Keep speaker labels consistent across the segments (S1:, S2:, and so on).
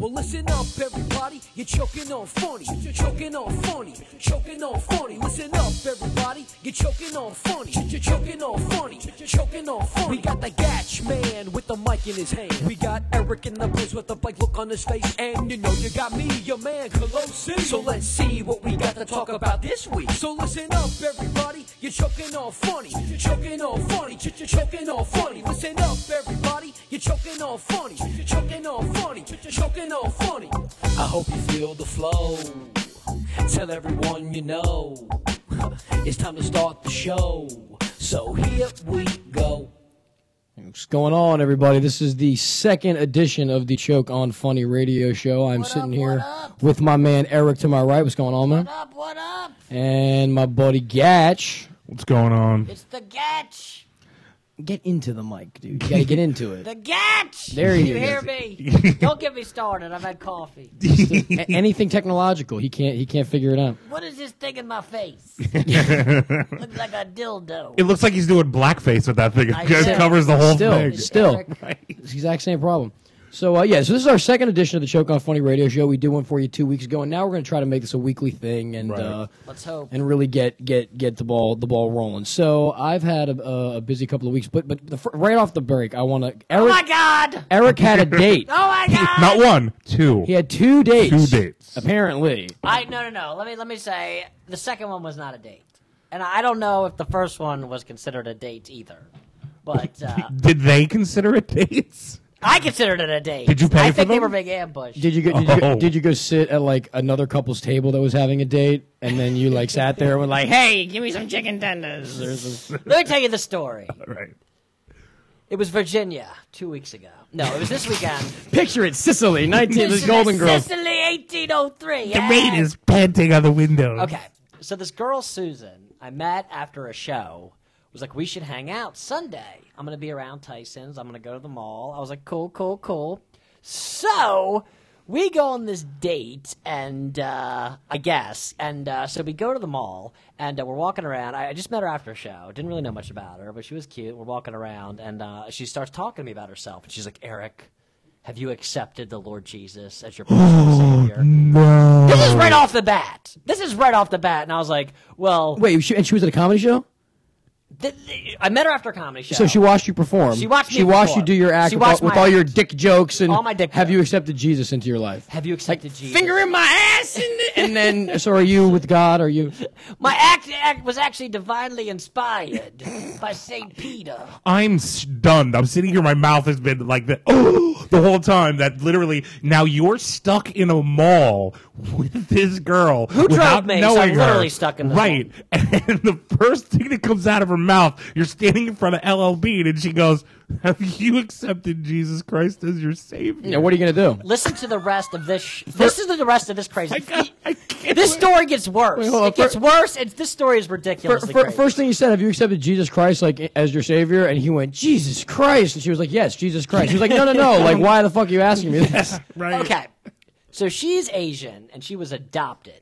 S1: Well, listen up, everybody. You're choking on funny. You're choking on funny. Choking on funny. Listen up, everybody. You're choking on funny. You're choking on funny. Choking on funny. We got the Gatch man with the mic in his hand. We got Eric in the place with a blank look on his face. And you know you got me, your man, Colosi. So let's see what we got to talk about this week. So listen up, everybody. You're choking on funny. You're choking on funny. You're choking on funny. Listen up, everybody. You're choking on funny. You're choking on funny. You're choking on funny. I hope you feel the flow. Tell everyone you know. It's time to start the show. So here we go.
S2: What's going on, everybody? This is the second edition of the Choke on Funny radio show. I'm sitting here with my man Eric to my right. What's going on, man?
S3: What up, what up?
S2: And my buddy Gatch.
S4: What's going on?
S3: It's the Gatch.
S2: Get into the mic, dude. You gotta get into it.
S3: The Gatch!
S2: There he
S3: you
S2: is.
S3: hear me? Don't get me started. I've had coffee.
S2: A- anything technological, he can't. He can't figure it out.
S3: What is this thing in my face? Looks like a dildo.
S4: It looks like he's doing blackface with that thing.
S3: I
S4: It
S3: said-
S4: covers the whole
S2: Still,
S4: thing.
S2: still,
S3: Eric.
S2: it's the exact same problem. So uh, yeah, so this is our second edition of the Choke on Funny radio show. We did one for you two weeks ago, and now we're gonna try to make this a weekly thing. And
S4: Right.
S2: uh,
S3: Let's hope.
S2: and really get get get the ball the ball rolling. So I've had a, a, a busy couple of weeks, but but the, fir- right off the break, I want to.
S3: Oh
S2: Eric
S3: my god!
S2: Eric had a date.
S3: Oh my god!
S4: Not one, two.
S2: He had two dates.
S4: Two dates.
S2: apparently.
S3: I no no no. Let me let me say the second one was not a date, and I don't know if the first one was considered a date either. But uh,
S4: Did they consider it dates?
S3: I considered it a date.
S4: Did you pay
S3: I
S4: for
S3: think they
S4: them?
S3: were being ambushed.
S2: Did you go, did you, go,
S4: Oh.
S2: did you go sit at like another couple's table that was having a date, and then you like sat there and were like, "Hey, give me some chicken tenders." or some-
S3: Let me tell you the story.
S4: Right.
S3: It was Virginia two weeks ago. No, it was this weekend.
S2: Picture it, Sicily, nineteen,
S3: This
S2: this
S3: is
S2: Golden Girls.
S3: Sicily, 1803.
S4: The rain is panting on the window.
S3: Okay, so this girl Susan I met after a show was like, we should hang out Sunday. I'm gonna be around Tyson's. I'm gonna go to the mall. I was like, cool, cool, cool. So we go on this date, and uh, I guess, and uh, so we go to the mall, and uh, we're walking around. I, I just met her after a show. Didn't really know much about her, but she was cute. We're walking around, and uh, she starts talking to me about herself, and she's like, Eric. Have you accepted the Lord Jesus as your personal savior?
S4: No.
S3: This is right
S2: Oh.
S3: off the bat. This is right off the bat, and I was like, "Well,
S2: Wait, she, and she was at a comedy show,
S3: th- th- I met her after a comedy show."
S2: so she watched you perform.
S3: She watched me
S2: She watched
S3: perform.
S2: you do your act
S3: She
S2: with, all,
S3: watched
S2: with
S3: my
S2: all your
S3: act.
S2: dick jokes and
S3: All my dick
S2: Have you
S3: jokes.
S2: accepted Jesus into your life?
S3: have you accepted Jesus?
S2: finger in my ass and, then so are you with god are you
S3: My act, act was actually divinely inspired by Saint Peter.
S4: I'm stunned. I'm sitting here. My mouth has been like that. Oh, the whole time. That literally. Now you're stuck in a mall with this girl. Who
S3: drove
S4: without
S3: me? So
S4: Knowing
S3: I'm literally
S4: her.
S3: stuck in the
S4: right. And the first thing that comes out of her mouth, you're standing in front of LLB, and she goes, "Have you accepted Jesus Christ as your savior?"
S2: yeah, what are you gonna do
S3: Listen to the rest of this. Sh- this is the rest of this crazy.
S4: I got- I can't
S3: this story gets worse.
S2: hold on.
S3: it gets
S2: Fir-
S3: worse. It's, this story is
S2: Fir-
S3: ridiculously
S2: fir-
S3: crazy.
S2: first thing you said have you accepted jesus christ like i- as your savior and he went jesus christ and she was like yes jesus christ she was like no no no like why the fuck are you asking me this
S4: Right.
S3: Okay. So she's Asian and she was adopted.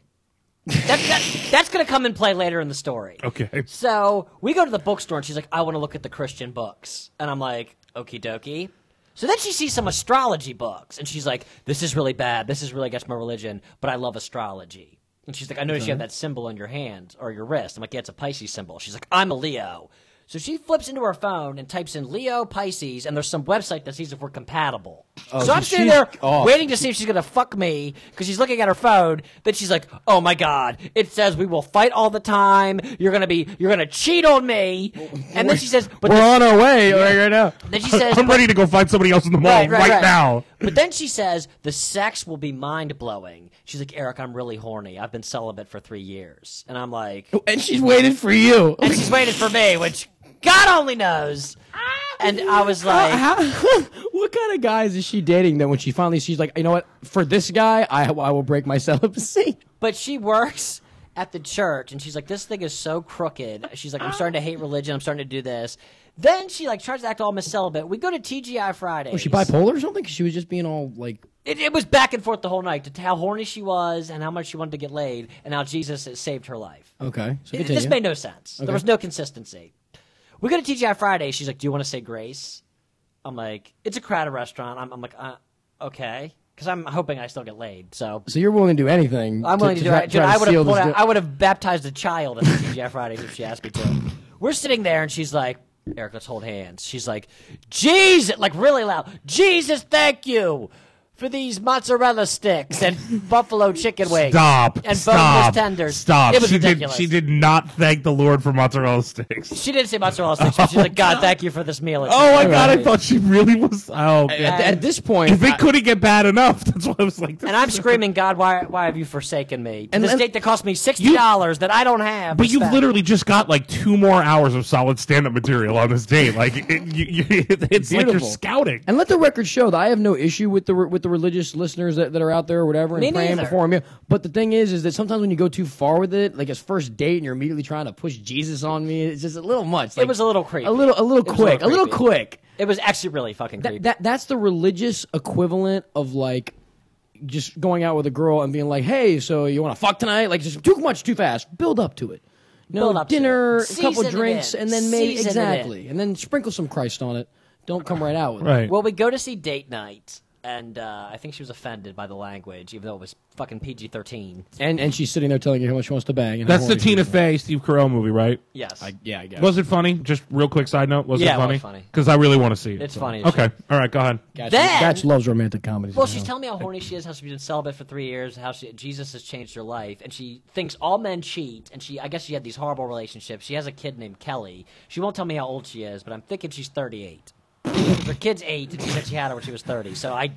S3: That, that, that's going to come in play later in the story.
S4: Okay.
S3: So we go to the bookstore and she's like, I want to look at the Christian books. And I'm like, okie dokie. So then she sees some astrology books and she's like, this is really bad. This is really against my religion, but I love astrology. And she's like, I noticed you have that symbol on your hand or your wrist. I'm like, yeah, it's a Pisces symbol. She's like, I'm a Leo. So she flips into her phone and types in Leo Pisces, and there's some website that sees if we're compatible. so,
S2: Oh, so
S3: I'm sitting
S2: she's
S3: there
S2: off.
S3: waiting to see if she's gonna fuck me because she's looking at her phone. Then she's like, "Oh my god!" It says we will fight all the time. You're gonna be, you're gonna cheat on me. And then she says, "But
S2: we're
S3: then-
S2: on our way like, right now
S3: then she says,
S4: I'm
S3: but-
S4: ready to go find somebody else in the mall right, now.
S3: But then she says the sex will be mind blowing. She's like, "Eric, I'm really horny. I've been celibate for three years," and I'm like,
S2: and she's waited for you
S3: and she's waited for me, which God only knows. And I was like.
S2: what kind of guys is she dating that when she finally she's like you know what for this guy i, I will break my celibacy
S3: But she works at the church, and she's like, "This thing is so crooked." She's like, "I'm starting to hate religion. I'm starting to do this." Then she like tries to act all Miss Celibate. We go to TGI Friday.
S2: was Oh, she bipolar or something 'Cause she was just being all like
S3: It, it was back and forth the whole night to how horny she was and how much she wanted to get laid, and how Jesus has saved her life.
S2: okay so
S3: It-
S2: continue.
S3: this made no sense. There was no consistency. We go to TGI Friday. She's like, "Do you want to say grace?" I'm like, "It's a crowded restaurant." I'm, I'm like, uh, okay, because I'm hoping I still get laid. So
S2: So you're willing to do anything.
S3: I'm willing to, do
S2: try-
S3: it. Dude,
S2: try to
S3: I would
S2: seal
S3: have,
S2: this deal.
S3: I would have baptized a child at the TGI Fridays if she asked me to. We're sitting there, and she's like, "Eric, let's hold hands." She's like, "Jesus!" Like really loud, "Jesus, thank you for these mozzarella sticks and buffalo chicken wings."
S4: Stop.
S3: And
S4: stop.
S3: boneless tenders.
S4: Stop.
S3: It was
S4: she
S3: ridiculous.
S4: did. She did not thank the Lord for mozzarella sticks.
S3: She didn't say mozzarella sticks. but She's like, "God, thank you for this meal." It's
S4: Oh my
S3: just-
S4: God! I thought she really was.
S2: at,
S4: Oh, God.
S2: at this point,
S4: if
S2: I-
S4: it couldn't get bad enough, that's why I was like.
S3: And I'm screaming, "God, why, why have you forsaken me?" To
S4: And
S3: this
S4: then-
S3: date that cost me sixty dollars that I don't have.
S4: But
S3: to
S4: you've
S3: spend.
S4: literally just got like two more hours of solid stand-up material on this date. Like it, you, you, it's like you're
S2: Beautiful.
S4: scouting.
S2: And let the record show that I have no issue with the with the religious listeners that, that are out there or whatever and
S3: Me
S2: praying
S3: neither.
S2: before a meal. But the thing is, is that sometimes when you go too far with it, like it's first date and you're immediately trying to push Jesus on me, it's just a little much. Like,
S3: was a little creepy.
S2: a little a little
S3: It was a
S2: quick, a
S3: little
S2: little,
S3: creepy.
S2: quick.
S3: It was actually really fucking creepy.
S2: That, that that's the religious equivalent of like just going out with a girl and being like, hey, so you want to fuck tonight? Like just too much, too fast. Build up to it. No
S3: Build up to
S2: dinner,
S3: it.
S2: a couple
S3: Season it
S2: drinks,
S3: in.
S2: and then maybe
S3: Season it in.
S2: exactly, and then sprinkle some Christ on it. Don't come right out with it.
S4: Right.
S3: Well, we go to see Date Night, and uh, I think she was offended by the language, even though it was fucking PG 13.
S2: And and she's sitting there telling you how much she wants to bang. And how
S4: that's the
S2: horny she
S4: Tina
S2: is.
S4: Fey, Steve Carell movie, right?
S3: Yes.
S2: Yeah, I guess.
S4: Was it funny? Just real quick side note. Was
S3: Yeah,
S4: it
S3: it was
S4: funny?
S3: funny.
S4: Because I really want to see it.
S3: It's
S4: so.
S3: funny as
S4: Okay. All right. Go ahead.
S2: Gotch,
S3: Then-
S2: Gotch loves romantic comedies.
S3: Well,
S2: you
S3: she's
S2: know.
S3: telling me how horny she is, how she's been celibate for three years, how she, Jesus has changed her life, and she thinks all men cheat. And she, I guess, she had these horrible relationships. She has a kid named Kelly. She won't tell me how old she is, but I'm thinking she's 38. her kid's eight, and she said she had her when she was 30. So I,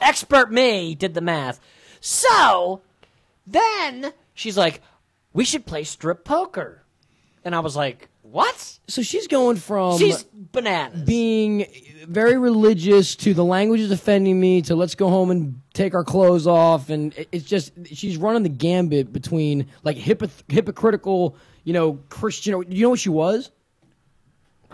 S3: expert me, did the math. So then she's like, "We should play strip poker," and I was like, "What?"
S2: so she's going from
S3: She's bananas.
S2: Um, being very religious to the language is offending me to let's go home and take our clothes off, and it- it's just she's running the gambit between like hypoth- hypocritical, you know, Christian. or- You know what she was?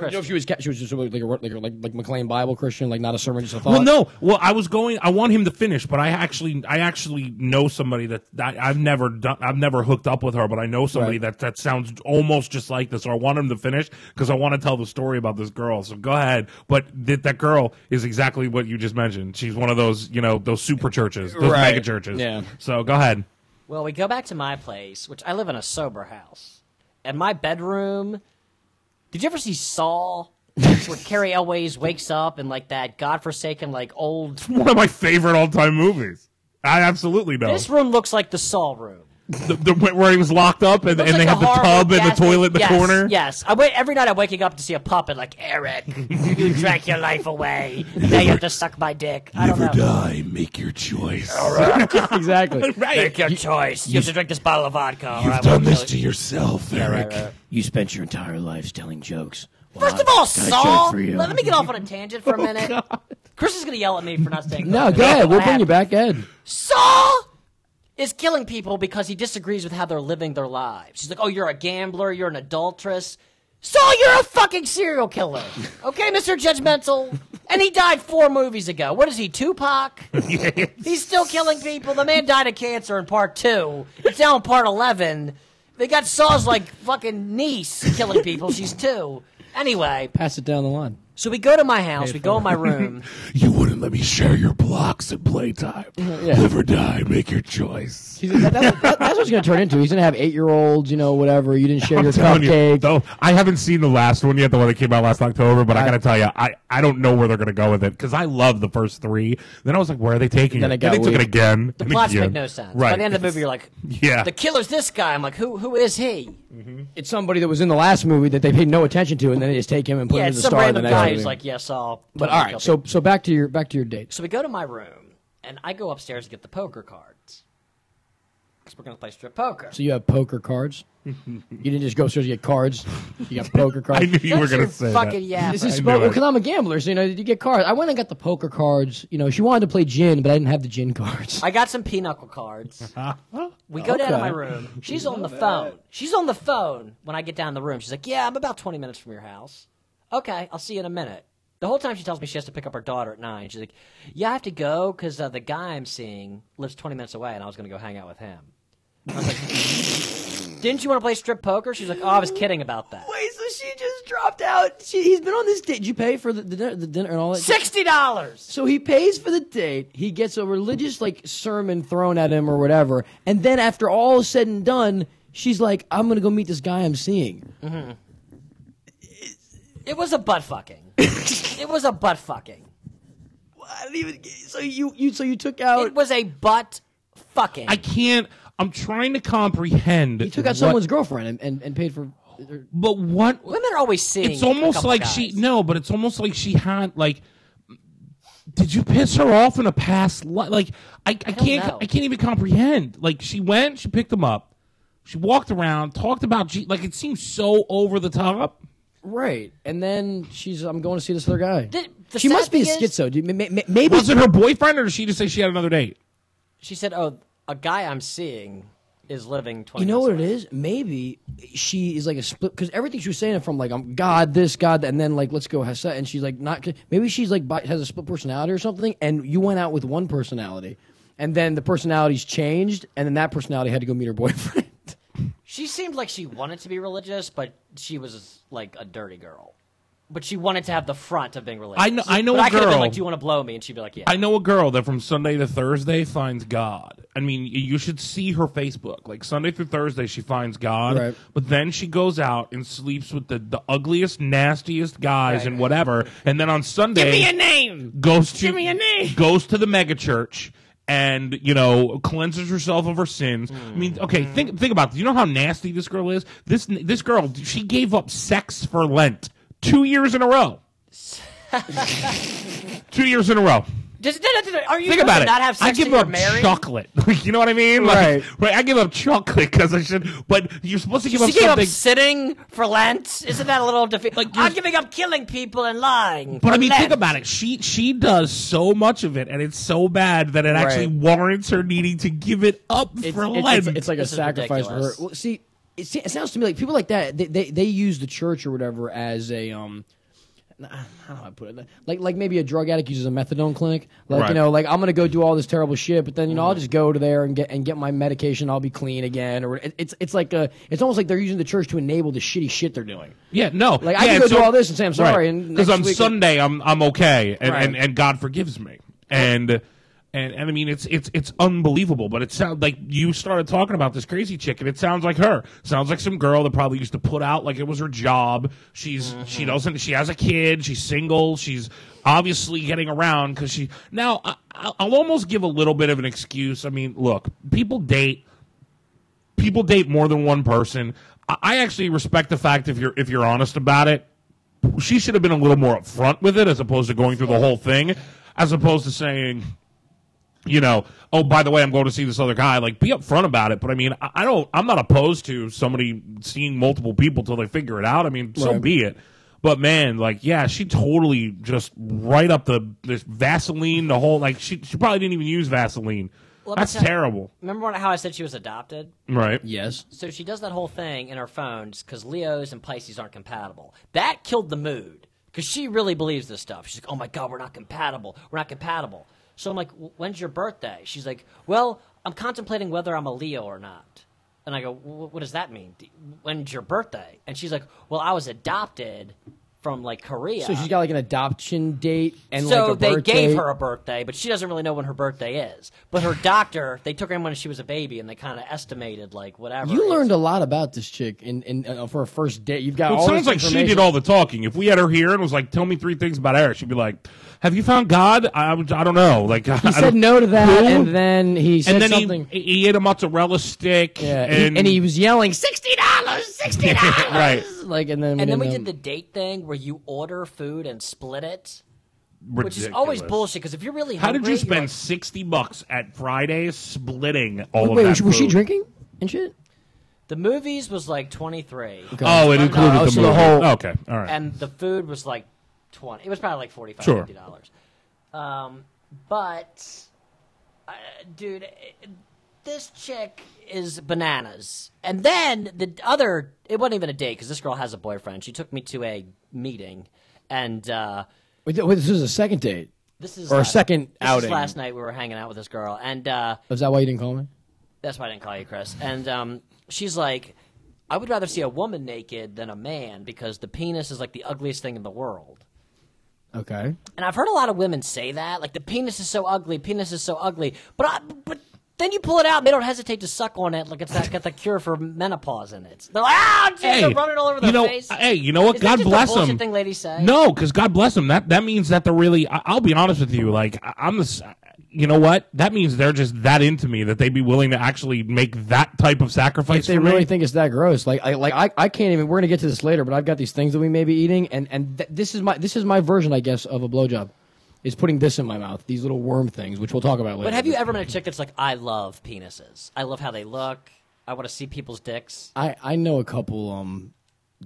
S2: You know, if she was ca- she was just like a, like a, like like McLean Bible Christian, like not a sermon, just a thought.
S4: Well, no. Well, I was going. I want him to finish, but I actually, I actually know somebody that, that I've never done. I've never hooked up with her, but I know somebody
S2: Right.
S4: that that sounds almost just like this. So I want him to finish because I want to tell the story about this girl. So go ahead. But th- that girl is exactly what you just mentioned. She's one of those, you know, those super churches, those
S2: Right.
S4: mega churches.
S2: Yeah.
S4: So go ahead.
S3: Well, we go back to my place, which I live in a sober house, and my bedroom. Did you ever see Saul? That's where Carrie Elways wakes up in like that godforsaken, like old.
S4: One of my favorite all time movies. I absolutely know.
S3: This room looks like the Saul room.
S4: the, the, where he was locked up and, and
S3: Looks
S4: they
S3: like
S4: had the
S3: horrible
S4: tub and the
S3: gas-
S4: toilet in the
S3: yes,
S4: corner.
S3: Yes, I wait every night. I'm waking up to see a puppet like Eric. You drank your life away. Now you have to suck my dick. I don't know.
S4: die, make your choice.
S2: exactly.
S4: Right.
S3: Make your choice. You, have to drink this bottle of vodka. You've
S4: yourself, Eric.
S2: You spent your entire lives telling jokes.
S3: First of all, Saul, let me get off on a tangent for a minute. Chris is going to yell at me for not saying
S2: Oh, No, go ahead. We'll bring you back, Ed.
S3: Saul is killing people because he disagrees with how they're living their lives. He's like, oh, you're a gambler, you're an adulteress. Saul, you're a fucking serial killer. Okay, Mr. Judgmental. And he died four movies ago. What is he, Tupac? He's still killing people. The man died of cancer in part two. It's now in part 11. They got Saul's, like, fucking niece killing people. She's two. Anyway,
S2: Pass it down the line.
S3: so we go to my house, we go in my room.
S4: You wouldn't let me share your blocks at playtime. Live or die, make your choice.
S2: He's, that, that, that, that's what it's going to turn into. He's going to have eight year olds, you know, whatever. You didn't share your
S4: telling you,
S2: cupcake.
S4: though, I haven't seen the last one yet, the one that came out last October. But I, gotta tell you, I, I don't know where they're gonna go with it because I love the first three. Then I was like, where are they taking
S2: Then
S4: it?
S2: it got
S4: they took it
S2: weak.
S4: again. The
S3: Plots make no sense.
S4: Right.
S3: By the end of the movie, you're like,
S4: Yeah.
S3: the killer's this guy. I'm like, who who is he?
S2: It's somebody that was in the last movie that they paid no attention to, and then they just take him and put
S3: yeah,
S2: him as
S3: it's
S2: a
S3: some
S2: star in the
S3: random
S2: next
S3: guy
S2: movie.
S3: who's like, yes, I'll.
S2: but all right, so so back to your back to your date.
S3: so we go to my room, and I go upstairs to get the poker cards because we're gonna play strip poker.
S2: So you have poker cards. you didn't just go upstairs to get cards. You got poker
S4: I
S2: cards.
S4: knew you were gonna say
S3: fucking
S4: that.
S3: yeah.
S2: This is
S4: I knew it.
S2: because I'm a gambler, so you know you get cards. I went and got the poker cards. You know, she wanted to play gin, but I didn't have the gin cards.
S3: I got some pinochle cards. We go down to
S2: Okay.
S3: my room. She's on the phone. She's on the phone when I get down the room. She's like, "Yeah, I'm about 20 minutes from your house. Okay, I'll see you in a minute." The whole time she tells me she has to pick up her daughter at nine. She's like, "Yeah, I have to go because uh, the guy I'm seeing lives 20 minutes away, and I was going to go hang out with him." I was like, "Didn't you want to play strip poker?" She's like, "Oh, I was kidding about that."
S5: Wait, so she just
S2: dropped out. She, he's been on this date. Did you pay for the, the, dinner, the dinner and all that?
S3: Sixty dollars.
S2: So he pays for the date. He gets a religious like sermon thrown at him or whatever, and then after all is said and done, she's like, "I'm gonna go meet this guy I'm seeing."
S3: It was a butt fucking. it was a butt fucking.
S2: I don't even. So you, you so you took out.
S3: It was a butt fucking.
S4: I can't. I'm trying to comprehend.
S2: you took out
S4: what-
S2: someone's girlfriend and, and, and paid for. or-
S4: But what?
S3: Women are always seeing.
S4: It's
S3: a
S4: almost
S3: couple
S4: like
S3: guys.
S4: she no, but it's almost like she had like. Did you piss her off in a past life? Like I, I, can't
S3: know.
S4: I can't even comprehend. Like she went, she picked him up, she walked around, talked about G. Like it seems so over the top.
S2: Right, and then she's. I'm going to see this other guy.
S3: The- the
S2: she
S3: sad
S2: must be a
S3: thing is-
S2: schizo. Dude. May- may- Maybe
S4: Was it her boyfriend, or did she just say she had another date?
S3: She said, "Oh, a guy I'm seeing is living twenty.
S2: You know
S3: minutes
S2: what it
S3: away."
S2: is? Maybe she is like a split because everything she was saying from like I'm God this God that, and then like let's go has that and she's like not maybe she's like bi- has a split personality or something and you went out with one personality and then the personality's changed and then that personality had to go meet her boyfriend.
S3: She seemed like she wanted to be religious, but she was like a dirty girl. But she wanted to have the front of being religious.
S4: I know- I know
S3: But
S4: a
S3: I could've
S4: girl-
S3: Been like, do you want to blow me? And she'd be like, yeah.
S4: I know a girl that from Sunday to Thursday finds God. I mean, y- you should see her Facebook. Like Sunday through Thursday, she finds God,
S2: Right.
S4: but then she goes out and sleeps with the, the ugliest, nastiest guys and whatever. And then on Sunday,
S3: name.
S4: goes to
S3: me a name.
S4: goes to the mega church and you know cleanses herself of her sins. I mean,
S3: Mm.
S4: okay, think think about this. You know how nasty this girl is. This this girl, she gave up sex for Lent two years in a row. two years in a row.
S3: Does, no, no, no, no, are you
S4: Think
S3: supposed
S4: about
S3: to
S4: it.
S3: not have sex
S4: I give
S3: till you're
S4: up
S3: married?
S4: chocolate. you know what I mean? Like,
S2: Right.
S4: I give up chocolate because I should. But you're supposed to give
S3: She
S4: up
S3: gave up
S4: something.
S3: sitting for Lent. Isn't that a little defeat?
S4: Like, you're-
S3: I'm giving up killing people and lying. for
S4: But I mean,
S3: Lent.
S4: think about it. She she does so much of it, and it's so bad that it actually warrants her needing to give it up
S2: It's,
S4: for
S2: it's-
S4: Lent.
S2: it's- it's like a
S3: This is
S2: sacrifice for her.
S3: ridiculous.
S2: Well, see, it, se- it sounds to me like people like that they, they they use the church or whatever as a um. How do I put it? Like, like maybe a drug addict uses a methadone clinic. Like,
S4: Right.
S2: you know, like I'm gonna go do all this terrible shit, but then you know I'll just go to there and get and get my medication. I'll be clean again. Or it, it's it's like a it's almost like they're using the church to enable the shitty shit they're doing.
S4: yeah, no.
S2: Like, I can go do all this and say I'm sorry, and
S4: because
S2: next
S4: on
S2: week-
S4: Sunday I'm I'm okay, and, and,
S2: Right.
S4: and God forgives me, and. And, and I mean it's it's it's unbelievable, but it sounds like you started talking about this crazy chick, and it sounds like her. Sounds like some girl that probably used to put out like it was her job. She's she doesn't she has a kid. She's single. She's obviously getting around because she now I, I'll I'll almost give a little bit of an excuse. I mean, look, people date. people date more than one person. I, I actually respect the fact if you're if you're honest about it. She should have been a little more upfront with it as opposed to going through the whole thing, as opposed to saying, you know, oh by the way, I'm going to see this other guy. Like, be upfront about it. But I mean, I, I don't. I'm not opposed to somebody seeing multiple people till they figure it out. I mean, so
S2: Right.
S4: be it. But man, like, yeah, she totally just right up the this Vaseline, the whole like she she probably didn't even use Vaseline.
S3: Let me
S4: That's
S3: tell-
S4: terrible,
S3: Remember when- how I said she was adopted?
S4: right?
S2: Yes.
S3: So she does that whole thing in her phones because Leos and Pisces aren't compatible. That killed the mood because she really believes this stuff. She's like, oh my God, we're not compatible. We're not compatible. So I'm like, "W- when's your birthday? She's like, well, I'm contemplating whether I'm a Leo or not. And I go, "Wh- what does that mean? D- When's your birthday? And she's like, well, I was adopted from like Korea.
S2: So she's got like an adoption date and
S3: So
S2: like a
S3: they
S2: birth
S3: gave
S2: date.
S3: her a birthday, but she doesn't really know when her birthday is. But her doctor, they took her in when she was a baby, and they kind of estimated like whatever.
S2: You
S3: it
S2: learned
S3: is.
S2: a lot about this chick in, in uh, for a first date. You've got
S4: Well,
S2: all
S4: it sounds
S2: this
S4: like she did
S2: information.
S4: all the talking. If we had her here and was like, "Tell me three things about Eric," she'd be like, "Have you found God?" I, I don't know. Like I
S2: He said
S4: don't-
S2: no to that,
S4: Who?
S2: and then he said
S4: And then
S2: something.
S4: he he ate a mozzarella stick.
S2: yeah,
S4: and,
S2: and, he was yelling sixty dollars, sixty dollars.
S4: Right.
S2: Like, and then
S3: And then we
S2: didn't
S3: did the
S2: know.
S3: date thing where you order food and split it, which
S4: Ridiculous.
S3: is always bullshit. Because if you're really
S4: How
S3: hungry,
S4: did you
S3: you're
S4: spend
S3: like-
S4: sixty bucks at Fridays splitting all
S2: Wait,
S4: of that?
S2: was she, was she
S4: food?
S2: drinking and shit?
S3: the movies was like twenty three,
S4: Oh, it included
S2: Oh,
S4: the
S2: so
S4: movie.
S2: the whole-
S4: okay, all right.
S3: and the food was like twenty. It was probably like 45
S4: Sure.
S3: fifty dollars. Um, but uh, dude, it- this chick is bananas. And then the other, it wasn't even a date because this girl has a boyfriend. She took me to a meeting, and uh,
S2: Wait, th- wait, this was a second date.
S3: this is uh,
S2: Or a
S3: last-
S2: second
S3: this is
S2: outing.
S3: last night we were hanging out with this girl, and. Uh,
S2: Is that why you didn't call me?
S3: That's why I didn't call you, Chris. And um, she's like, I would rather see a woman naked than a man because the penis is like the ugliest thing in the world.
S2: Okay.
S3: And I've heard a lot of women say that, like the penis is so ugly, penis is so ugly. But I, but then you pull it out, and they don't hesitate to suck on it, like it's that, got the cure for menopause in it. They're like, ah, geez,
S4: Hey,
S3: they're running all over the
S4: you know,
S3: face.
S4: Hey, you know what?
S3: Is that
S4: God
S3: just a
S4: bless
S3: bullshit
S4: them.
S3: thing ladies say?
S4: No, because God bless them. That that means that they're really. I, I'll be honest with you. Like I, I'm the. s- You know what? That means they're just that into me that they'd be willing to actually make that type of sacrifice.
S2: If they
S4: for
S2: really
S4: me.
S2: think it's that gross, like I like I, I can't even. We're gonna get to this later, but I've got these things that we may be eating, and and th- this is my this is my version, I guess, of a blowjob, is putting this in my mouth, these little worm things, which we'll talk about later.
S3: But have you ever met a chick that's like, I love penises. I love how they look. I want to see people's dicks.
S2: I I know a couple um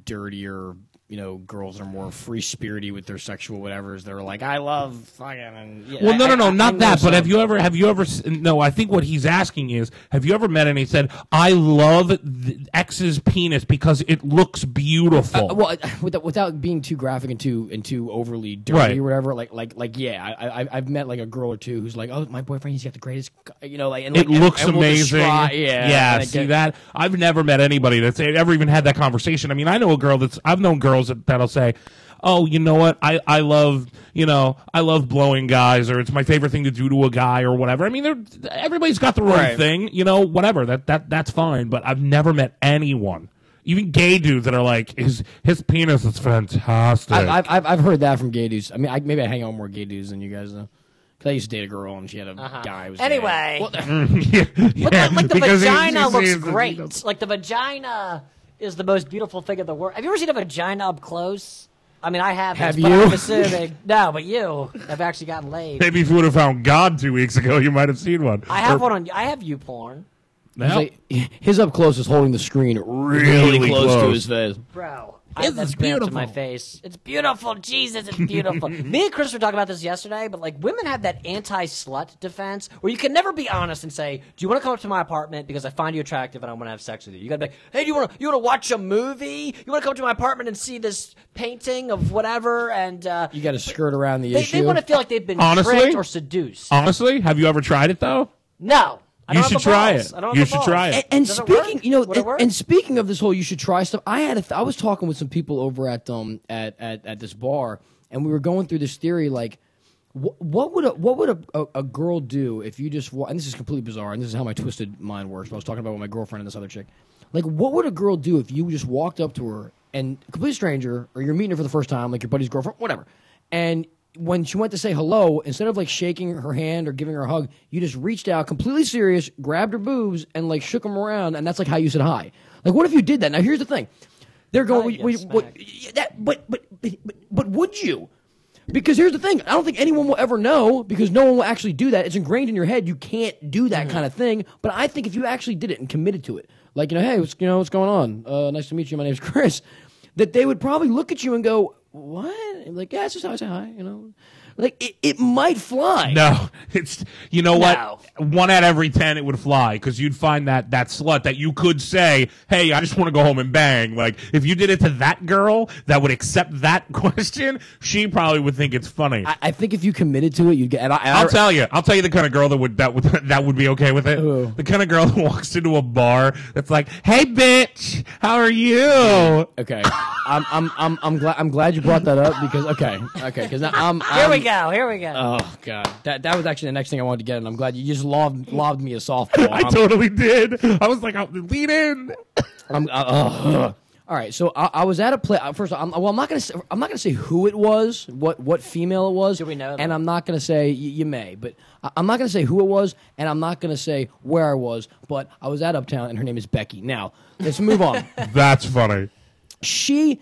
S2: dirtier you know girls that are more free spirity with their sexual whatevers. They're like I love fucking. And, yeah,
S4: Well,
S2: I-
S4: no, no,
S2: I-
S4: no,
S2: I- I
S4: not
S2: know
S4: that. But
S2: some.
S4: have you ever, have you ever, s- no, I think what he's asking is, have you ever met any said, I love th- X's penis because it looks beautiful?
S2: Uh, well, I- without, without being too graphic and too and too overly dirty
S4: Right.
S2: or whatever, like like like yeah, I, I I've met like a girl or two who's like, oh, my boyfriend, he's got the greatest, c- you know, like and
S4: it
S2: like,
S4: looks
S2: and- and we'll
S4: amazing.
S2: describe- yeah,
S4: yeah.
S2: and I
S4: See
S2: get-
S4: that? I've never met anybody that's ever even had that conversation. I mean, I know a girl that's. I've known girls that, that'll say, "Oh, you know what? I I love you know I love blowing guys, or it's my favorite thing to do to a guy, or whatever." I mean, they're, everybody's got their own
S2: Right.
S4: thing, you know. Whatever that that that's fine. But I've never met anyone. Even gay dudes that are like his his penis is fantastic.
S2: I- I've, I've I've heard that from gay dudes. I mean, I, maybe I hang out with more gay dudes than you guys though. Cause I used to date a girl and she had a guy. Who was gay.
S3: Anyway.
S2: Well,
S4: yeah, yeah,
S3: But like the
S4: because he-
S3: vagina
S4: he
S3: looks
S4: sees the-
S3: great. Like the vagina is the most beautiful thing in the world. Have you ever seen a vagina up close? I mean, I haven't.
S2: Have
S3: but
S2: you?
S3: I'm assuming no, but you have actually gotten laid.
S4: Maybe if you would have found God two weeks ago, you might have seen one.
S3: I have one on. I have you porn,
S2: it's
S4: Now,
S2: like, his up close is holding the screen really,
S4: Really
S2: close, to
S4: close.
S2: his face.
S3: bro. I have
S4: This is
S3: that bent to my
S4: beautiful.
S3: face. It's beautiful, Jesus. It's beautiful. Me and Chris were talking about this yesterday, but like women have that anti-slut defense where you can never be honest and say, "Do you want to come up to my apartment because I find you attractive and I want to have sex with you?" You gotta be like, "Hey, do you want to you want to watch a movie? You want to come to my apartment and see this painting of whatever?" And uh,
S2: You got to skirt around the
S3: They,
S2: issue.
S3: they want to feel like they've been
S4: Honestly?
S3: tricked or seduced.
S4: Honestly, have you ever tried it though?
S3: no. I don't
S4: You
S3: have
S4: should
S3: the
S4: try
S3: balls.
S4: it.
S3: I don't have
S4: You
S3: the
S4: should
S3: balls.
S4: try it.
S2: and
S3: Does it
S2: speaking,
S3: work?
S2: you know,
S3: Would it
S2: and,
S3: work?
S2: and speaking of this whole, you should try stuff. I had, a th- I was talking with some people over at um at at, at this bar, and we were going through this theory like, wh- what would a what would a, a, a girl do if you just wa- and this is completely bizarre, and this is how my twisted mind works. But I was talking about with my girlfriend and this other chick, like, what would a girl do if you just walked up to her and a complete stranger, or you're meeting her for the first time, like your buddy's girlfriend, whatever, and when she went to say hello, instead of like shaking her hand or giving her a hug, you just reached out, completely serious, grabbed her boobs and like shook them around, and that's like how you said hi. Like, what if you did that? Now, here's the thing: they're going,
S3: Probably
S2: "Well,
S3: get
S2: you- well,
S3: smacked.
S2: you- that, but, but, but, but, but would you? Because here's the thing: I don't think anyone will ever know because no one will actually do that. It's ingrained in your head. You can't do
S4: Mm.
S2: that kind of thing. But I think if you actually did it and committed to it, like you know, hey, what's you know what's going on? Uh, nice to meet you. My name's Chris. That they would probably look at you and go, "What?" And like, yeah, it's just how I say hi. You know, like it, it might fly.
S4: No, it's you know
S3: No.
S4: what? One out of every ten it would fly because you'd find that that slut that you could say, "Hey, I just want to go home and bang." Like if you did it to that girl that would accept that question, she probably would think it's funny. I,
S2: I, I think if you committed to it, you'd get. And I, and I-
S4: will tell you, I'll tell you the kind of girl that would that would that would be okay with it.
S2: Who?
S4: The kind of girl that walks into a bar that's like, "Hey, bitch, how are you?"
S2: Okay, I'm, I'm, I'm, I'm glad, I'm glad you brought that up because okay, okay, because I'm, I'm.
S3: Here we go. Here we go.
S2: Oh god, that that was actually the next thing I wanted to get, and I'm glad you just lobbed lobbed me a softball.
S4: I
S2: I'm-
S4: totally did. I was like, I'll "Lean in."
S2: I'm, uh, uh, all right, so I, I was at a play. uh, First, of all, I'm, well, I'm not gonna say, I'm not gonna say who it was, what what female it was.
S3: Do we know them?
S2: And I'm not gonna say y- you may, but I, I'm not gonna say who it was, and I'm not gonna say where I was. But I was at Uptown, and her name is Becky. Now let's move on.
S4: That's funny.
S2: she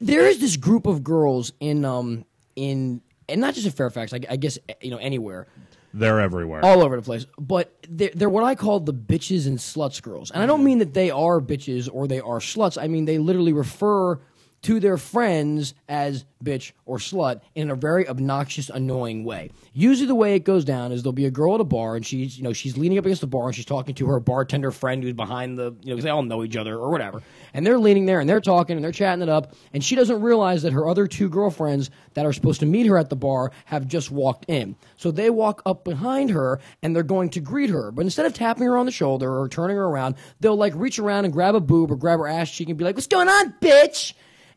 S2: there is this group of girls in um in and not just in Fairfax, I, I guess you know anywhere,
S4: They're everywhere.
S2: all over the place. But they're, they're what I call the
S3: Mm-hmm.
S2: bitches and sluts girls, and I don't mean that they are bitches or they are sluts. I mean they literally refer to their friends as bitch or slut in a very obnoxious, annoying way. Usually, the way it goes down is there'll be a girl at a bar, and she's you know she's leaning up against the bar, and she's talking to her bartender friend who's behind the you know 'cause they all know each other or whatever, and they're leaning there and they're talking and they're chatting it up, and she doesn't realize that her other two girlfriends that are supposed to meet her at the bar have just walked in, so they walk up behind her and they're going to greet her, but instead of tapping her on the shoulder or turning her around, they'll like reach around and grab a boob or grab her ass cheek and be like, "What's going on, bitch?"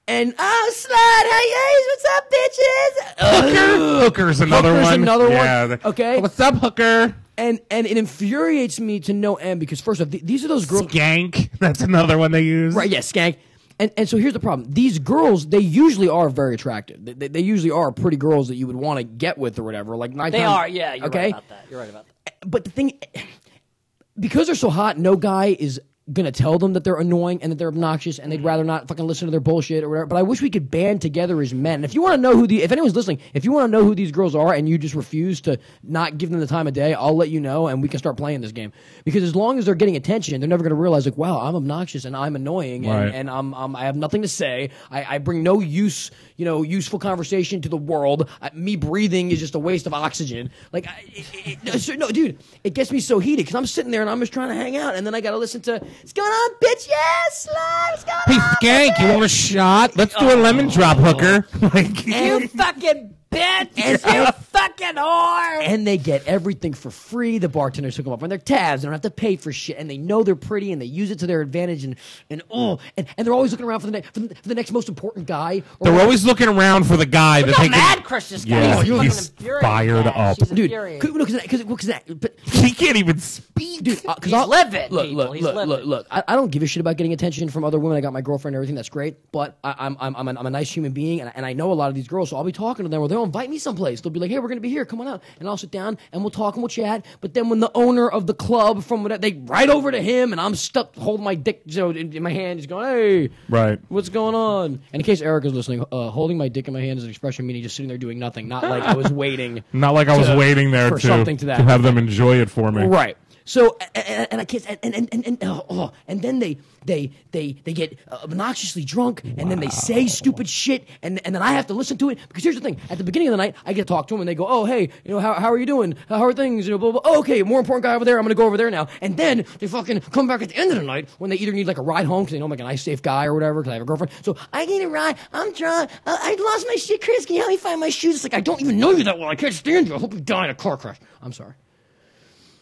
S2: And oh, slut, hey, hey, what's up, bitches?
S4: Hooker, hooker's another
S2: Hooker's
S4: one.
S2: another one.
S4: Yeah, the- Oh,
S2: Okay.
S4: What's up, hooker?
S2: and and it infuriates me to no end because first off, th- these are those girls.
S4: Gank. That's another one they use.
S2: Right? Yes, skank. And and so here's the problem: these girls, they usually are very attractive. They, they, they usually are pretty girls that you would want to get with or whatever. Like nine
S3: They
S2: times-
S3: are, yeah. You're
S2: um, okay.
S3: right about that. You're right about that.
S2: But the thing, because they're so hot, no guy is gonna tell them that they're annoying and that they're obnoxious and they'd rather not fucking listen to their bullshit or whatever. But I wish we could band together as men. And if you want to know who the, if anyone's listening, if you want to know who these girls are and you just refuse to not give them the time of day, I'll let you know and we can start playing this game. Because as long as they're getting attention, they're never gonna realize like, wow, I'm obnoxious and I'm annoying
S4: Right.
S2: and, and I'm, um, I have nothing to say. I, I bring no use, you know, useful conversation to the world. I, me breathing is just a waste of oxygen. Like, I, it, it, it- no, sir, no, dude, it gets me so heated because I'm sitting there and I'm just trying to hang out, and then I got to listen to "What's going on, bitch? Yes, slime. What's going
S4: Hey,
S2: on?"
S4: Skank, you want a shot? Let's do a lemon
S2: Oh.
S4: drop, hooker. Like,
S3: You fucking bitch! you fucking whore!
S2: And they get everything for free. The bartenders hook them up on their tabs. They don't have to pay for shit, and they know they're pretty, and they use it to their advantage. And and oh, and, and they're always looking around for the, ne- for the for the next most important guy. Or
S4: they're always looking around for the guy that
S3: Look how
S4: they
S3: mad
S4: can.
S3: Chris just got.
S4: Yeah,
S3: He's fucking
S4: he's
S3: infuriated.
S4: fired
S3: Yeah,
S4: up.
S3: she's
S2: dude,
S3: infuriated.
S2: because because that, but
S4: He can't even speak.
S2: Dude, uh, 'cause
S3: He's
S2: I'll-
S3: livid,
S2: Look,
S3: people.
S2: look,
S3: He's
S2: look,
S3: livid.
S2: look, look. I, I don't give a shit about getting attention from other women. I got my girlfriend and everything. That's great. But I, I'm, I'm, I'm, a, I'm a nice human being, and, I- and I know a lot of these girls, so I'll be talking to them, or they'll invite me someplace. They'll be like, "Hey, we're gonna be here. Come on out." And I'll sit down, and we'll talk, and we'll chat. But then when the owner of the club from whatever, they right over to him, and I'm stuck holding my dick you know, in, in my hand, just going, "Hey,
S4: Right.
S2: what's going on?" And in case Eric is listening, uh, holding my dick in my hand is an expression meaning just sitting there doing nothing, not like I was waiting.
S4: Not like I was
S2: to-
S4: waiting there
S2: for
S4: to,
S2: something to that.
S4: to have them enjoy it for me.
S2: Right. So and, and, and I kiss and and and and, oh, oh, and then they they they they get obnoxiously drunk and then they say stupid shit and and then I have to listen to it because here's the thing at the beginning of the night I get to talk to them and they go oh hey you know how, how are you doing how are things you know blah, blah, blah. Oh, okay more important guy over there I'm gonna go over there now and then they fucking come back at the end of the night when they either need like a ride home because they know I'm like a nice safe guy or whatever because I have a girlfriend so I need a ride I'm drunk uh, I lost my shit Chris can you help me find my shoes it's like I don't even know you that well I can't stand you I hope you die in a car crash I'm sorry.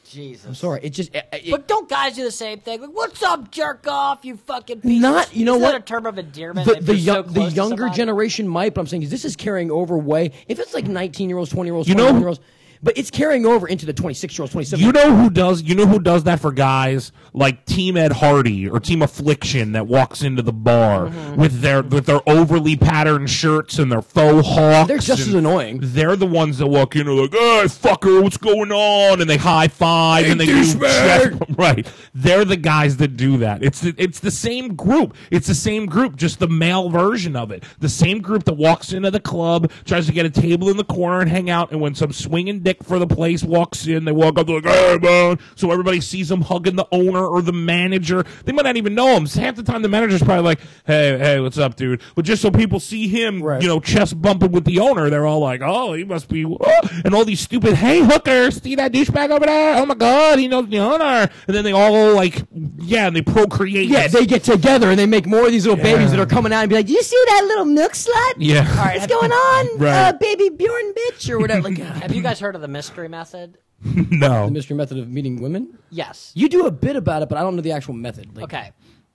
S3: Jesus.
S2: Sorry, it just. It, it-
S3: But don't guys do the same thing? Like, what's up, jerk off, you fucking piece
S2: Not-
S3: of
S2: you know
S3: Isn't
S2: what?
S3: that a term of endearment?
S2: the,
S3: if
S2: the, young,
S3: you're so
S2: the
S3: close to
S2: younger
S3: somebody?
S2: generation might, but I'm saying is this is carrying over way. If it's like 19 year olds, 20 year olds,
S4: You
S2: 21
S4: know-
S2: year olds, but it's carrying over into the 26 year olds, 27
S4: You know who does? You know who does that for guys like Team Ed Hardy or Team Affliction that walks into the bar
S2: Mm-hmm.
S4: with their with their overly patterned shirts and their faux hawks.
S2: They're just
S4: and
S2: as annoying.
S4: They're the ones that walk in and are like, "Hey, fucker, what's going on?" And they high five and they do chest,
S2: douchebag.
S4: right. They're the guys that do that. It's the, it's the same group. It's the same group, just the male version of it. The same group that walks into the club, tries to get a table in the corner and hang out. And when some swinging dick for the place walks in, they walk up they're like, "Hey, man!" So everybody sees them hugging the owner or the manager. They might not even know him. Half the time, the manager's probably like, "Hey, hey, what's up, dude?" But just so people see him,
S2: Right.
S4: you know, chest bumping with the owner, they're all like, "Oh, he must be," oh," and all these stupid, "Hey, hooker, see that douchebag over there? Oh my god, he knows the owner." And then they all like, yeah, and they procreate.
S2: Yeah, they get together and they make more of these little babies that are coming out and be like, "Did you see that little nook slut?
S4: Yeah.
S2: All right, what's going on,
S4: Right.
S2: uh, baby Bjorn bitch or whatever?" Like, uh,
S3: Have you guys heard of the mystery method?
S4: no.
S2: the mystery method of meeting women.
S3: Yes.
S2: You do a bit about it, but I don't know the actual method. Like,
S3: Okay.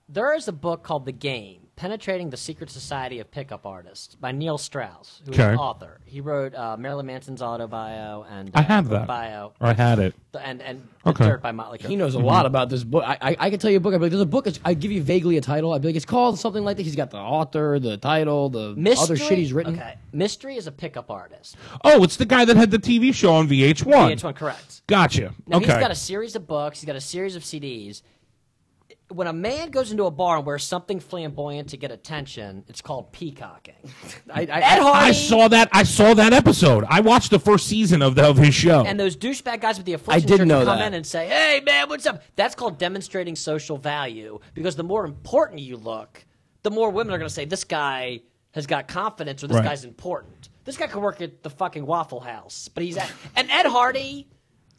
S3: There is a book called The Game Penetrating the Secret Society of Pickup Artists by Neil Strauss, who's
S4: Okay.
S3: an author. He wrote uh, Marilyn Manson's autobio and uh,
S4: I have that.
S3: bio
S4: Or I had it.
S3: and, and
S4: Okay.
S3: The Dirt by Motley Crue.
S2: He knows a lot about this book. I, I, I could tell you a book. I'd be like, there's a book. It's, I'd give you vaguely a title. I'd be like, it's called something like that. He's got the author, the title, the
S3: Mystery,
S2: other shit he's written.
S3: Okay. Mystery is a pickup artist.
S4: Oh, it's the guy that had the TV show on VH1.
S3: VH1, correct.
S4: Gotcha.
S3: Now
S4: okay.
S3: he's got a series of books. He's got a series of CDs. When a man goes into a bar and wears something flamboyant to get attention, it's called peacocking.
S2: I, I,
S3: Ed Hardy
S4: I saw that. I saw that episode. I watched the first season of the, of his show.
S3: and those douchebag guys with the affliction
S2: I did
S3: shirts
S2: know
S3: come
S2: that.
S3: in and say, "Hey man, what's up?" That's called demonstrating social value because the more important you look, the more women are going to say this guy has got confidence or this
S4: Right.
S3: guy's important. This guy could work at the fucking Waffle House, but he's at, and Ed Hardy.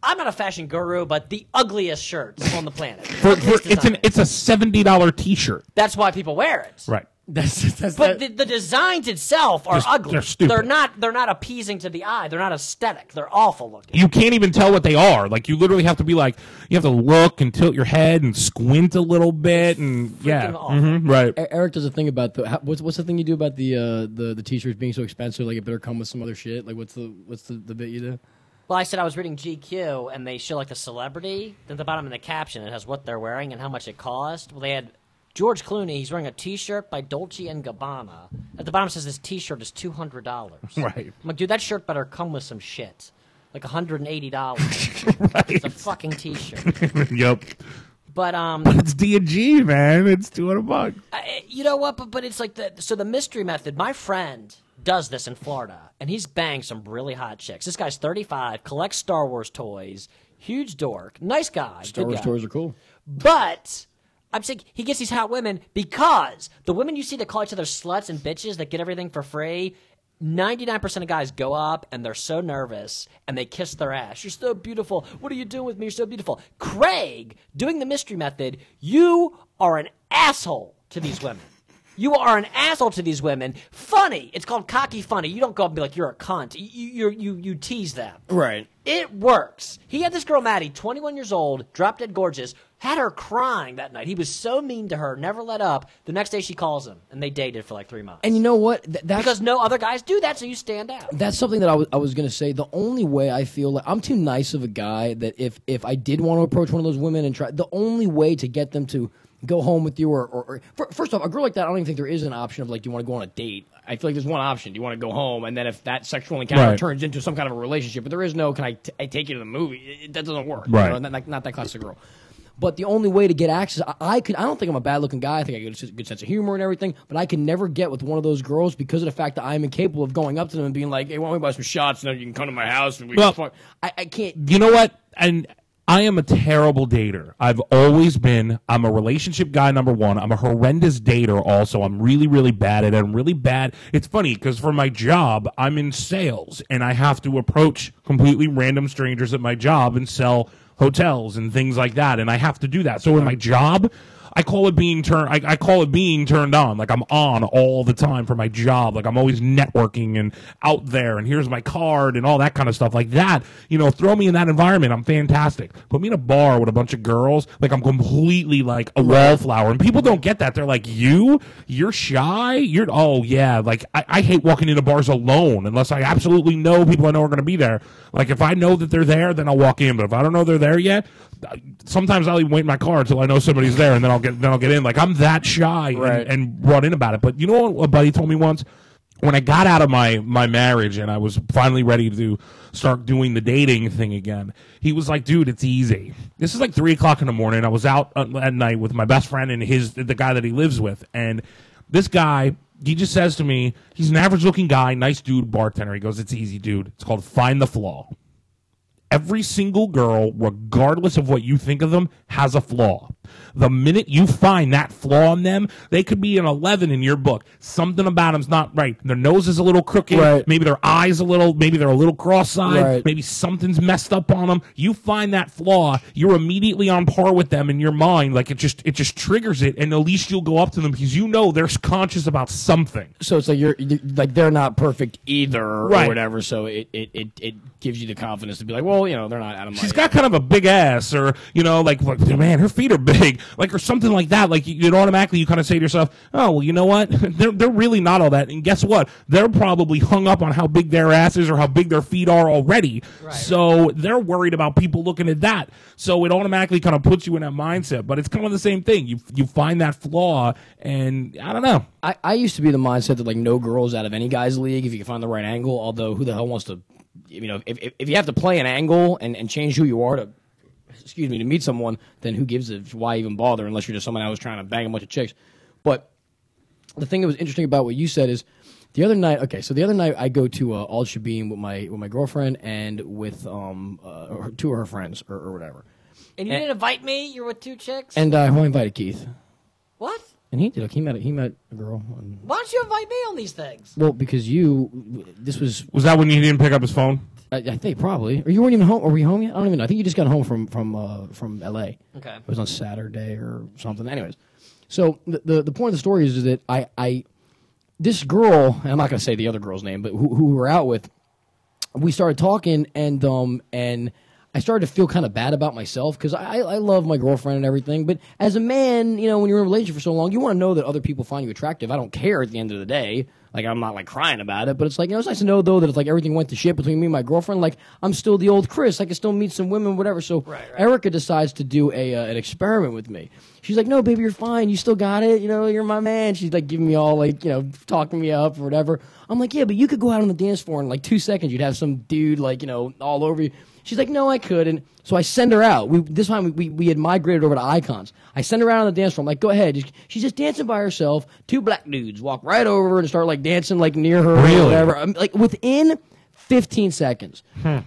S3: I'm not a fashion guru, but the ugliest shirts on the planet.
S4: For, for,
S3: Ugliest
S4: it's an
S3: design.
S4: it's a seventy dollar t shirt.
S3: That's why people wear it.
S4: Right.
S2: That's that's
S3: But
S2: that-
S3: the, the designs itself are
S4: They're-
S3: ugly.
S4: they're stupid.
S3: not. They're not appeasing to the eye. They're not aesthetic. They're awful looking.
S4: You can't even tell what they are. Like you literally have to be like you have to look and tilt your head and squint a little bit and yeah.
S3: awful.
S4: Mhm, right.
S2: E- Eric does a thing about the how, what's what's the thing you do about the uh, the the t-shirts being so expensive? Like it better come with some other shit. Like what's the what's the, the bit you do?
S3: Well, I said I was reading GQ, and they show like the celebrity. Then at the bottom in the caption, it has what they're wearing and how much it cost. Well, they had George Clooney. He's wearing a T-shirt by Dolce and Gabbana. At the bottom it says this T-shirt is two hundred dollars.
S4: Right.
S3: I'm like, dude, that shirt better come with some shit, like hundred and eighty dollars. It's a fucking T-shirt.
S4: yep.
S3: But um,
S4: It's D and G, man. It's two hundred bucks.
S3: I, you know what? But, but it's like the so the mystery method. My friend does this in Florida, and he's banged some really hot chicks. This guy's thirty five, collects Star Wars toys, huge dork, nice guy,
S2: Star
S3: good
S2: Wars
S3: guy.
S2: toys are cool.
S3: But I'm saying he gets these hot women because the women you see that call each other sluts and bitches that get everything for free. 99% of guys go up and they're so nervous and they kiss their ass. You're so beautiful. What are you doing with me? You're so beautiful. Craig, doing the mystery method, you are an asshole to these women. You are an asshole to these women. Funny. It's called cocky funny. You don't go up and be like, you're a cunt. You, you, you, you tease them.
S2: Right.
S3: It works. He had this girl, Maddie, 21 years old, drop dead gorgeous, had her crying that night. He was so mean to her, never let up. The next day she calls him, and they dated for like three months.
S2: And you know what? Th- that's
S3: because no other guys do that, so you stand out.
S2: that's something that I was I was gonna say. The only way I feel like I'm too nice of a guy that if if I did want to approach one of those women and try, the only way to get them to go home with you or, or, or fir- first off, a girl like that, I don't even think there is an option of like, do you want to go on a date? I feel like there's one option. Do you want to go home? And then if that sexual encounter
S4: Right.
S2: turns into some kind of a relationship, but there is no, can I, t- I take you to the movie? It- it- that doesn't work. you
S4: Right.
S2: know, not, not- not that classic girl. But the only way to get access, I, I could. I don't think I'm a bad looking guy. I think I got a s- good sense of humor and everything. But I can never get with one of those girls because of the fact that I'm incapable of going up to them and being like, "Hey, why don't we buy some shots? And then you can come to my house and we
S4: Well-
S2: can fuck." I, I can't.
S4: you know what? And I am a terrible dater. I've always been. I'm a relationship guy, number one. I'm a horrendous dater, also. I'm really, really bad at it. I'm really bad. It's funny because for my job, I'm in sales and I have to approach completely random strangers at my job and sell hotels and things like that. And I have to do that. So in my job, I call it being turned. I, I call it being turned on. Like I'm on all the time for my job. Like I'm always networking and out there. And here's my card and all that kind of stuff. Like that. You know, throw me in that environment. I'm fantastic. Put me in a bar with a bunch of girls. Like I'm completely like a wallflower. And people don't get that. They're like, you, you're shy. You're oh yeah. Like I, I hate walking into bars alone unless I absolutely know people I know are going to be there. Like if I know that they're there, then I'll walk in. But if I don't know they're there yet, I- sometimes I'll even wait in my car until I know somebody's there, and then I'll get then I'll get in. Like I'm that shy and-
S2: Right.
S4: and, brought in about it. But you know what a buddy told me once when I got out of my my marriage and I was finally ready to start doing the dating thing again. He was like, "Dude, it's easy. This is like three o'clock in the morning. I was out at at night with my best friend and his the guy that he lives with, and this guy." He just says to me, he's an average looking guy, nice dude, bartender. He goes, It's easy, dude. It's called Find the Flaw every single girl, regardless of what you think of them, has a flaw. The minute you find that flaw in them, they could be an 11 in your book. Something about them's not right. Their nose is a little crooked.
S2: Right.
S4: Maybe their eyes a little, maybe they're a little cross-eyed.
S2: Right.
S4: Maybe something's messed up on them. You find that flaw, you're immediately on par with them in your mind. Like it just, it just triggers it. And at least you'll go up to them because you know they're conscious about something.
S2: So it's like you're, you like they're not perfect either,
S4: Right.
S2: or whatever. So it, it, it, it gives you the confidence to be like, well, you know, they're not out of my.
S4: She's got kind of a big ass, or you know, like, like man, her feet are big, like, or something like that. Like, you, you'd automatically you kind of say to yourself, oh, well, you know what? they're they're really not all that. And guess what? They're probably hung up on how big their ass is or how big their feet are already. so they're worried about people looking at that. So it automatically kind of puts you in that mindset. But it's kind of the same thing. You you find that flaw, and I don't know.
S2: I, I used to be the mindset that like no girls out of any guy's league if you can find the right angle. Although who the hell wants to, you know, if if, if you have to play an angle and, and change who you are to, excuse me, to meet someone, then who gives it? Why even bother unless you're just someone I was trying to bang a bunch of chicks. But the thing that was interesting about what you said is the other night. Okay, so the other night I go to uh, Al Shabim with my with my girlfriend and with um uh, her- two of her friends or, or whatever.
S3: And you didn't invite me. You're with two chicks.
S2: And uh, who I invited Keith.
S3: what?
S2: And he did. He met. a- He met a girl. And,
S3: Why don't you invite me on these things?
S2: well, because you, this was.
S4: Was that when he didn't pick up his phone?
S2: I, I think probably. Or you weren't even home. Are we home yet? I don't even know. I think you just got home from from uh, from L.A.
S3: Okay.
S2: It was on Saturday or something. Anyways, so the the, the point of the story is, is that I I this girl. and I'm not going to say the other girl's name, but who who we were out with. we started talking and um and I started to feel kind of bad about myself because I, I love my girlfriend and everything, but as a man, you know, when you're in a relationship for so long, you want to know that other people find you attractive. I don't care at the end of the day. Like I'm not like crying about it, but it's like you know, it's nice to know though that if like everything went to shit between me and my girlfriend, like I'm still the old Chris. I can still meet some women, whatever. So
S3: right.
S2: Erica decides to do a uh, an experiment with me. She's like, "No, baby, you're fine. You still got it. You know, you're my man." She's like giving me all like you know talking me up or whatever. I'm like, "Yeah, but you could go out on the dance floor in like two seconds. You'd have some dude like you know all over you." She's like, "No, I couldn't." So I send her out. We this time we, we, we had migrated over to Icons. I send her out on the dance floor. I'm like, "Go ahead." She's just dancing by herself. Two black dudes walk right over and start like dancing like near her or
S4: Really?
S2: whatever. I'm, like within 15 seconds.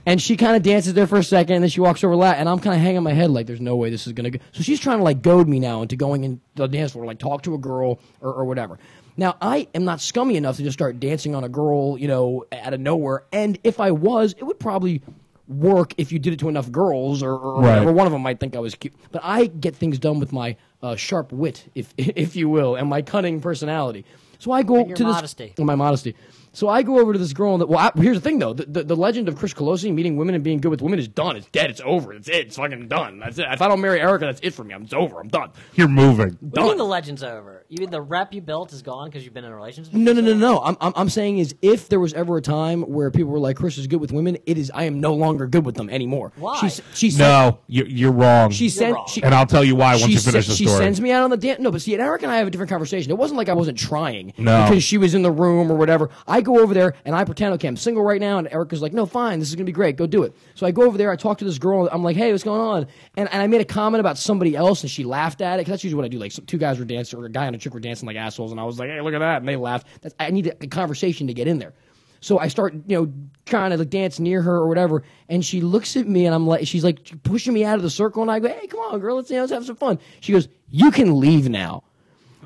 S2: And she kind of dances there for a second, and then she walks over la and I'm kind of hanging my head like, there's no way this is going to go. So she's trying to, like, goad me now into going into the dance floor, like, talk to a girl or, or whatever. Now, I am not scummy enough to just start dancing on a girl, you know, out of nowhere. And if I was, it would probably work if you did it to enough girls or, or
S4: Right.
S2: whatever. One of them might think I was cute. But I get things done with my uh, sharp wit, if, if you will, and my cunning personality. So I go
S3: your
S2: to this
S3: modesty.
S2: in my modesty. So I go over to this girl and that. Well, I, here's the thing though: the, the, the legend of Chris Colosi meeting women and being good with women is done. It's dead. It's over. It's it. It's fucking done. That's it. If I don't marry Erica, that's it for me. I'm it's over. I'm done.
S4: You're moving.
S3: What do you mean
S2: Done.
S3: the legend's over? You mean the rep you built is gone because you've been in a relationship?
S2: No, no, no, no. I'm, I'm, I'm saying is if there was ever a time where people were like, Chris is good with women, it is. I am no longer good with them anymore.
S3: Why?
S2: She, s- she sent.
S4: No, you're, you're wrong.
S2: She sent.
S3: wrong.
S2: She,
S4: and I'll tell you why once
S2: she,
S4: you finish
S2: sen-
S4: the
S2: she
S4: story.
S2: sends me out on the dance. No, but see, and Eric and I have a different conversation. It wasn't like I wasn't trying.
S4: No.
S2: Because she was in the room or whatever. I go over there and I pretend, okay, I'm single right now. And Eric is like, no, fine. This is going to be great. Go do it. So I go over there. I talk to this girl. I'm like, hey, what's going on? And, and I made a comment about somebody else and she laughed at it. Because that's usually what I do. Like, some, two guys were dancing or a guy and a chick were dancing like assholes. And I was like, hey, look at that. And they laughed. That's, I need a, a conversation to get in there. So I start, you know, trying to like dance near her or whatever, and she looks at me and I'm like, she's like pushing me out of the circle, and I go, "Hey, come on, girl, let's, you know, let's have some fun." She goes, "You can leave now."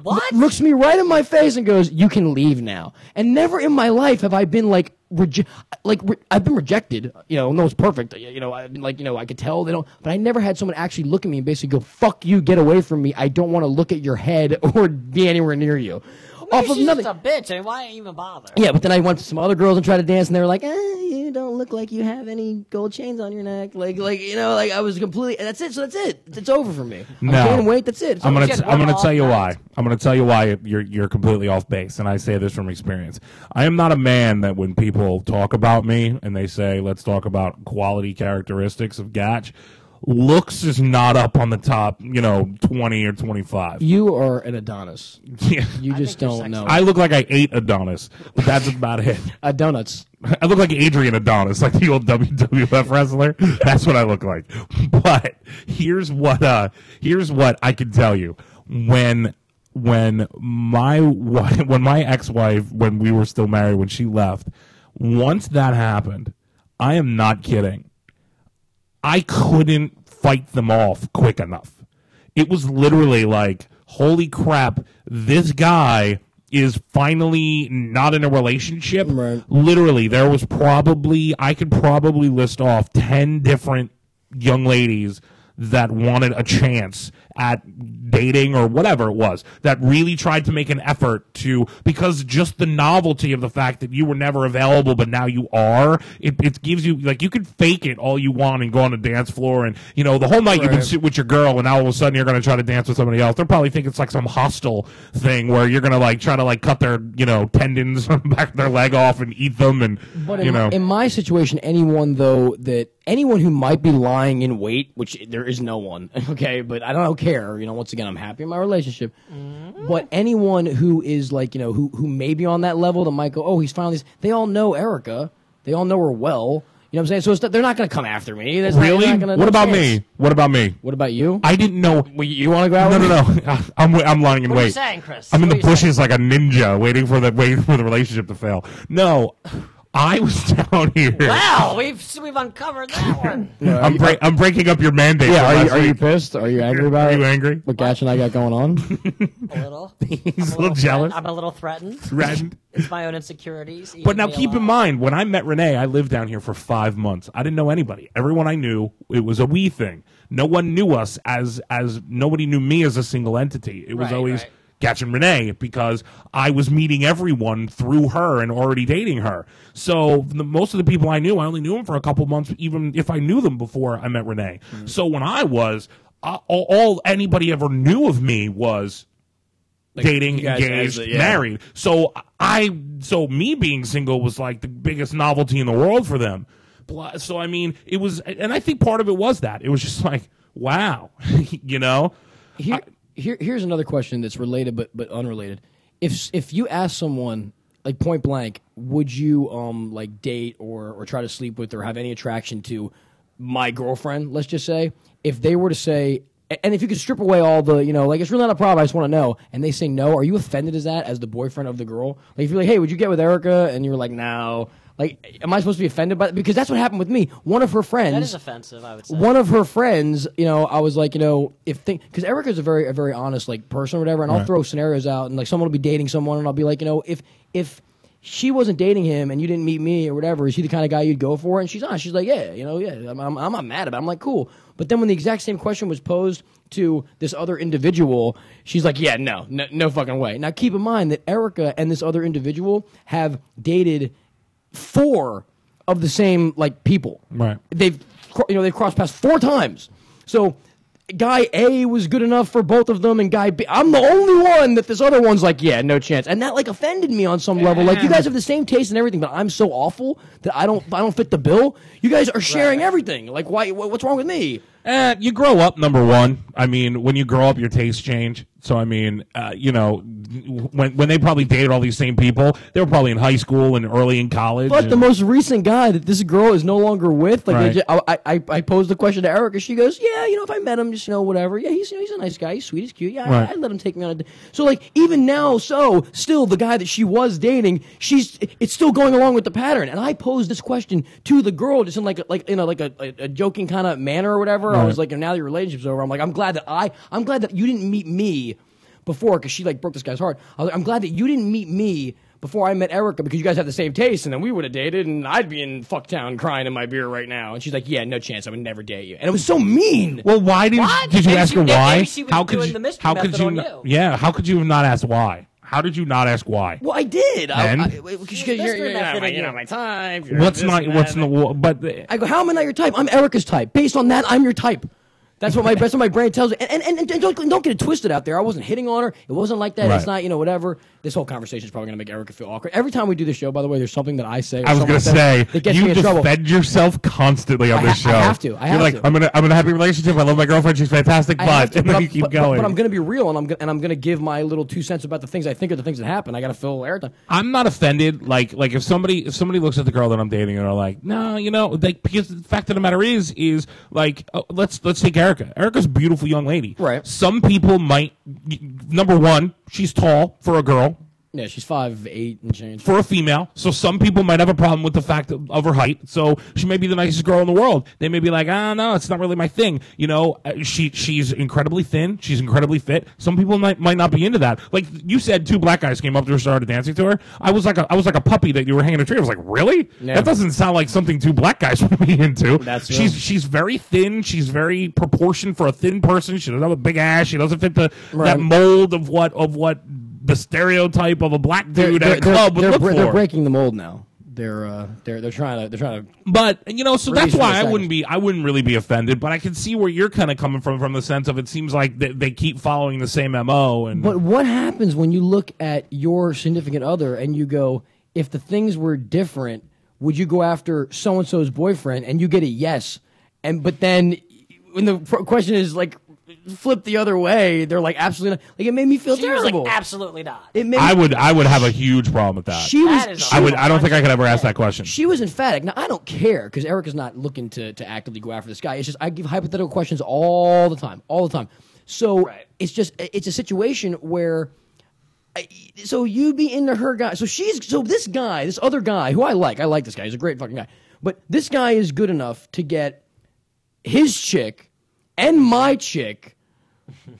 S3: What?
S2: L- looks me right in my face and goes, "You can leave now." And never in my life have I been like reje- like re- I've been rejected. You know, no one's perfect. You know, I've been like you know I could tell they don't, but I never had someone actually look at me and basically go, "Fuck you, get away from me. I don't want to look at your head or be anywhere near you."
S3: Maybe she's just a bitch. I mean, why even bother?
S2: Yeah, but then I went to some other girls and tried to dance, and they were like, eh, "You don't look like you have any gold chains on your neck." Like, like you know, like I was completely. And that's it. So that's it. It's over for me. I'm
S4: No.
S2: gaining weight. That's it. It's
S4: I'm
S2: over.
S4: gonna,
S3: she had
S4: t- I'm
S3: one
S4: gonna
S3: off
S4: tell you
S3: night.
S4: why. I'm gonna tell you why you're you're completely off base, and I say this from experience. I am not a man that when people talk about me and they say, "Let's talk about quality characteristics of Gatch," looks is not up on the top, you know, twenty or twenty five.
S2: you are an Adonis.
S4: Yeah.
S2: You just
S3: you're
S2: don't
S3: sexy.
S2: know.
S4: I look like I ate Adonis, but that's about it.
S2: uh, donuts.
S4: I look like Adrian Adonis, like the old WWF wrestler. That's what I look like. But here's what uh here's what I can tell you. When when my wi- when my ex-wife when we were still married when she left, once that happened, I am not kidding. I couldn't fight them off quick enough. It was literally like, holy crap, this guy is finally not in a relationship.
S2: Right.
S4: Literally, there was probably, I could probably list off 10 different young ladies that wanted a chance at dating or whatever it was that really tried to make an effort to because just the novelty of the fact that you were never available but now you are it, it gives you like you could fake it all you want and go on a dance floor and you know the whole night you've been sit with your girl and now all of a sudden you're going to try to dance with somebody else they're probably thinking it's like some hostile thing where you're going to like try to like cut their you know tendons on the back of their leg off and eat them and
S2: But in,
S4: you know
S2: in my situation, anyone though that anyone who might be lying in wait, which there is no one, okay, but I don't care. You know, once again, I'm happy in my relationship. But anyone who is like, you know, who who may be on that level that might go, oh, he's finally. They all know Erica. They all know her well. You know what I'm saying? So it's, not- they're not going to come after me. That's not- they're
S4: really
S2: not gonna-
S4: what about
S2: Yes.
S4: me what about me
S2: What about you?
S4: I didn't know
S2: Well, you want to go out?
S4: No,
S2: with
S4: no,
S2: me?
S4: no. I'm I'm lying in
S3: What are
S4: wait.
S3: you saying, Chris?
S4: I'm in
S3: What
S4: the
S3: are you saying?
S4: bushes like a ninja, waiting for the waiting for the relationship to fail. No, I was down here.
S3: Wow, we've we've uncovered that one.
S4: I'm, break I'm breaking up your mandate. from
S5: Yeah, are you,
S4: last
S5: are you
S4: week.
S5: pissed? Are you angry about
S4: Are
S5: it?
S4: you angry?
S5: What Gatch and I got going on?
S3: A little.
S4: He's a little jealous.
S3: threatened. I'm a little threatened.
S4: threatened.
S3: It's my own insecurities. eating
S4: But now
S3: me
S4: keep in
S3: alive.
S4: mind, when I met Renee, I lived down here for five months. I didn't know anybody. Everyone I knew, it was a we thing. No one knew us as as nobody knew me as a single entity. It was
S3: Right,
S4: always
S3: right.
S4: Gatch and Renee because I was meeting everyone through her and already dating her. So the, most of the people I knew, I only knew them for a couple months, even if I knew them before I met Renee.
S3: Hmm.
S4: So when I was, uh, all, all anybody ever knew of me was dating,
S6: you guys
S4: engaged,
S6: as a- yeah.
S4: married. So I, so me being single was like the biggest novelty in the world for them. Pl- So I mean, it was, and I think part of it was that it was just like, wow, you know,
S2: Here, here, here's another question that's related but but unrelated. If s- if you ask someone like point blank, would you um like date or or try to sleep with or have any attraction to my girlfriend? Let's just say if they were to say. a- And if you could strip away all the, you know, like it's really not a problem. I just want to know. And they say no. Are you offended as that, as the boyfriend of the girl? Like if you're like, hey, would you get with Erica? And you're like, no. Like, am I supposed to be offended by? Because that's what happened with me. One of her friends
S3: That is offensive. I would say.
S2: one of her friends, you know, I was like, you know, if think because Erica's a very a very honest like person or whatever, and I'll throw scenarios out and like someone will be dating someone and I'll be like, you know, if if she wasn't dating him and you didn't meet me or whatever, is he the kind of guy you'd go for? And she's not. She's like, yeah, you know, yeah, I'm, I'm, I'm not mad about. it. I'm like, cool. But then when the exact same question was posed to this other individual, she's like, yeah, no, no, no fucking way. Now keep in mind that Erica and this other individual have dated four of the same like people.
S4: Right.
S2: They've cro- you know they've crossed paths four times. So guy A was good enough for both of them, and guy B. I'm the only one that this other one's like, yeah, no chance. And that like offended me on some level. Like you guys have the same taste and everything, but I'm so awful that I don't I don't fit the bill. You guys are sharing everything. Like why? wha- What's wrong with me?
S4: Eh, you grow up, number one. I mean, when you grow up, your tastes change. So, I mean, uh, you know, when when they probably dated all these same people, they were probably in high school and early in college.
S2: But the
S4: and-
S2: most recent guy that this girl is no longer with, like
S4: Right.
S2: they ju- I, I, I posed the question to Erica. She goes, "Yeah, you know, if I met him, just you know, whatever. Yeah, he's you know, he's a nice guy. He's sweet. He's cute. Yeah,
S4: Right.
S2: I, I let him take me on a d So like even now, so still the guy that she was dating, she's it's still going along with the pattern. And I posed this question to the girl just in like a, like you know like a, a, a joking kind of manner or whatever. I was like, now that your relationship's over, I'm like, I'm glad that I I'm glad that you didn't meet me before because she like broke this guy's heart. I was like, I'm glad that you didn't meet me before I met Erica because you guys have the same taste and then we would have dated and I'd be in fucktown crying in my beer right now. And she's like, yeah, no chance. I would never date you. And it was so mean.
S4: well, why did
S3: What?
S4: did you
S3: Maybe
S4: ask
S3: she-
S4: her
S3: maybe
S4: why?
S3: she was
S4: how could
S3: doing
S4: you?
S3: the mystery
S4: how could
S3: method
S4: you?
S3: on
S4: not-
S3: you.
S4: Yeah, how could you have not asked why? How did you not ask why?
S2: Well, I did. I,
S4: And?
S2: I, because she goes, you're,
S3: That's
S2: you're,
S3: the
S2: not
S3: method
S2: my,
S3: of
S2: you're
S3: you.
S2: not my type. You're
S4: What's
S2: this
S4: not?
S2: and
S4: What's
S2: that.
S4: in the wa- but
S2: I go, how am I not your type? I'm Erica's type. Based on that, I'm your type. That's what my that's what my brain tells me. And and, and don't don't get it twisted out there. I wasn't hitting on her. It wasn't like that.
S4: Right.
S2: It's not you know whatever. This whole conversation is probably gonna make Erica feel awkward. Every time we do the show, by the way, there's something that I say. Or
S4: I was
S2: someone
S4: gonna
S2: says
S4: say
S2: that gets
S4: you
S2: me in trouble.
S4: defend yourself constantly on
S2: I
S4: this show.
S2: ha- I have to. I
S4: You're
S2: have
S4: like
S2: to.
S4: I'm gonna I'm in a happy relationship. I love my girlfriend. She's fantastic.
S2: I have
S4: but
S2: to,
S4: and then
S2: I'm-
S4: you keep
S2: but-
S4: going.
S2: but I'm going to be real, and I'm gonna, and I'm going to give my little two cents about the things I think are the things that happen. I got to fill airtime.
S4: I'm not offended. Like like if somebody if somebody looks at the girl that I'm dating and are like, no, you know, like because the fact of the matter is is like oh, let's let's take Erica. Erica's a beautiful young lady.
S2: Right.
S4: Some people might. y- Number one, she's tall for a girl.
S2: Yeah, she's five eight and change.
S4: For a female, so some people might have a problem with the fact of, of her height. So she may be the nicest girl in the world. They may be like, ah, no, it's not really my thing. You know, uh, she she's incredibly thin. She's incredibly fit. Some people might might not be into that. Like you said, two black guys came up to her, started dancing to her. I was like, a, I was like a puppy that you were hanging a tree. I was like, really?
S2: Yeah.
S4: That doesn't sound like something two black guys would be into.
S2: That's
S4: she's
S2: right.
S4: she's very thin. She's very proportioned for a thin person. She doesn't have a big ass. She doesn't fit the that
S2: Right.
S4: mold of what of what the stereotype of a black dude at
S2: they're,
S4: a club would
S2: they're
S4: look
S2: bre-
S4: for.
S2: they're breaking the mold now. They're uh, they're they're trying to they're trying to
S4: But you know, so
S2: Release
S4: that's why
S2: from
S4: I
S2: the
S4: wouldn't be I wouldn't really be offended. But I can see where you're kind of coming from from the sense of it seems like they, they keep following the same mo and
S2: But what happens when you look at your significant other and you go, if the things were different, would you go after so and so's boyfriend? And you get a yes, and but then when the pro- question is like flipped the other way, they're like absolutely not. Like it made me feel
S3: She was like,
S2: terrible.
S3: absolutely not.
S2: it made
S4: I
S2: me,
S4: would I would have a huge problem with that.
S2: she was
S3: That is
S2: she
S4: I
S3: awful.
S4: would I don't think I could ever ask that question.
S2: she was emphatic. Now I don't care because Erica's not looking to to actively go after this guy. It's just I give hypothetical questions all the time, all the time. So
S3: Right.
S2: it's just it's a situation where I- so you'd be into her guy. So she's so this guy, this other guy who I like. I like this guy. He's a great fucking guy. But this guy is good enough to get his chick and my chick,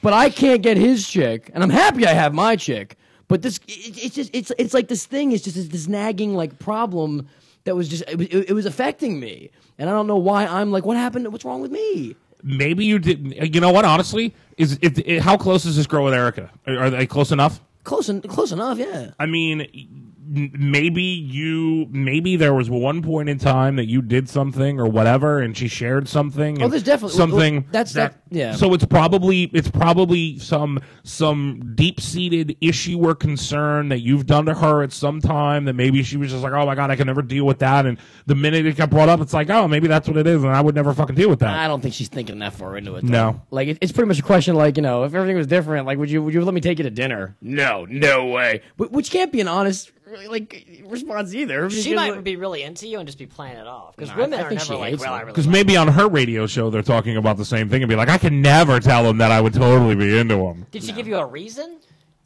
S2: but I can't get his chick, and I'm happy I have my chick. But this, it, it's just, it's, it's like this thing is just this, this nagging like problem that was just, it, was- it, it was affecting me, and I don't know why. I'm like, what happened? What's wrong with me?
S4: Maybe you didn't. You know what? Honestly, is it, it, how close is this girl with Erica? Are, are they close enough?
S2: Close, en- close enough, yeah.
S4: I mean, n- maybe you, maybe there was one point in time that you did something or whatever, and she shared something. and
S2: Oh, there's definitely-
S4: something.
S2: that's
S4: that,
S2: def- yeah.
S4: So it's probably it's probably some some deep seated issue or concern that you've done to her at some time that maybe she was just like, oh my god, I can never deal with that. And the minute it got brought up, it's like, oh, maybe that's what it is, and I would never fucking deal with that.
S2: I don't think she's thinking that far into it.
S4: No.
S2: though. like it, it's pretty much a question like you know if everything was different, like would you would you let me take you to dinner? No, no way. But, which can't be an honest like response either.
S3: She
S2: Because,
S3: might
S2: like-
S3: be really into you and just be playing it off because
S2: Nah, I-
S3: women
S2: I
S3: are
S2: think
S3: never
S2: she
S3: like,
S2: hates
S3: well,
S2: it.
S3: I really.
S4: Because maybe on her radio show they're talking about the same thing and be like, I can never tell him that I would totally be into him.
S3: Did she give you a reason?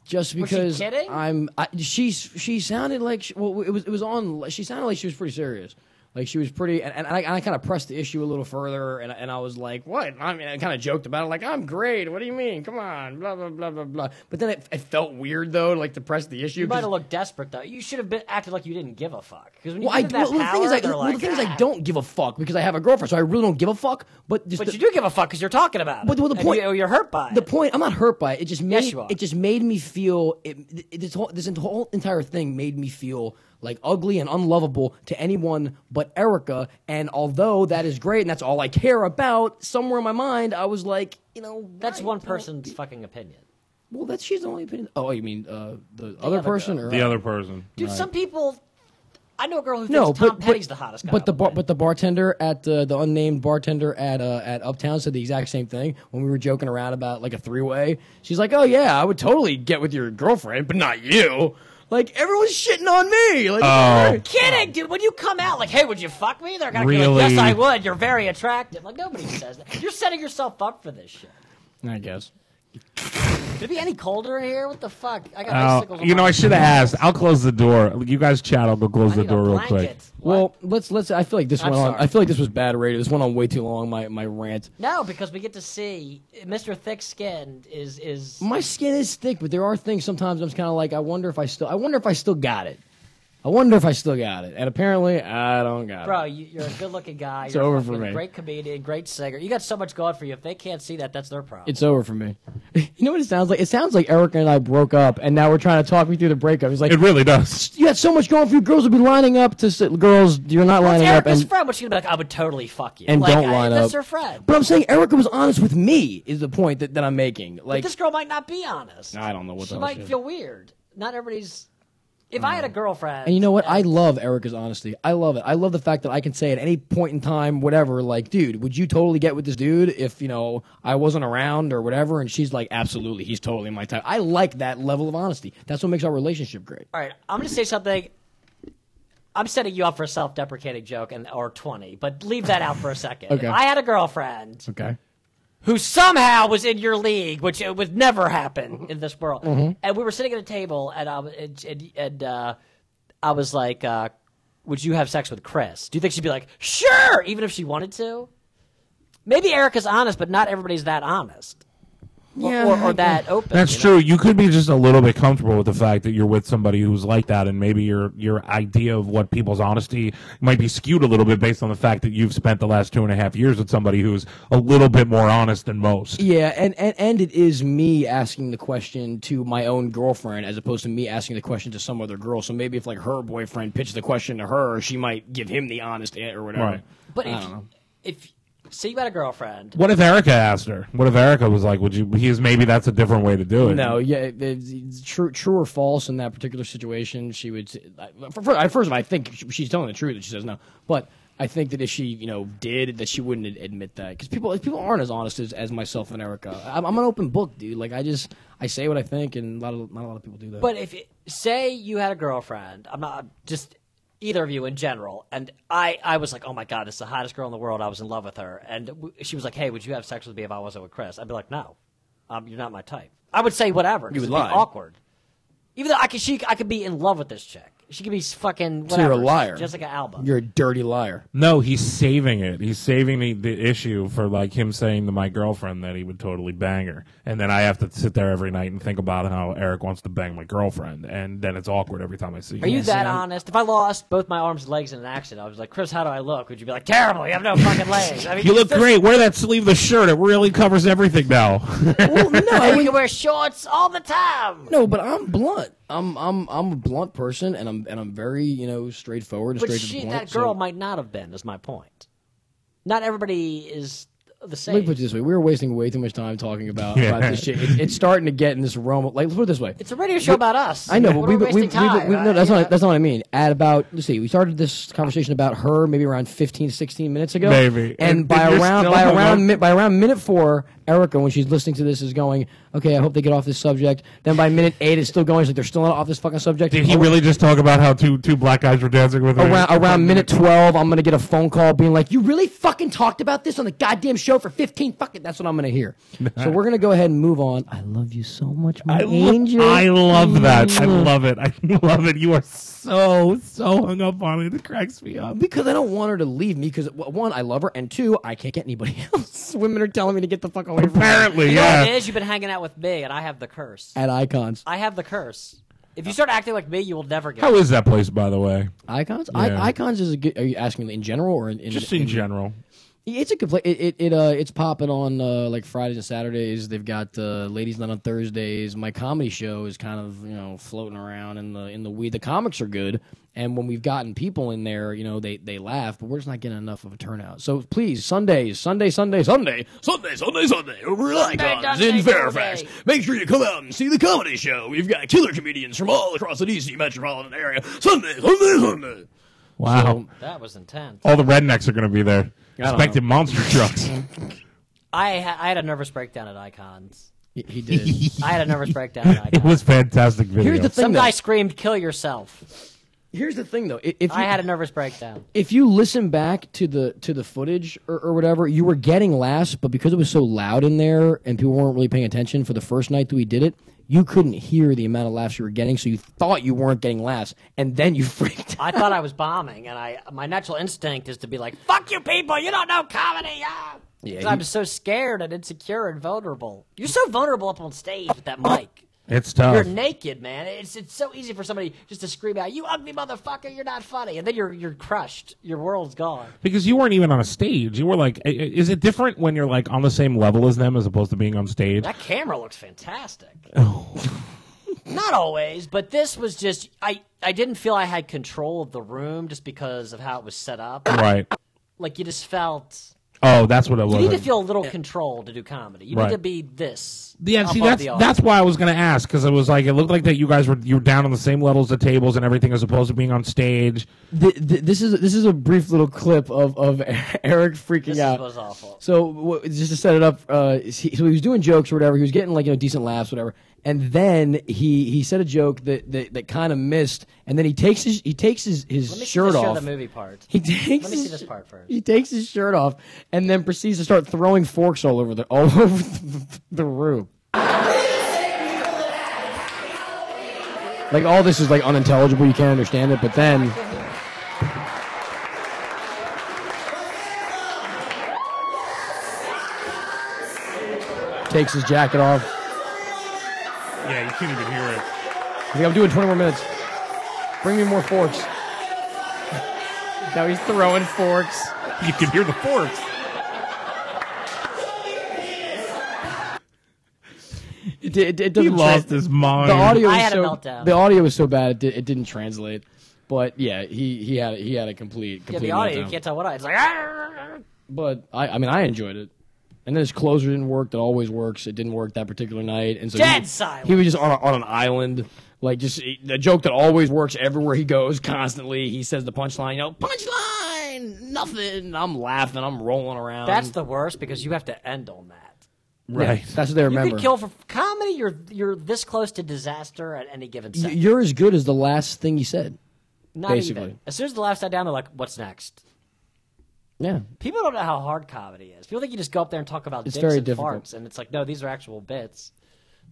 S2: just
S3: Was she
S2: because
S3: kidding?
S2: I'm I, she's she sounded like she, well it was it was on she sounded like she was pretty serious. Like she was pretty, and, and I, and I kind of pressed the issue a little further, and, and I was like, "What?" I mean, I kind of joked about it, like, "I'm great." What do you mean? Come on, blah blah blah blah blah. But then it, it felt weird though, like to press the issue.
S3: You might
S2: 'cause-
S3: have looked desperate though. You should have been acted like you didn't give a fuck. Because when you
S2: Well, I,
S3: give
S2: well,
S3: them
S2: the
S3: that
S2: thing is, I,
S3: power, they're
S2: well, the
S3: like,
S2: thing is, I
S3: "Ah."
S2: don't give a fuck because I have a girlfriend, so I really don't give a fuck. But just
S3: But
S2: the,
S3: you do give a fuck because you're talking about it.
S2: But- well, the
S3: And
S2: point-
S3: you, are hurt by
S2: the
S3: it.
S2: point, I'm not hurt by it. It just made
S3: you are.
S2: it just made me feel it, it- this whole this whole entire thing made me feel like ugly and unlovable to anyone but Erica. And although that is great and that's all I care about, somewhere in my mind, I was like, you know,
S3: That's
S2: why-
S3: one person's fucking opinion.
S2: Well, that's she's the only opinion. Oh, you mean uh, the, other
S3: other
S2: person
S3: girl.
S2: or
S4: The other person.
S3: Dude, some people. I know a girl who thinks
S2: No,
S3: Tom
S2: but,
S3: Petty's
S2: but,
S3: the hottest guy.
S2: But the
S3: on
S2: bar,
S3: planet.
S2: but the bartender at uh, the unnamed bartender at uh, at Uptown said the exact same thing when we were joking around about like a three way. She's like, "Oh yeah, I would totally get with your girlfriend, but not you." Like everyone's shitting on me. Like,
S4: Oh.
S3: kidding, dude. When you come out like, "Hey, would you fuck me?" They're gonna be like,
S4: Really?
S3: "Yes, I would." You're very attractive. Like nobody says that. You're setting yourself up for this shit.
S2: I guess.
S3: Could it be any colder in here? What the fuck? I got
S4: Uh,
S3: icicles. on
S4: you know,
S3: my-
S4: I should have asked. I'll close the door. You guys chat. I'll go close
S3: I
S4: the
S3: need
S4: door
S3: a
S4: real quick.
S3: blanket.
S2: Well, let's let's. I feel like this
S3: I'm
S2: went on.
S3: sorry.
S2: I feel like this was bad radio. This went on way too long. My my rant.
S3: No, because we get to see Mr. Thick Skinned is is
S2: My skin is thick, but there are things sometimes I'm kind of like, I wonder if I still. I wonder if I still got it. I wonder if I still got it. And apparently, I don't got
S3: bro.
S2: it.
S3: You, you're a good-looking guy. It's
S2: over for me.
S3: Great comedian, great singer. You got so much going for you. If they can't see that, that's their problem.
S2: It's over for me. You know what it sounds like? It sounds like Erica and I broke up, and now we're trying to talk me through the breakup. He's like,
S4: It really does.
S2: "You had so much going for you. Girls would be lining up to sit. Girls, you're not
S3: that's
S2: lining up."
S3: Erica's
S2: And,
S3: friend. But she's gonna be like, "I would totally fuck you."
S2: and
S3: like,
S2: don't
S3: I-
S2: line
S3: That's
S2: up.
S3: her friend.
S2: but I'm saying Erica was honest with me. Is the point that, that I'm making? Like,
S3: this girl might not be honest.
S2: I don't know what the
S3: she
S2: hell
S3: might
S2: she is.
S3: feel weird. Not everybody's. If I had a girlfriend,
S2: And you know what? I love Erica's honesty. I love it. I love the fact that I can say at any point in time, whatever, like, dude, would you totally get with this dude if, you know, I wasn't around or whatever? And she's like, absolutely, he's totally my type. I like that level of honesty. That's what makes our relationship great.
S3: All right, I'm going to say something. I'm setting you up for a self-deprecating joke and or 20, but leave that out for a second.
S2: Okay.
S3: If I had a girlfriend
S2: Okay.
S3: who somehow was in your league, which it would never happen in this world. And we were sitting at a table, and I was- and, and, and, uh, I was like, uh, "Would you have sex with Chris?" Do you think she'd be like, "Sure," even if she wanted to? Maybe Erica's honest, but not everybody's that honest. Or-
S2: Yeah,
S3: or,
S2: I
S3: or that open.
S4: That's
S3: you know?
S4: true. You could be just a little bit comfortable with the fact that you're with somebody who's like that, and maybe your your idea of what people's honesty might be skewed a little bit based on the fact that you've spent the last two and a half years with somebody who's a little bit more honest than most.
S2: Yeah, and, and, and it is me asking the question to my own girlfriend as opposed to me asking the question to some other girl. So maybe if, like, her boyfriend pitched the question to her, she might give him the honest an- or whatever.
S4: Right.
S3: But if, if say you had a girlfriend
S4: What if Erica asked her? What if Erica was like, "Would you?" He's maybe that's a different way to do it.
S2: No, yeah, it- it's it's true, true or false in that particular situation. She would. s- I- For, for, I- first of all, I think sh- she's telling the truth that she says no, but I think that if she, you know, did that, she wouldn't ad- admit that because people people aren't as honest as, as myself and Erica. I'm, I'm an open book, dude. Like I just I say what I think, and a lot of not a lot of people do that.
S3: But if it, say you had a girlfriend, I'm not just either of you in general, and I, I was like, oh my god, this is the hottest girl in the world. I was in love with her, and w- she was like, hey, would you have sex with me if I wasn't with Chris? I'd be like, no, um, you're not my type. I would say whatever. You
S2: would
S3: it'd
S2: lie.
S3: Be awkward. Even though I could, she, I could be in love with this chick. She could be fucking. Whatever.
S2: So you're a liar.
S3: Jessica Alba.
S2: You're a dirty liar.
S4: No, he's saving it. He's saving the, the issue for like him saying to my girlfriend that he would totally bang her, and then I have to sit there every night and think about how Eric wants to bang my girlfriend, and then it's awkward every time I see
S3: Are
S4: him.
S3: you that honest? If I lost both my arms and legs in an accident, I was like, Chris, how do I look? Would you be like, terrible? You have no fucking legs. I mean,
S4: You look
S3: there's-
S4: great. Wear that sleeveless shirt. It really covers everything now.
S2: Well, no, I
S3: You
S2: wouldn't-
S3: can wear shorts all the time.
S2: no, but I'm blunt. I'm I'm I'm a blunt person, and I'm and I'm very you know straightforward and
S3: But
S2: straight to
S3: she,
S2: the point.
S3: that girl
S2: so-
S3: might not have been. Is my point. Not everybody is the same.
S2: Let me put it this way: we were wasting way too much time talking about,
S4: Yeah.
S2: about this shit. It, it's starting to get in this realm. Of, like, let's put it this way:
S3: It's a radio show about us.
S2: I know, but
S3: What
S2: we,
S3: are
S2: we, we, we,
S3: wasting time,
S2: no,
S3: right?
S2: that's
S3: You
S2: not
S3: know?
S2: that's not what I mean. At about let's see, we started this conversation about her maybe around 15, 16 minutes ago,
S4: Maybe.
S2: and,
S4: And-
S2: by
S4: and you're
S2: around
S4: still
S2: by
S4: hung up?
S2: around mi- by around minute four, Erica, when she's listening to this, is going, okay, I hope they get off this subject. Then by minute eight, it's still going. She's like they're still not off this fucking subject.
S4: Did he
S2: Ar-
S4: really just talk about how two two black guys were dancing with her?
S2: Around, around minute 12, I'm going to get a phone call being like, You really fucking talked about this on the goddamn show for 15 fucking. That's what I'm going to hear. so we're going to go ahead and move on. I love you so much, my
S4: I, lo-
S2: angel.
S4: I love that. I love it. I love it. You are so so hung up on it. It cracks me up.
S2: Because I don't want her to leave me. Because w- one, I love her, and two, I can't get anybody else. Women are telling me to get the fuck away from her.
S4: Apparently,
S3: You know what it
S4: yeah.
S3: is? You've been hanging out with me, and I have the curse.
S2: At icons,
S3: I have the curse. If you start acting like me, you will never get.
S4: How
S3: it.
S4: is that place, by the way?
S2: icons,
S4: Yeah.
S2: I, icons is a good. Are you asking in general or in, in
S4: Just in general.
S2: It's a good pla It, it, it uh, it's popping on uh, like Fridays and Saturdays. They've got uh, ladies night on Thursdays. My comedy show is kind of you know floating around in the in the weed. The comics are good, and when we've gotten people in there, you know they they laugh, but we're just not getting enough of a turnout. So please, Sundays, Sunday, Sunday, Sunday, Sunday, Sunday, Sunday, over at Icons
S3: Sunday,
S2: in Fairfax.
S3: Sunday.
S2: Make sure you come out and see the comedy show. We've got killer comedians from all across the DC metropolitan area. Sunday, Sunday, Sunday.
S4: Wow.
S3: That was intense.
S4: All the rednecks are going to be there.
S2: don't
S4: Expected monster trucks.
S3: I ha- I had a nervous breakdown at Icons.
S2: He, he did.
S3: I had a nervous breakdown at
S4: it
S3: Icons.
S4: was fantastic video.
S2: Here's the thing,
S3: Some
S2: though.
S3: guy screamed, "Kill yourself!"
S2: Here's the thing, though. I- If you,
S3: I had a nervous breakdown.
S2: if you listen back to the to the footage or, or whatever, you were getting laughs, but because it was so loud in there and people weren't really paying attention for the first night that we did it, you couldn't hear the amount of laughs you were getting, so you thought you weren't getting laughs, and then you freaked. out.
S3: I thought I was bombing, and I my natural instinct is to be like, "Fuck you, people! You don't know comedy." Yeah.
S2: Yeah,
S3: 'Cause
S2: you-
S3: I'm so scared and insecure and vulnerable. You're so vulnerable up on stage with that mic.
S4: It's
S2: Oh.
S4: tough.
S3: You're naked, man. It's it's so easy for somebody just to scream out, "You ugly motherfucker! You're not funny," and then you're you're crushed. Your world's gone.
S4: because you weren't even on a stage. You were like, i- i- is it different when you're like on the same level as them as opposed to being on stage?
S3: That camera looks fantastic.
S2: Oh.
S3: Not always, but this was just I I didn't feel I had control of the room just because of how it was set up.
S4: right.
S3: Like you just felt
S4: Oh, that's what it was.
S3: you need to feel a little control to do comedy. You
S4: Right.
S3: need to be this.
S4: Yeah, see,
S3: above
S4: that's
S3: the
S4: that's
S3: audience.
S4: why I was gonna ask because it was like it looked like that you guys were you were down on the same levels of tables and everything as opposed to being on stage.
S2: Th- th- this is this is a brief little clip of of Eric freaking
S3: This is-
S2: out.
S3: was awful.
S2: So w- just to set it up, uh, is he, so he was doing jokes or whatever. He was getting like you know decent laughs, whatever. And then he he said a joke that that, that kind of missed. And then he takes his he takes his his
S3: Let me
S2: shirt
S3: just show
S2: off.
S3: the movie part.
S2: He takes.
S3: Let me
S2: his,
S3: see this part first.
S2: He takes his shirt off and then proceeds to start throwing forks all over the all over the, the room. Like all this is like unintelligible. You can't understand it. But then. Takes his jacket off.
S4: Yeah, you can't even hear it.
S2: He's like, I'm doing 20 more minutes. Bring me more forks. now he's throwing forks.
S4: You can hear the forks.
S2: It, di- it, it
S4: He
S2: doesn't
S4: lost
S2: tran-
S4: his mind.
S2: The audio
S3: I
S2: was
S3: had a
S2: so
S3: meltdown.
S2: the audio was so bad it, di- it didn't translate. But yeah, he he had he had a complete
S3: Yeah,
S2: complete
S3: the audio, you
S2: meltdown.
S3: can't tell what I. It's like. "Arr!"
S2: But I I mean I enjoyed it. And then his closer didn't work. That always works. It didn't work that particular night. And so
S3: Dead
S2: he,
S3: silence.
S2: He was just on a, on an island, like just a joke that always works everywhere he goes. Constantly, he says the punchline. You know, punchline. Nothing. I'm laughing. I'm rolling around.
S3: That's the worst because you have to end on that.
S4: Right.
S2: That's what they
S3: You
S2: remember.
S3: could kill for comedy. You're you're this close to disaster at any given
S2: Y-
S3: second.
S2: You're as good as the last thing you said.
S3: Not
S2: basically.
S3: even. As soon as the laugh died down, they're like, "What's next?"
S2: Yeah.
S3: People don't know how hard comedy is. People think you just go up there and talk about
S2: It's
S3: dicks
S2: very
S3: and
S2: difficult.
S3: farts, and it's like, no, these are actual bits.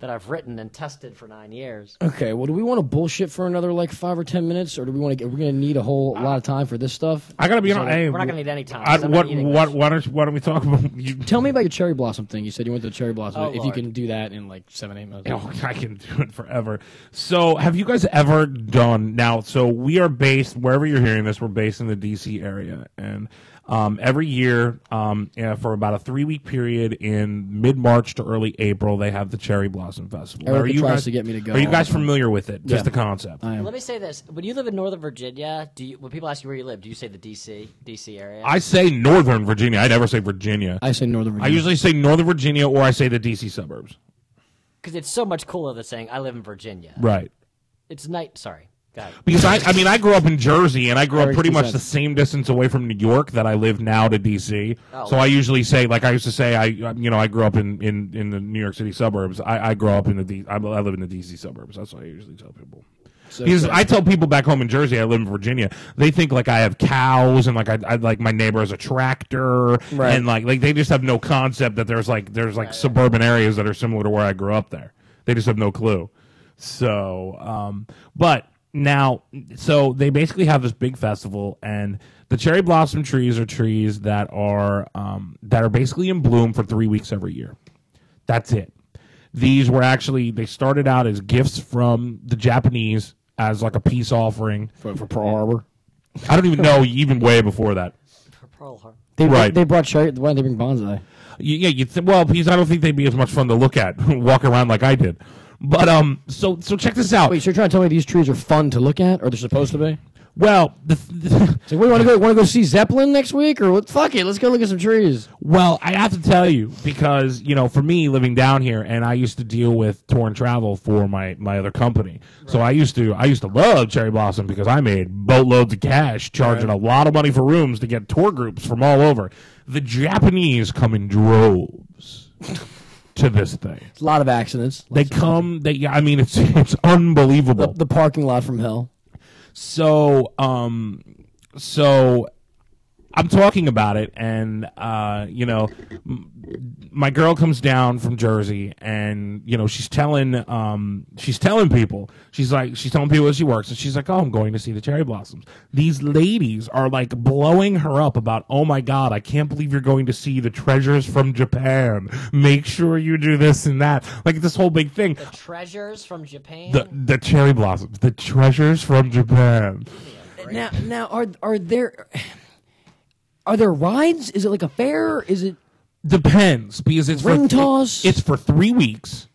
S3: that I've written and tested for nine years.
S2: Okay, well, do we want to bullshit for another like five or ten minutes, or do we want to get? We're gonna need a whole lot of time for this stuff.
S4: I gotta be honest. hey,
S3: We're not gonna need any time,
S4: I,
S3: 'cause I'm not
S4: what,
S3: eating
S4: what,
S3: this.
S4: why, don't, why don't we talk about you?
S2: Tell me about your cherry blossom thing. You said you went to the cherry blossom.
S3: Oh,
S2: if you
S3: Lord.
S2: can do that in like seven, eight minutes.
S4: Oh, I can do it forever. So, have you guys ever done now? So, we are based wherever you're hearing this. We're based in the D.C. area, and um, every year, um, yeah, for about a three week period in mid March to early April, they have the Cherry Blossom Festival.
S2: Erica
S4: are you
S2: tries
S4: guys
S2: to get me to go
S4: Are you guys
S2: all the time.
S4: familiar with it? Just
S2: Yeah.
S4: the concept. I,
S3: Let me say this: When you live in Northern Virginia, do you, when people ask you where you live, do you say the DC DC area?
S4: say Northern Virginia. I never say Virginia. I,
S2: I say Northern Virginia.
S4: usually say Northern Virginia or I say the D.C. suburbs.
S3: Because it's so much cooler than saying I live in Virginia.
S4: Right.
S3: It's night. Sorry, Go ahead.
S4: Because I, I mean, I grew up in Jersey, and I grew up
S2: Very
S4: pretty
S2: true
S4: much
S2: sense.
S4: the same distance away from New York that I live now to DC.
S3: Oh.
S4: So I usually say, like I used to say, I um, you know I grew up in in, in the New York City suburbs. I, I grew up in the D, I, I live in the DC suburbs. That's what I usually tell people. because I tell people back home in Jersey, I live in Virginia. They think like I have cows and like I, I like my neighbor has a tractor and like like they just have no concept that there's like there's like suburban areas that are similar to where I grew up there. They just have no clue. So, um, but now, so they basically have this big festival, and the cherry blossom trees are trees that are um, that are basically in bloom for three weeks every year. That's it. These were actually they started out as gifts from the Japanese as like a peace offering.
S5: for, for Pearl Harbor.
S4: I don't even know even way before that.
S3: For Pearl Harbor.
S2: they,
S4: right.
S2: They brought cherry. Why did they bring bonsai?
S4: You- yeah, you th- well, because I don't think they'd be as much fun to look at walk around like I did. But um, so so check this out.
S2: Wait, so you're trying to tell me these trees are fun to look at, or they're supposed to be?
S4: Well, the, the
S2: So we want to go. Want to go see Zeppelin next week, or what? Fuck it, let's go look at some trees.
S4: Well, I have to tell you because you know, for me living down here, and I used to deal with tour and travel for my my other company. So I used to I used to love Cherry Blossom because I made boatloads of cash, charging a lot of money for rooms to get tour groups from all over. The Japanese come in droves to this thing.
S2: It's a lot of accidents.
S4: They come. They. I mean, it's it's unbelievable.
S2: the parking lot from hell.
S4: So, um, so I'm talking about it, and uh, you know, m- my girl comes down from Jersey, and you know, she's telling, um, she's telling people, she's like, she's telling people where she works, and she's like, oh, I'm going to see the cherry blossoms. These ladies are like blowing her up about, oh my god, I can't believe you're going to see the treasures from Japan. Make sure you do this and that, like this whole big thing.
S3: Treasures from Japan.
S4: The the cherry blossoms, the treasures from Japan.
S2: Now, now are are there are there rides? Is it like a fair? Is it
S4: Depends because it's
S2: Ring
S4: for,
S2: toss?
S4: It's for three weeks,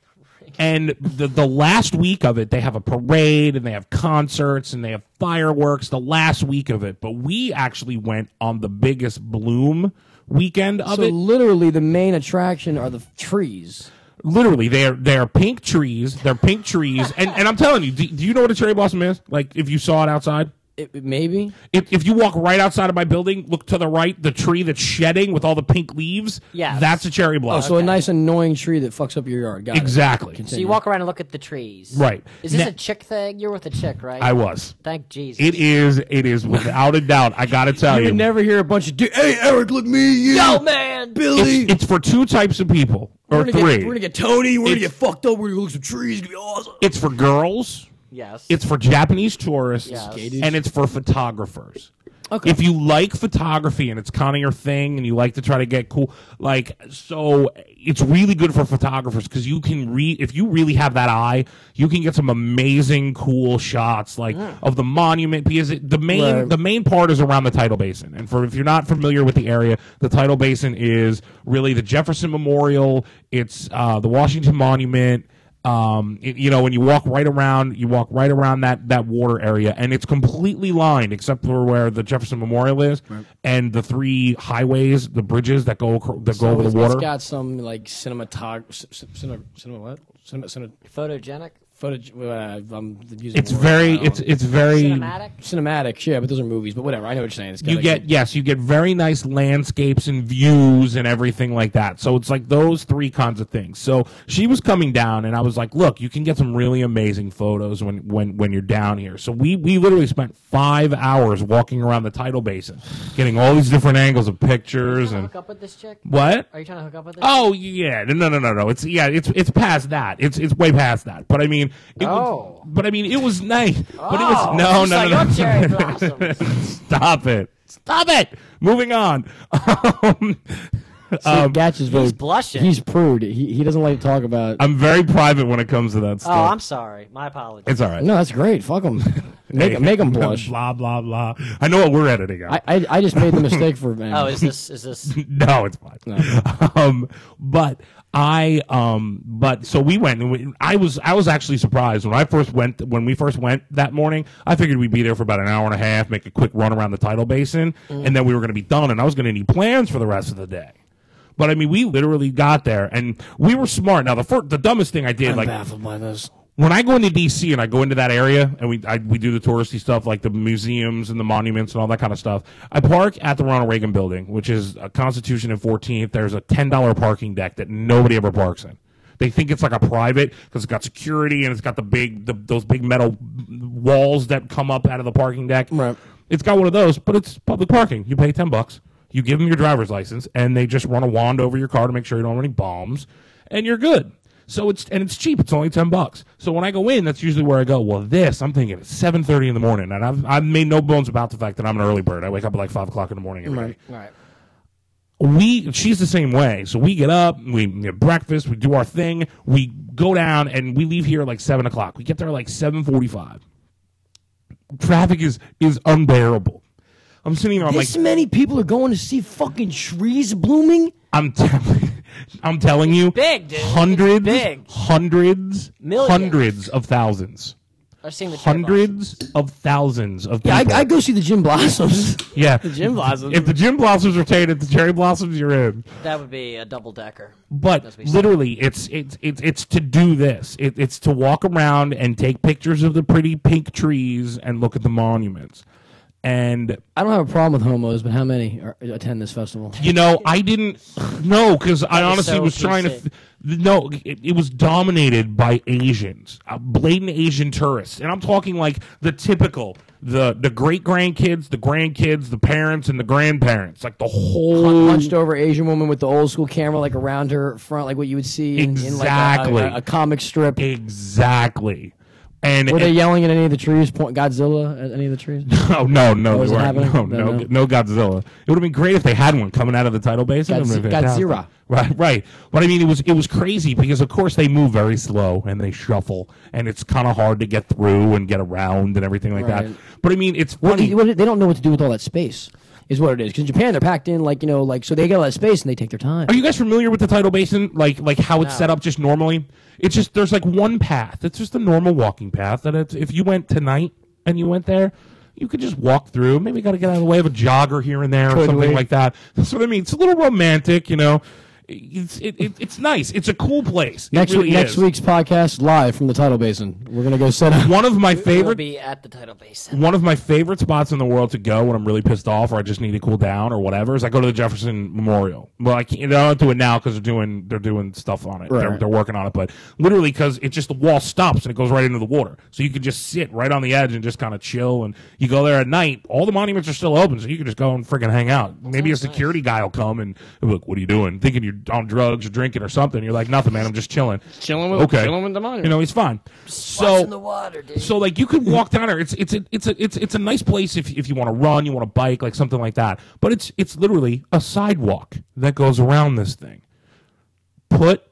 S4: and the the last week of it they have a parade and they have concerts and they have fireworks. The last week of it, but we actually went on the biggest bloom weekend of
S2: so?
S4: it.
S2: Literally, the main attraction are the trees.
S4: Literally, they're they're pink trees. They're pink trees, and and I'm telling you, do, do you know what a cherry blossom is? Like if you saw it outside.
S2: It, it- maybe
S4: If, if you walk right outside of my building, look to the right, the tree that's shedding with all the pink leaves,
S3: Yes.
S4: that's a cherry
S2: oh,
S4: blossom.
S2: so a nice annoying tree that fucks up your yard. Got it.
S4: exactly.
S3: so you walk around and look at the trees.
S4: Right.
S3: Is this
S4: Now-
S3: a chick thing? You're with a chick, right?
S4: I was.
S3: Thank Jesus.
S4: It is. It is without a doubt. I gotta tell
S2: You
S4: you,
S2: would never hear a bunch of dude. Hey, Eric, look me, you,
S3: Yo, man.
S2: Billy.
S4: it's, it's for two types of people or
S2: we're gonna
S4: three.
S2: Get, we're gonna get Tony. We're gonna get
S4: It's-
S2: fucked up. We're gonna go look at some trees. It's gonna be awesome.
S4: it's for girls.
S3: Yes.
S4: It's for Japanese tourists,
S3: Yes. Gay
S2: dudes.
S4: and it's for photographers.
S2: Okay.
S4: If you like photography and it's kind of your thing, and you like to try to get cool, like so, it's really good for photographers because you can re if you really have that eye, you can get some amazing, cool shots like of the monument because it, the main
S2: Right.
S4: the main part is around the tidal basin. And for if you're not familiar with the area, the tidal basin is really the Jefferson Memorial. It's uh, the Washington Monument. Um, it- you know, when you walk right around, you walk right around that that water area, and it's completely lined except for where the Jefferson Memorial is and the three highways, the bridges that go acro- that go over the
S2: It's-
S4: water.
S2: It's got some like cinematog, c- c- cinema, cinema what? Cinema, cinema,
S3: Photogenic.
S2: footage. Uh, I'm using
S4: It's
S2: words
S4: very,
S2: now.
S4: it's it's very
S3: Cinematic.
S2: cinematic. Yeah, but those are movies. But whatever. I know what you're saying. It's got,
S4: you
S2: like,
S4: get yes, you get very nice landscapes and views and everything like that. So it's like those three kinds of things. So she was coming down, and I was like, "Look, you can get some really amazing photos when when when you're down here." So we we literally spent five hours walking around the tidal basin, getting all these different angles of
S3: Trying
S4: pictures
S3: to
S4: and
S3: hook up with this chick?
S4: what.
S3: Are you trying to hook up with this?
S4: Oh yeah, no, no, no, no. It's yeah, it's it's past that. It's it's way past that. But I mean, it was,
S3: Oh.
S4: but I mean, it was nice. But it
S3: Oh,
S4: was no,
S3: just
S4: no,
S3: like
S4: no, no.
S3: your cherry blossoms.
S4: Stop it. Stop it. Moving on. Um,
S5: Um, Gatch is very,
S3: blushing.
S5: He's prude. He, he doesn't like to talk about.
S4: I'm very private when it comes to that
S3: oh,
S4: stuff.
S3: I'm sorry. My apologies.
S4: it's all right.
S5: no, that's great. Fuck him. Make
S4: Hey.
S5: make him blush.
S4: blah blah blah. I know what we're editing out.
S5: I, I I just made the mistake for man.
S3: oh, is this is this?
S4: no, it's fine. Um, but I um, but so we went. And we, I was I was actually surprised when I first went when we first went that morning. I figured we'd be there for about an hour and a half, make a quick run around the tidal basin,
S5: Mm.
S4: and then we were going to be done. And I was going to need plans for the rest of the day. But I mean, we literally got there, and we were smart. Now the fir- the dumbest thing I did,
S5: I'm
S4: like
S5: baffled by this.
S4: when I go into DC and I go into that area and we I, we do the touristy stuff like the museums and the monuments and all that kind of stuff, I park at the Ronald Reagan Building, which is a Constitution and 14th. There's a ten dollar parking deck that nobody ever parks in. They think it's like a private because it's got security and it's got the big the, those big metal walls that come up out of the parking deck.
S5: Right.
S4: It's got one of those, but it's public parking. You pay ten bucks. You give them your driver's license, and they just run a wand over your car to make sure you don't have any bombs, and you're good. So it's and it's cheap. It's only ten bucks. So when I go in, that's usually where I go. Well, this I'm thinking it's seven thirty in the morning, and I've I've made no bones about the fact that I'm an early bird. I wake up at like five o'clock in the morning every day
S5: Right.
S4: we she's the same way. So we get up, we get breakfast, we do our thing, we go down, and we leave here like seven o'clock. We get there like seven forty-five. Traffic is is unbearable. I'm sitting here. I'm
S2: This
S4: like,
S2: many people are going to see fucking trees blooming.
S4: I'm telling, I'm telling you,
S3: big, dude. It's
S4: hundreds,
S3: big.
S4: hundreds,
S3: Millions.
S4: hundreds of thousands,
S3: I've seen the cherry
S4: hundreds of thousands of
S2: Yeah, I,
S4: people.
S2: I go see the Jim Blossoms.
S4: yeah.
S2: Jim Blossoms.
S4: If the gym blossoms are tainted, the cherry blossoms you're in.
S3: blossoms. That would be a double decker.
S4: But
S3: what he said.
S4: literally, it's it's it's it's to do this. It, it's to walk around and take pictures of the pretty pink trees and look at the monuments. And
S2: I don't have a problem with homos, but how many are, attend this festival?
S4: you know, I didn't no because I
S3: is
S4: honestly
S3: so
S4: was trying to.
S3: PC.
S4: f- No, it, it was dominated by Asians, uh, blatant Asian tourists, and I'm talking like the typical, the the great grandkids, the grandkids, the parents, and the grandparents, like the whole
S2: Hunched over Asian woman with the old school camera, like around her front, like what you would see in, in
S4: Exactly.
S2: like a- a, a comic strip.
S4: exactly. And
S2: Were
S4: and-
S2: they yelling at any of the trees? Point Godzilla at any of the trees?
S4: Oh no, no, they
S2: is it
S4: weren't.
S2: happening?
S4: No,
S2: No,
S4: no,
S2: no.
S4: no, Godzilla. It would have been great if they had one coming out of the title basin. It would've been
S2: Godzi-
S4: fantastic.
S2: Godzilla.
S4: Right, right. But I mean, it was it was crazy because of course they move very slow and they shuffle, and it's kind of hard to get through and get around and everything like
S2: Right.
S4: that. But I mean, it's
S2: What,
S4: funny.
S2: what, they don't know what to do with all that space, is what it is. Because in Japan, they're packed in, like you know, like so they get all that space and they take their time.
S4: Are you guys familiar with the tidal basin? Like like how it's set up just normally? It's just there's like one path. It's just a normal walking path that it's, if you went tonight and you went there, you could just walk through. Maybe got to get out of the way of a jogger here and there or something
S5: we?
S4: like that. That's what I mean. It's a little romantic, you know. It's it, it, it's nice. It's a cool place. It
S5: Next
S4: really
S5: week, next
S4: is.
S5: week's podcast live from the tidal basin. We're gonna go set up.
S4: One of my
S3: It will
S4: favorite
S3: be at the title basin.
S4: one of my favorite spots in the world to go when I'm really pissed off or I just need to cool down or whatever is I go to the Jefferson Memorial. Well, I can't. I don't do it now because they're doing they're doing stuff on it. They're,
S5: Right.
S4: they're working on it, but literally because it just the wall stops and it goes right into the water, so you can just sit right on the edge and just kind of chill. And you go there at night, all the monuments are still open, so you can just go and freaking hang out. Maybe a security guy will come and he'll be like, "What are you doing? Thinking you're on drugs or drinking or something?" You're like, "Nothing, man. I'm just chilling."
S5: Chilling with-
S4: okay.
S5: chilling with the monument.
S4: You know, he's fine.
S3: What's
S4: So
S3: in the water, dude?
S4: so like you could walk down there. It's it's a, it's a, it's it's a nice place if if you want to run, you want to bike, like something like that. But it's it's literally a sidewalk that goes around this thing. Put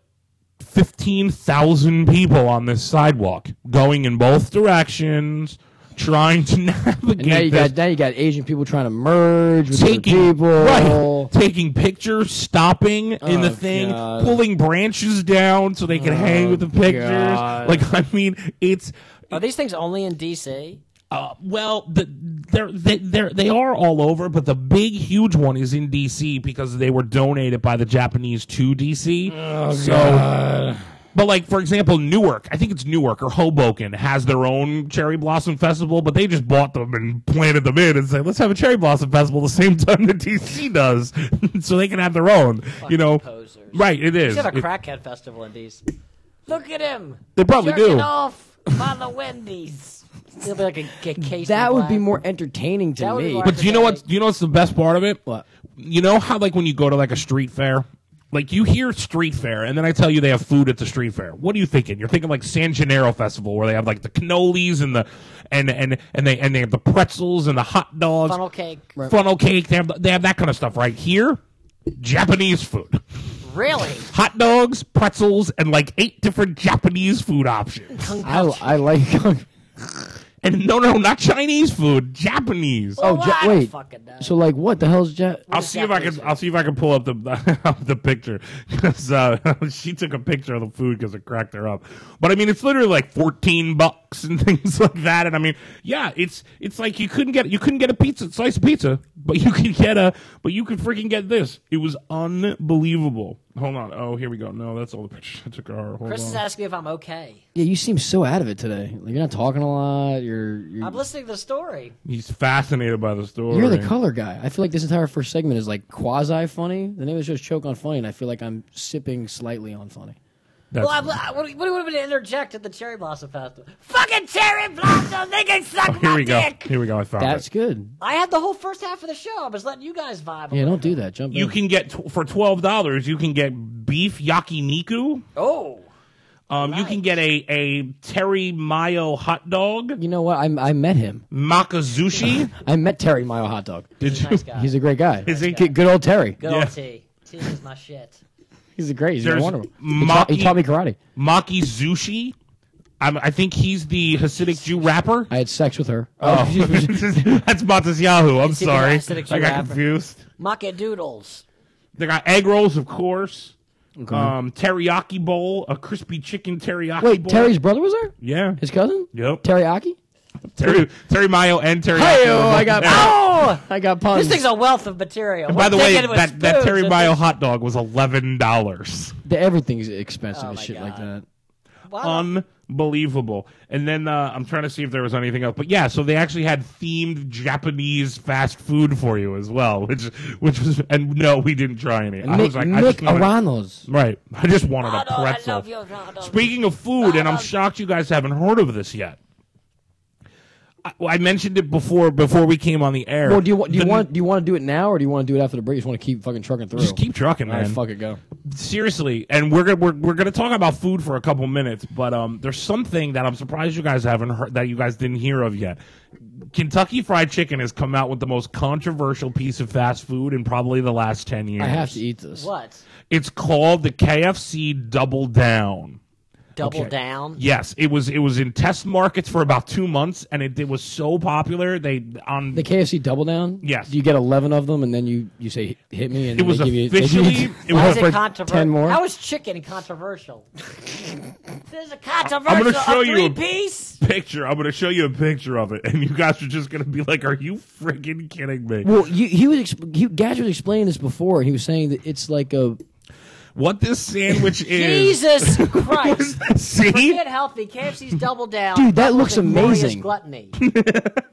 S4: fifteen thousand people on this sidewalk, going in both directions, trying to navigate.
S2: And now you
S4: this
S2: got now you got Asian people trying to merge with other
S4: taking
S2: people.
S4: right, taking pictures, stopping in the thing,
S5: God.
S4: pulling branches down so they can hang with the pictures.
S5: God.
S4: Like I mean, it's
S3: Are these things only in DC?
S4: Uh, well, the, they're, they, they're, they are all over, but the big, huge one is in D.C. because they were donated by the Japanese to D.C. so But like for example, Newark, I think it's Newark or Hoboken has their own cherry blossom festival, but they just bought them and planted them in and said, let's have a cherry blossom festival the same time that DC does, so they can have their own. you know,
S3: posers.
S4: right? It
S3: They
S4: is.
S3: should have a
S4: It-
S3: crackhead festival in these. Look at him.
S4: They probably
S3: jerking
S4: do.
S3: off by the Wendy's. It'll be like a, a case.
S2: That
S3: in
S2: would be
S3: black.
S2: more entertaining to
S3: That would be
S2: me.
S3: more-
S4: But do you know what's do you know what's the best part of it?
S5: What?
S4: You know how like when you go to like a street fair, like you hear street fair, and then I tell you they have food at the street fair. What are you thinking? You're thinking like San Gennaro Festival where they have like the cannolis and the and and and they and they have the pretzels and the hot dogs,
S3: funnel cake.
S4: funnel cake. They have they have that kind of stuff right here. Japanese food,
S3: Really?
S4: hot dogs, pretzels, and like eight different Japanese food options.
S5: I, I like.
S4: And no, no, not Chinese food, Japanese.
S5: oh,
S3: Well,
S5: Ja-
S3: I don't
S5: wait.
S3: fucking know.
S5: So like, what the hell's Jet?
S4: I'll
S3: is
S4: see if I
S3: Japanese
S4: can. I'll see if I can pull up the the picture because uh, she took a picture of the food because it cracked her up. But I mean, it's literally like fourteen bucks and things like that. And I mean, yeah, it's it's like you couldn't get you couldn't get a pizza slice of pizza, but you could get a but you could freaking get this. It was unbelievable. Hold on. Oh, here we go. No, that's all the pictures I took. Her. Hold
S3: Chris is
S4: on.
S3: asking if I'm okay.
S5: Yeah, you seem so out of it today. Like you're not talking a lot. You're you're,
S3: I'm listening to the story.
S4: He's fascinated by the story.
S5: you're the color guy. I feel like this entire first segment is like quasi funny. The name is just choke on funny, and I feel like I'm sipping slightly on funny.
S4: That's-
S3: Well, I'm, I, what, do you- what do you want me to interject at the cherry blossom festival? Fucking cherry blossom! They can suck
S4: oh, here
S3: my
S4: we go.
S3: dick.
S4: Here we go. I found it.
S5: That's good.
S3: I had the whole first half of the show. I was letting you guys vibe. a
S5: Yeah,
S3: little.
S5: don't do that. Jump
S4: You
S5: in.
S4: can get tw- for twelve dollars. You can get beef yakiniku.
S3: Oh,
S4: Um, You can
S3: Right.
S4: get a a Terry Mayo hot dog,
S5: You know what? I, I met him.
S4: makazushi.
S5: I met Terry Mayo Hot Dog.
S4: Did you?
S3: nice guy.
S5: He's a great guy.
S4: Is he?
S5: Good, good old Terry.
S3: Good
S4: Yeah.
S3: old T. T is my shit.
S5: He's a great. He's
S4: There's
S5: wonderful. He, taught- he
S4: Maki-
S5: taught me karate.
S4: Makizushi. I'm, I think he's the Hasidic Jew rapper.
S5: I had sex with her.
S4: Oh, that's Matas Yahoo. I'm
S3: Is he the
S4: sorry,
S3: Hasidic Jew
S4: I got
S3: rapper?
S4: confused.
S3: Maka doodles.
S4: They got egg rolls, of course. Um, teriyaki bowl, a crispy chicken teriyaki.
S5: Wait,
S4: bowl.
S5: Terry's brother was there?
S4: Yeah,
S5: His cousin?
S4: Yep.
S5: Teriyaki?
S4: Terry, Terry Mayo and Teriyaki. were both there.
S3: Oh,
S5: I got puns.
S3: this thing's a wealth of material.
S4: By
S3: We're
S4: the way,
S3: thinking it was
S4: that, that
S3: spoons,
S4: Terry
S3: and
S4: Mayo
S3: this-
S4: hot dog was eleven dollars.
S5: The- Everything's expensive
S3: Oh
S5: and
S3: my
S5: shit like
S3: God.
S5: that.
S3: Wow.
S4: Unbelievable. And then uh, I'm trying to see if there was anything else. But yeah, so they actually had themed Japanese fast food for you as well, which which was and no, we didn't try any. I was like, I
S5: Nick
S4: just wanted,
S5: Arano's.
S4: right. I just wanted
S3: Ronald,
S4: a pretzel.
S3: I love you, Ronald.
S4: Speaking of food, and
S2: Um,
S4: I'm shocked you guys haven't heard of this yet. I, well, I mentioned it before before we came on the air.
S2: Well, do you, wa- do you
S4: The-
S2: want?
S5: Do you want to do it now or do you want to do it after the break? You just want to keep fucking trucking through.
S4: just keep trucking,
S5: All right,
S4: man?
S5: fuck it, go.
S4: seriously, and we're gonna we're, we're gonna talk about food for a couple minutes, but um, there's something that I'm surprised you guys haven't heard that you guys didn't hear of yet. Kentucky Fried Chicken has come out with the most controversial piece of fast food in probably the last ten years.
S5: I have to eat this.
S3: What?
S4: It's called the KFC Double Down.
S3: Double down.
S4: Yes, it was it was in test markets for about two months, and it, it was so popular they on
S5: The KFC Double Down?
S4: Yes.
S5: Do you get 11 of them and then you, you say, hit me? And
S4: it
S5: then
S4: was
S5: they give you, they give you-
S4: officially it
S3: How
S4: was
S3: is it
S5: ten
S3: controversial?
S5: more?
S3: How is chicken controversial? There's a controversial.
S4: I'm gonna show
S3: a
S4: you a-
S3: three-piece.
S4: picture. I'm going to show you a picture of it, and you guys are just going to be like, "Are you freaking kidding me?"
S5: Well, you, he was exp- he, Gash was explaining this before, and he was saying that it's like a
S4: What this sandwich is?
S3: Jesus Christ.
S4: See,
S3: Get healthy. KFC's double down.
S5: Dude, that
S3: With
S5: looks
S3: a glorious
S5: amazing.
S3: Gluttony.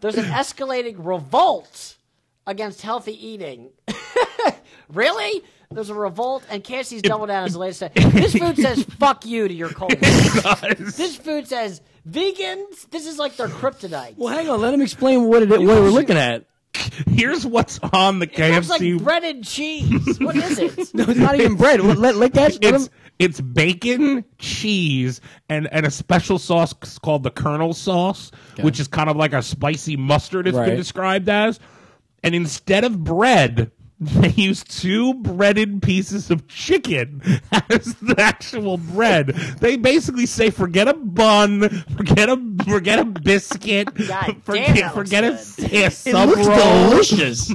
S3: There's an escalating revolt against healthy eating. really? There's a revolt, and KFC's double down is the latest. This food says "fuck you" to your culture. This food says vegans. This is like their kryptonite.
S5: Well, hang on. Let him explain what it what we're looking at.
S4: here's what's on the
S3: It looks
S4: KFC.
S3: like bread and cheese. What is it?
S5: It's not even bread. Let, let, let Gash. Let him,
S4: it's it's bacon, cheese, and and a special sauce c- called the Colonel sauce, which is kind of like a spicy mustard. It's been
S5: Right.
S4: described as, and instead of bread. They use two breaded pieces of chicken as the actual bread. They basically say, "Forget a bun, forget a forget a biscuit,
S3: damn,
S4: forget
S3: that looks
S4: forget a
S3: good.
S4: yeah,
S5: it
S4: sub
S5: looks
S4: roll."
S5: delicious.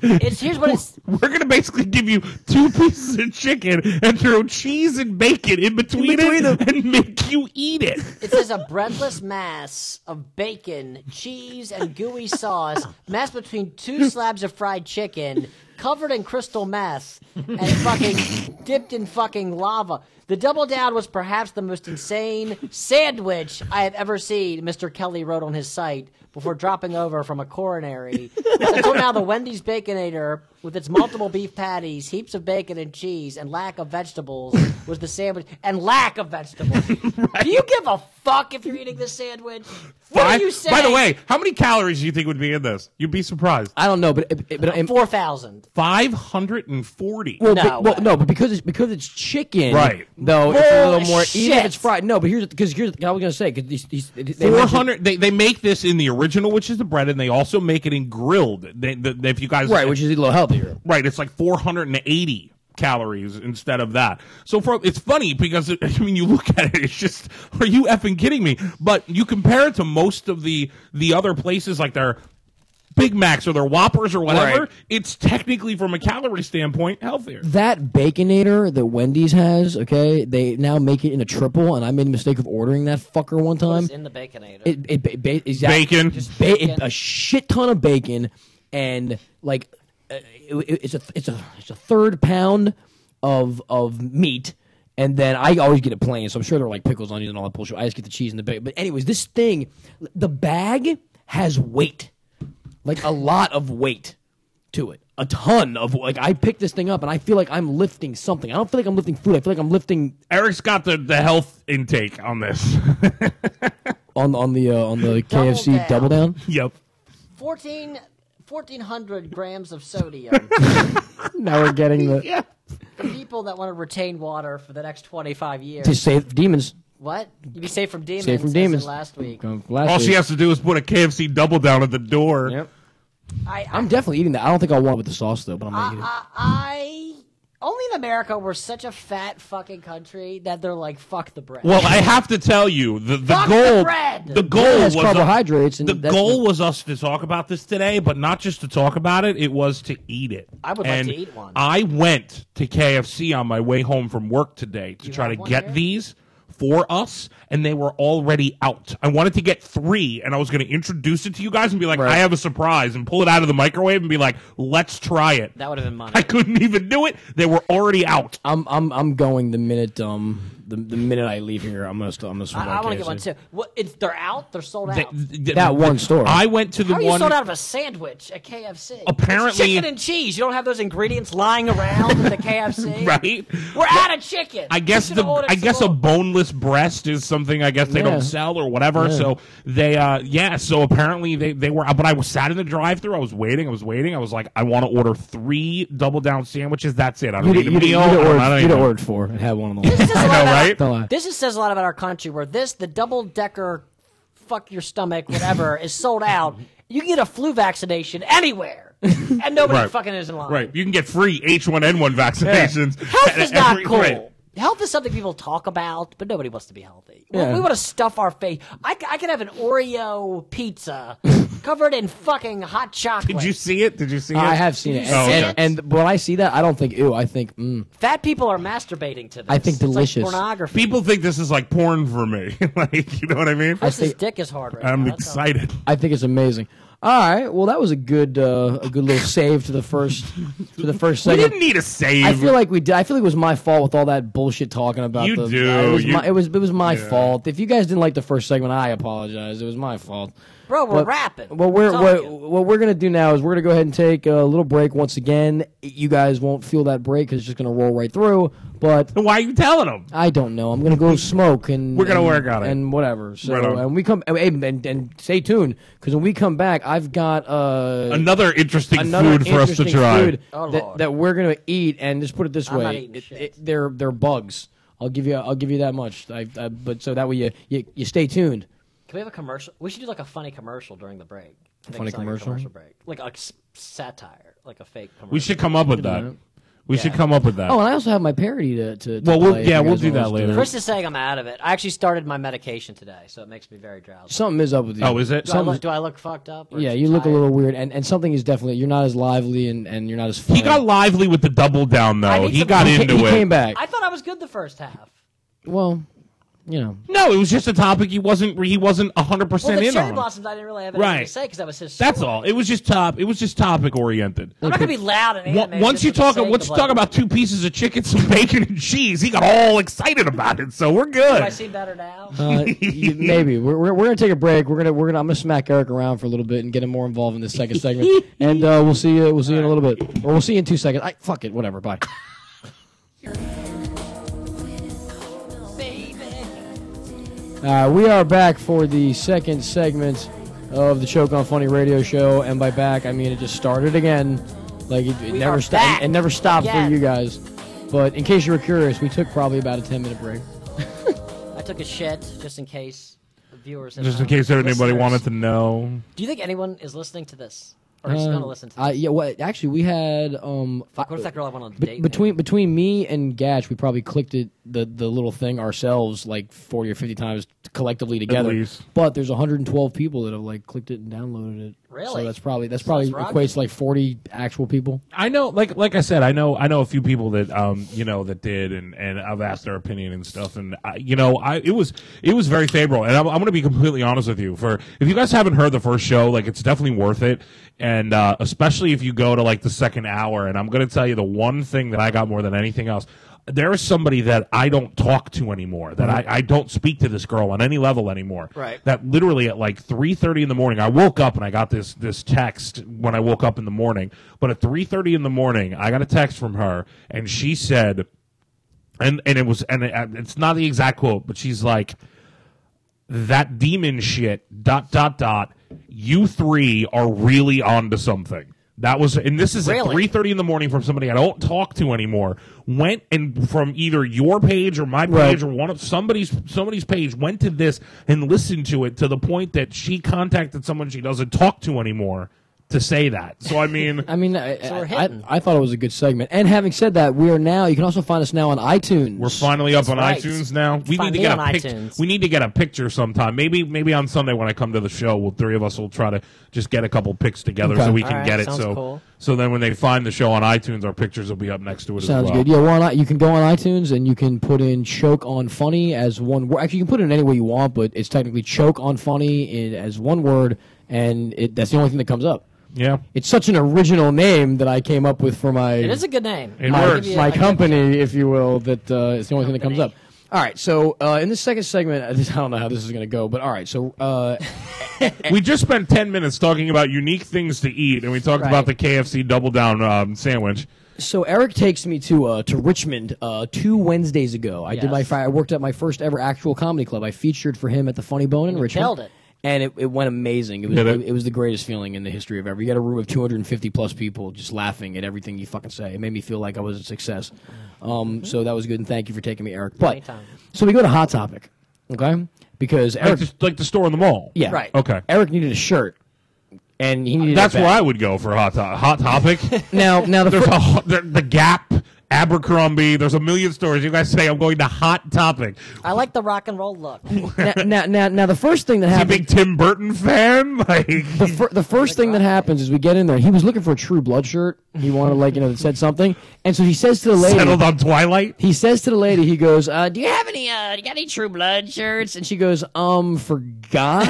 S3: It's here's what it's.
S4: We're gonna basically give you two pieces of chicken and throw cheese and bacon in between, it and make you eat it.
S3: It says a breadless mass of bacon, cheese, and gooey sauce, mashed between two slabs of fried chicken, covered in crystal mess and fucking dipped in fucking lava. The double down was perhaps the most insane sandwich I have ever seen, Mr. Kelly wrote on his site before dropping over from a coronary. Until now, the Wendy's Baconator, with its multiple beef patties, heaps of bacon and cheese, and lack of vegetables, was the sandwich. And lack of vegetables. Do you give a fuck if you're eating this sandwich? What
S4: Five-
S3: are you saying?
S4: By the way, how many calories do you think would be in this? You'd be surprised.
S2: I don't know, but it- it- but it-
S3: four thousand.
S4: Five hundred and forty.
S2: well,
S3: No
S2: but- well,
S3: way.
S2: no, but because it's because it's chicken,
S4: Right.
S2: Though it's a little more. Even
S3: Bullshit.
S2: if it's fried, no. But here's because here's I was gonna say because these, these they
S4: Four
S2: mentioned-
S4: hundred. They, they make this in the original, which is the bread, and they also make it in grilled. They, the, if you guys
S2: right, which is a little healthier.
S4: Right, it's like 480 calories instead of that. So for it's funny because it, I mean you look at it it's just are you effing kidding me? But you compare it to most of the the other places like their Big Macs or their Whoppers or whatever,
S2: Right.
S4: it's technically from a calorie standpoint healthier.
S2: That baconator that Wendy's has, okay, they now make it in a triple, and I made the mistake of ordering that fucker one
S4: Um,
S2: time.
S3: in the baconator.
S2: It, it, ba- ba- exactly,
S4: Bacon.
S2: Just
S3: bacon.
S2: ba- it- a shit ton of bacon, and like uh, it- it- it's a it's a it's a third pound of of meat, and then I always get it plain, so I'm sure there are like pickles, onions, and all that bullshit. I just get the cheese and the bacon. But anyways, this thing, the bag has weight, like a lot of weight to it. A ton of like I picked this thing up and I feel like I'm lifting something. I don't feel like I'm lifting food. I feel like I'm lifting
S4: Eric's got the, the health intake on this.
S2: on on the uh, on the KFC
S3: down.
S2: double down.
S4: yep.
S3: 14, 1,400 grams of sodium.
S2: Now we're getting the
S4: Yeah.
S3: People that want to retain water for the next 25 years.
S2: to save demons.
S3: What? You can save from demons.
S2: Save from
S3: as in
S2: demons.
S3: Last week.
S4: Oh,
S2: Go- Oh, last
S4: All she
S2: week.
S4: has to do is put a KFC double down at the door.
S2: Yep.
S3: I, I,
S2: I'm definitely eating that. I don't think I'll want it with the sauce though, but I'm gonna eat it.
S3: I, I- only in America we're such a fat fucking country that they're like fuck the bread.
S4: Well, I have to tell you, the, the
S3: Fuck the
S4: goal
S3: bread!
S4: the goal
S2: It has
S4: Oh, was
S2: carbohydrates and
S4: the
S2: that's
S4: goal
S2: what-
S4: was us to talk about this today, but not just to talk about it. It was to eat it.
S3: I would like
S4: and
S3: to eat one.
S4: I went to KFC on my way home from work today to try
S3: have
S4: to
S3: one
S4: get
S3: here?
S4: these for us, and they were already out. I wanted to get three, and I was going to introduce it to you guys and be like, "I have a surprise," and pull it out of the microwave and be like, "Let's try it."
S3: that would have been money.
S4: I couldn't even do it. They were already out.
S2: I'm I'm I'm going the minute um the, the minute I leave here. I'm gonna st- I'm gonna stop.
S3: I, want to get one too. What? It's, they're out. They're sold out.
S2: That one store.
S4: I went to the
S3: How are you
S4: one.
S3: sold out of a sandwich at KFC?
S4: Apparently-
S3: chicken and cheese. You don't have those ingredients lying around at the KFC,
S4: Right?
S3: We're out of chicken.
S4: I guess
S3: We should've
S4: the
S3: ordered
S4: I
S3: some
S4: guess a
S3: more.
S4: boneless breast is something I guess they
S2: Yeah.
S4: don't sell or whatever. So they uh yeah, so apparently they they were but I was sat in the drive through, I was waiting, I was waiting, I was like, I want to order three double down sandwiches, that's it. I
S2: You
S4: don't
S2: did,
S4: need a
S2: you did, you
S4: meal. I
S2: did
S4: don't- I
S2: ordered,
S4: don't
S2: you did
S4: even-
S2: ordered four and had one on the
S3: This
S2: list.
S3: says a lot
S4: know,
S3: about-
S4: right?
S2: Don't lie.
S3: This is, says a lot about our country. Where this, the double decker, fuck your stomach, whatever, is sold out. You can get a flu vaccination anywhere, and nobody
S4: Right.
S3: fucking is in line.
S4: Right. You can get free H one N one vaccinations.
S3: Health
S4: at
S3: is not
S4: every-
S3: cool.
S4: right.
S3: Health is something people talk about, but nobody wants to be healthy. We-
S2: Yeah.
S3: We, want to stuff our face. I, c- I could have an Oreo pizza covered in fucking hot chocolate.
S4: Did you see it? Did you see it?
S2: I have seen it,
S4: Oh, okay.
S2: and, and when I see that, I don't think ew. I think mm.
S3: Fat people are masturbating to this.
S2: I think
S3: It's like
S2: delicious.
S3: pornography.
S4: People think this is like porn for me. like, you know what I mean?
S3: Chris's dick is hard right
S4: I'm
S3: now. That's all.
S4: excited.
S2: I think it's amazing. All right, well that was a good uh, a good little save to the first to the first
S4: We
S2: segment.
S4: didn't need a save.
S2: I feel like we did. I feel like it was my fault with all that bullshit talking about.
S4: You
S2: the,
S4: do.
S2: It was,
S4: You-
S2: my, it was it was my
S4: Yeah.
S2: fault. If you guys didn't like the first segment, I apologize. It was my fault.
S3: Bro, we're
S2: But-
S3: rapping.
S2: Well, we're
S3: It's all
S2: what,
S3: good.
S2: what we're gonna do now is we're gonna go ahead and take a little break once again. You guys won't feel that break because it's just gonna roll right through. But
S4: Then why are you telling them?
S2: I don't know. I'm gonna go smoke and
S4: We're gonna
S2: and-
S4: work on it.
S2: and whatever. So
S4: Right on.
S2: and we come and and, and stay tuned because when we come back, I've got uh,
S4: Another interesting
S2: another
S4: food for us to
S2: interesting
S4: try.
S2: food
S3: Oh,
S2: that,
S3: Lord.
S2: that we're gonna eat. And just put it this
S3: I'm
S2: way:
S3: not eating
S2: it-
S3: shit.
S2: it- they're they're bugs. I'll give you I'll give you that much. I, I, but so that way you, you you stay tuned.
S3: Can we have a commercial? We should do like a funny commercial during the break.
S2: Funny
S3: Make it sound like a
S2: commercial?
S3: commercial break, like a s- satire, like a fake commercial.
S4: We should come up with
S3: Mm-hmm.
S4: that. We should come up with that.
S2: Oh, and I also have my parody to. to, to
S4: Well, we'll-
S2: play if
S4: yeah,
S2: you
S4: we'll
S2: guys
S4: do
S2: want
S4: that
S2: us to
S4: later.
S3: Chris is saying I'm out of it. I actually started my medication today, so it makes me very drowsy.
S2: Something is up with you.
S4: Oh, is it?
S3: do, I
S2: Something's-
S3: look, do I look fucked up? or
S2: yeah,
S3: too
S2: you look a
S3: tired?
S2: little weird, and, and something is definitely you're not as lively and, and you're not as. Funny.
S4: he got lively with the double down
S3: I
S4: though.
S3: need
S4: He
S3: some-
S4: got
S3: He
S2: He
S4: into
S2: ca- he
S4: it.
S2: came back.
S3: I thought I was good the first half.
S2: Well, you know,
S4: No, it was just a topic he wasn't he wasn't hundred
S3: Well,
S4: percent
S3: the
S4: in
S3: cherry
S4: on.
S3: blossoms, I didn't really have anything
S4: Right.
S3: to say because that was his.
S4: That's
S3: story.
S4: all. It was just top. It was just topic oriented.
S3: I'm not gonna be loud and
S4: Wa-
S3: animated
S4: Once
S3: just
S4: you
S3: for the
S4: talk,
S3: sake
S4: once
S3: of,
S4: you talk
S3: like,
S4: about two pieces of chicken, some bacon and cheese, he got all excited about it. So we're
S3: Do I
S4: good.
S3: seem better now?
S2: uh, you- maybe we're, we're, we're gonna take a break. We're gonna we're gonna I'm gonna smack Eric around for a little bit and get him more involved in this second segment, and uh, we'll see you we'll see you in a little bit, or we'll see you in two seconds. I fuck it, whatever. Bye. Uh, we are back for the second segment of the Choke on Funny radio show, and by back I mean it just started again, like it, it
S3: We
S2: never
S3: are
S2: stopped.
S3: back
S2: It never stopped
S3: again.
S2: for you guys. But in case you were curious, we took probably about a ten minute break.
S3: I took a shit just in case the viewers. at
S4: Just in
S3: home-
S4: case anybody
S3: listeners-
S4: wanted to know,
S3: Do you think anyone is listening to this or is going to listen to? This?
S2: Uh, yeah, well, actually, we had um fi-
S3: What if that girl I went on a
S2: be-
S3: date with?
S2: between between me and Gatch, we probably clicked it the the little thing ourselves like forty or fifty times collectively together.
S4: least.
S2: But there's 112 people that have like clicked it and downloaded it.
S3: Really?
S2: So that's probably that's
S3: So
S2: probably
S3: that's rocking.
S2: equates to like 40 actual people.
S4: I know, like like I said, I know I know a few people that um you know that did, and and I've asked their opinion and stuff, and I, you know I it was it was very favorable, and I'm, I'm going to be completely honest with you. For if you guys haven't heard the first show, like it's definitely worth it, and uh, especially if you go to like the second hour, and I'm going to tell you the one thing that I got more than anything else. There is somebody that I don't talk to anymore. That I, I don't speak to this girl on any level anymore.
S3: Mm-hmm. Right.
S4: That literally at like three thirty in the morning, I woke up and I got this this text when I woke up in the morning. But at three thirty in the morning, I got a text from her, and she said, and and it was and it, uh, it's not the exact quote, but she's like, "That demon shit." Dot dot dot. You three are really onto something. That was, and this is at
S3: Really?
S4: three thirty in the morning from somebody I don't talk to anymore. Went and from either your page or my page or one of somebody's somebody's page went to this and listened to it to the point that she contacted someone she doesn't talk to anymore to say that. So I mean,
S2: I mean, I, I,
S3: we're hitting.
S2: I, I thought it was a good segment. And having said that, we are now. You can also find us now on iTunes.
S4: We're finally up on
S3: right.
S4: iTunes now. We
S3: Find me
S4: need to get
S3: on
S4: a picture.
S3: iTunes.
S4: We need to get a picture sometime. Maybe maybe on Sunday when I come to the show, we'll three of us will try to just get a couple pics together
S2: Okay.
S4: so we
S3: All
S4: can
S3: right,
S4: get it.
S3: sounds
S4: So
S3: cool.
S4: so then when they find the show on iTunes, our pictures will be up next to it
S2: Sounds
S4: as well.
S2: good. Yeah, why not? You can go on iTunes and you can put in "choke on funny" as one word. Actually, you can put it in any way you want, but it's technically "choke on funny" in, as one word, and it, that's the only thing that comes up.
S4: Yeah.
S2: It's such an original name that I came up with for my
S3: it is a good name.
S4: It
S2: my,
S4: works.
S2: my company, if you will. That uh, it's the only thing that comes up.
S3: Company.
S2: All right, so uh, in the second segment, I don't know how this is going to go, but all right, so uh,
S4: We just spent ten minutes talking about unique things to eat, and we talked about the KFC double down um, sandwich.
S2: So Eric takes me to uh, to Richmond uh, two Wednesdays ago. I did my
S3: Yes.
S2: fri- I worked at my first ever actual comedy club. I featured for him at the Funny Bone in Richmond.
S3: killed it.
S2: And it, it went amazing. It was
S4: Did
S2: it?
S4: it?
S2: was the greatest feeling in the history of ever. You got a room of 250 plus people just laughing at everything you fucking say. It made me feel like I was a success.
S3: Mm-hmm.
S2: Um, so that was good, and thank you for taking me, Eric. But
S3: Anytime.
S2: so we go to Hot Topic, okay? Because
S4: Like
S2: Eric,
S4: the, like the store in the mall.
S2: yeah,
S3: Right.
S4: Okay.
S2: Eric needed a shirt, and he needed.
S4: That's
S2: a bag.
S4: where I would go for hot to- hot topic.
S2: now now the
S4: There's
S2: fir-
S4: a ho- there, the Gap, Abercrombie. There's a million stores. You guys say I'm going to hot topic.
S3: I like the rock and roll look.
S2: now, now now now the first thing that
S4: Is he a
S2: happened.
S4: big Tim Burton fan? Like,
S2: the, fir- the first thing that happens is we get in there. He was looking for a True Blood shirt. He wanted, like, you know, that said something. And so he says to the lady,
S4: settled on Twilight?
S2: he says to the lady, he goes, uh, "Do you have any? Uh, you got any True Blood shirts?" And she goes, "Um, for guy."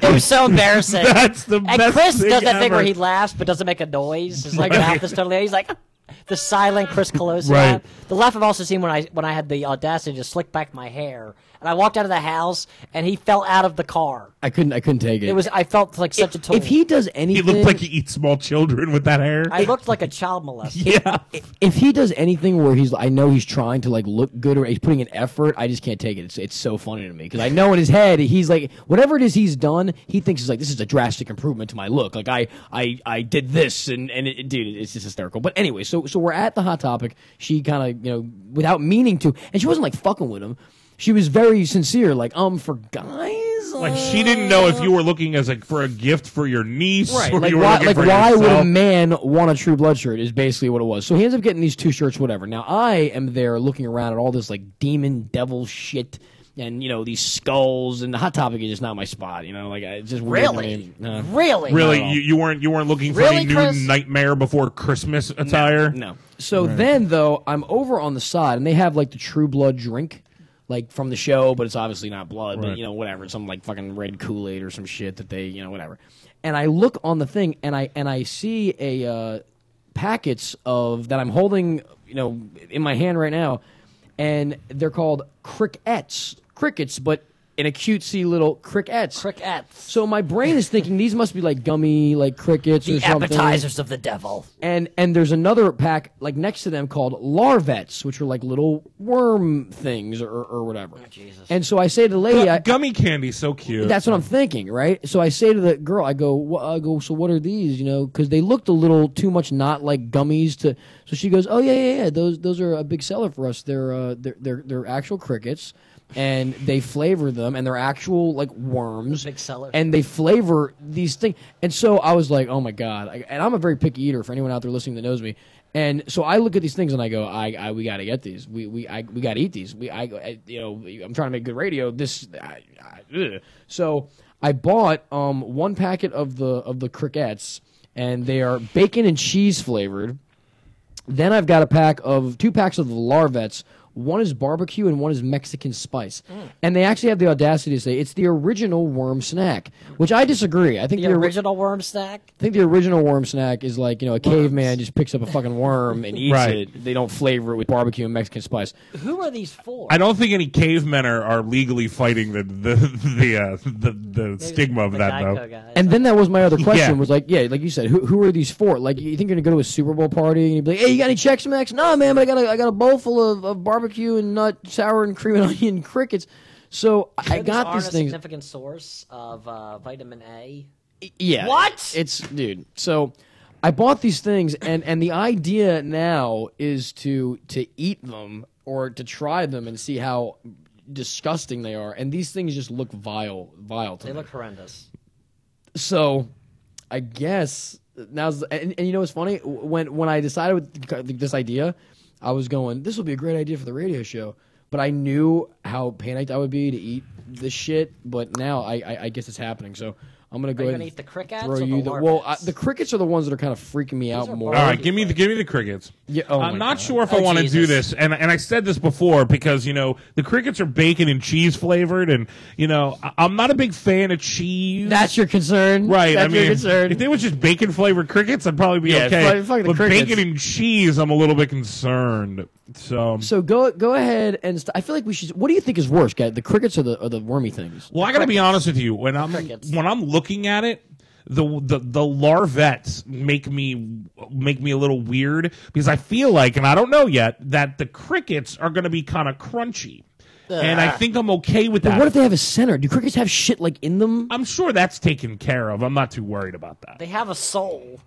S3: It was so embarrassing.
S4: That's the
S3: and
S4: best
S3: Chris
S4: thing
S3: does that thing
S4: ever.
S3: where he laughs but doesn't make a noise. His like mouth is totally. He's like the silent Chris Colosi.
S4: Right.
S3: laugh. The laugh I've also seen when I when I had the audacity to slick back my hair and I walked out of the house and he fell out of the car.
S2: I couldn't. I couldn't take it.
S3: It was I felt like such a tool.
S2: If he does
S4: He
S2: anything,
S4: looked like he eats small children with that hair.
S3: I looked like a child molester.
S4: yeah.
S2: if he does anything where he's, I know he's trying to like look good or he's putting an effort. I just can't take it. It's it's so funny to me because I know in his head he's like whatever it is he's done, he thinks is like this is a drastic improvement to my look. Like I I I did this and and it, dude, it's just hysterical. But anyway, so so we're at the hot topic. She kind of you know without meaning to, and she wasn't like fucking with him. She was very sincere, like um for guys.
S4: Like
S2: uh,
S4: she didn't know if you were looking as like for a gift for your niece
S2: Right.
S4: or
S2: Like,
S4: you were
S2: why,
S4: looking
S2: like
S4: for
S2: why would a
S4: yourself.
S2: man want a True Blood shirt? Is basically what it was. So he ends up getting these two shirts, whatever. Now I am there looking around at all this like demon devil shit, and you know these skulls. And the hot topic is just not my spot. You know, like I uh-huh. it's just weird to
S3: Really?
S2: me. No.
S3: Really?
S4: uh, Really, you, you weren't you weren't looking for
S3: Really,
S4: any new
S3: Chris?
S4: Nightmare Before Christmas attire?
S2: No. So then though, I'm over on the side, and they have like the True Blood drink. like from the show, but it's obviously not blood,
S4: Right.
S2: but you know whatever, it's some like fucking red Kool Aid or some shit that they you know whatever. And I look on the thing and I and I see a uh, packets of that I'm holding you know in my hand right now, and they're called crickets, crickets, but in a cutesy little crickets.
S3: Crickets.
S2: So my brain is thinking these must be like gummy, like crickets or
S3: The
S2: something.
S3: appetizers of the devil.
S2: And and there's another pack like next to them called larvets, which are like little worm things or, or whatever.
S3: Jesus.
S2: And so I say to the lady, I,
S4: Gummy candy, so cute.
S2: that's what I'm thinking, right? So I say to the girl, I go, "Wha- I go, so what are these? You know, because they looked a little too much not like gummies to. So she goes, oh yeah, yeah, yeah. Those those are a big seller for us. They're uh, they're, they're they're actual crickets, and they flavor them, and they're actual like worms.
S3: Big seller.
S2: And they flavor these things. And so I was like, oh my god. I, and I'm a very picky eater. For anyone out there listening that knows me. And so I look at these things and I go, I, I we gotta get these. We we I, we gotta eat these. We I, I you know I'm trying to make good radio. This I, I, ugh. so I bought um one packet of the of the crickets and they are bacon and cheese flavored. Then I've got a pack of two packs of the Larvets. One is barbecue and one is Mexican spice.
S3: Mm.
S2: And they actually have the audacity to say it's the original worm snack, which I disagree. I think
S3: The
S2: the, ori-
S3: original worm snack.
S2: I think the original worm snack is like, you know, a caveman just picks up a fucking worm and eats
S4: Right.
S2: it. They don't flavor it with barbecue and Mexican spice.
S3: Who are these for?
S4: I don't think any cavemen are, are legally fighting the the the uh, the, the stigma of
S3: The
S4: that
S3: Geico
S4: though.
S3: guys.
S2: And then that was my other question
S4: Yeah.
S2: was like, yeah, like you said, who, who are these for? Like, you think you're gonna go to a Super Bowl party and you'd be like, hey, you got any Chex Mix? No, man, but I got a, I got a bowl full of, of barbecue and nut sour and cream and onion crickets. So I
S3: These
S2: got
S3: aren't
S2: these
S3: a
S2: things.
S3: significant source of uh, vitamin A.
S2: Yeah.
S3: What?
S2: It's dude. So I bought these things and and the idea now is to to eat them or to try them and see how disgusting they are and these things just look vile vile to
S3: They
S2: me.
S3: look horrendous.
S2: so I guess now's and, and you know what's funny when when I decided with this idea I was going this will be a great idea for the radio show but I knew how panicked I would be to eat this shit but now I I, I guess it's happening so I'm gonna go
S3: Are you
S2: ahead
S3: gonna
S2: and
S3: eat the crickets
S2: throw
S3: or the
S2: you well I,
S3: larvets?
S2: the crickets are the ones that are kind of freaking me out
S3: are
S2: more
S4: All right, give me the give me the crickets.
S2: Yeah, oh my
S4: I'm not
S2: God.
S4: sure if
S3: Oh,
S4: I want to do
S3: Jesus.
S4: this, and and I said this before because you know the crickets are bacon and cheese flavored, and you know I- I'm not a big fan of cheese.
S2: that's your concern
S4: Right,
S2: that's
S4: I mean,
S2: your concern
S4: if they was just bacon flavored crickets, I'd probably be
S2: Yeah,
S4: okay.
S2: fuck- fuck the
S4: but
S2: crickets.
S4: bacon and cheese, I'm a little bit concerned. So,
S2: so go go ahead and st- I feel like we should what do you think is worse guy the crickets or the or the wormy things
S4: well, I got to be honest with you. When I'm
S3: Crickets.
S4: when I'm looking at it, the the the larvets make me make me a little weird because I feel like, and I don't know yet, that the crickets are going to be kind of crunchy, and I think I'm okay with that.
S2: what if they have a center do crickets have shit like in them
S4: I'm sure that's taken care of. I'm not too worried about that.
S3: They have a soul.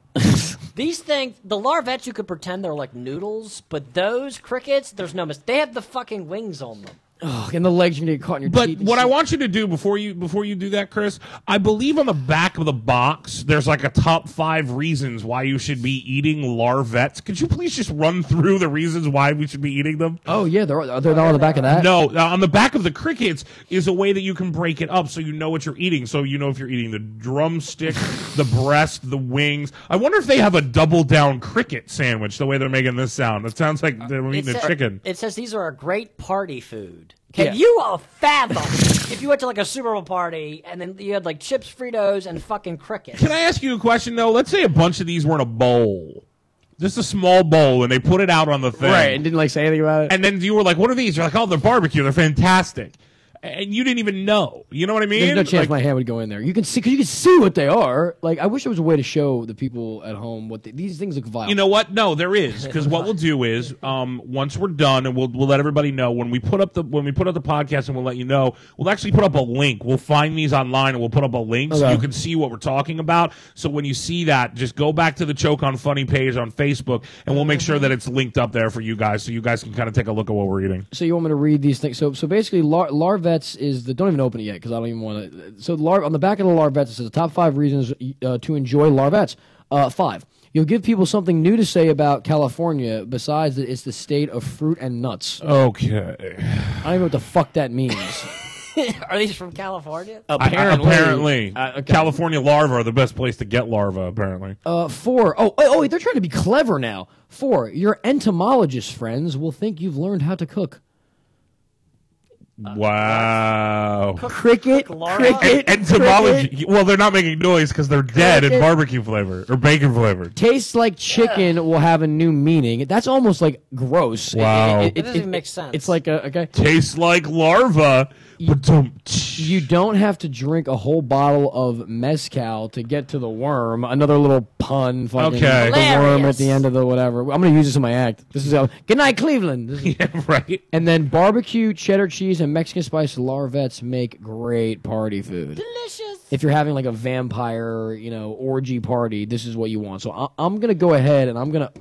S3: These things, the larvets, you could pretend they're like noodles, but those crickets, there's no mistake. They have the fucking wings on them.
S2: Ugh, and the legs are gonna get caught in your
S4: But
S2: teeth.
S4: what I want you to do before you before you do that, Chris, I believe on the back of the box there's like a top five reasons why you should be eating larvets. Could you please just run through the reasons why we should be eating them?
S2: Oh yeah, they're are they not on the back of that.
S4: No, uh, on the back of the crickets is a way that you can break it up so you know what you're eating. So you know if you're eating the drumstick, the breast, the wings. I wonder if they have a double down cricket sandwich the way they're making this sound. It sounds like they're
S3: It
S4: eating a
S3: sa-
S4: chicken.
S3: It says these are a great party food. Can
S2: Yeah.
S3: you all fathom if you went to like a Super Bowl party and then you had like chips, Fritos, and fucking crickets?
S4: Can I ask you a question though? Let's say a bunch of these were in a bowl, just a small bowl, and they put it out on the thing,
S2: right, and didn't like say anything about it.
S4: And then you were like, "What are these?" You're like, "Oh, they're barbecue. They're fantastic," and you didn't even know. You know what I mean?
S2: There's no chance
S4: Like,
S2: my hand would go in there. You can see, cause you can see what they are. Like I wish there was a way to show the people at home what they, these things look vile.
S4: you know what? No, there is because what we'll do is um, once we're done, and we'll we'll let everybody know when we put up the when we put up the podcast, and we'll let you know. We'll actually put up a link. We'll find these online, and we'll put up a link so
S2: Okay.
S4: you can see what we're talking about. So when you see that, just go back to the Choke on Funny page on Facebook, and we'll make sure that it's linked up there for you guys, so you guys can kind of take a look at what we're eating.
S2: so you want me to read these things? So so basically, lar- larvets is the don't even open it yet because I don't even want to. So lar- on the back of the larvets it says the top five reasons uh, to enjoy larvets. Uh, five. You'll give people something new to say about California besides that it's the state of fruit and nuts.
S4: Okay.
S2: I don't even know what the fuck that means.
S3: are these from California?
S2: Oh.
S4: Apparently, apparently.
S2: Uh, okay.
S4: California larvae are the best place to get larvae. Apparently,
S2: Uh, four. Oh, oh, wait, they're trying to be clever now. Four. Your entomologist friends will think you've learned how to cook.
S4: Wow.
S2: Cricket,
S3: Laura?
S2: cricket,
S4: And entomology.
S2: cricket.
S4: Well, they're not making noise because they're dead and barbecue flavor or bacon flavored.
S2: Tastes like chicken will have a new meaning. That's almost like gross. It-
S4: Wow.
S2: It,
S3: It doesn't even make sense.
S2: It's like a okay.
S4: Tastes like larva. But
S2: You don't have to drink a whole bottle of mezcal to get to the worm. Another little pun, fucking
S4: Okay.
S2: the worm
S3: Hilarious.
S2: at the end of the whatever. I'm gonna use this in my act. This is how. Good night, Cleveland. This is-
S4: right.
S2: and then barbecue, cheddar cheese, and Mexican spice larvettes make great party food.
S3: delicious.
S2: If you're having like a vampire, you know, orgy party, this is what you want. So I- I'm gonna go ahead and I'm gonna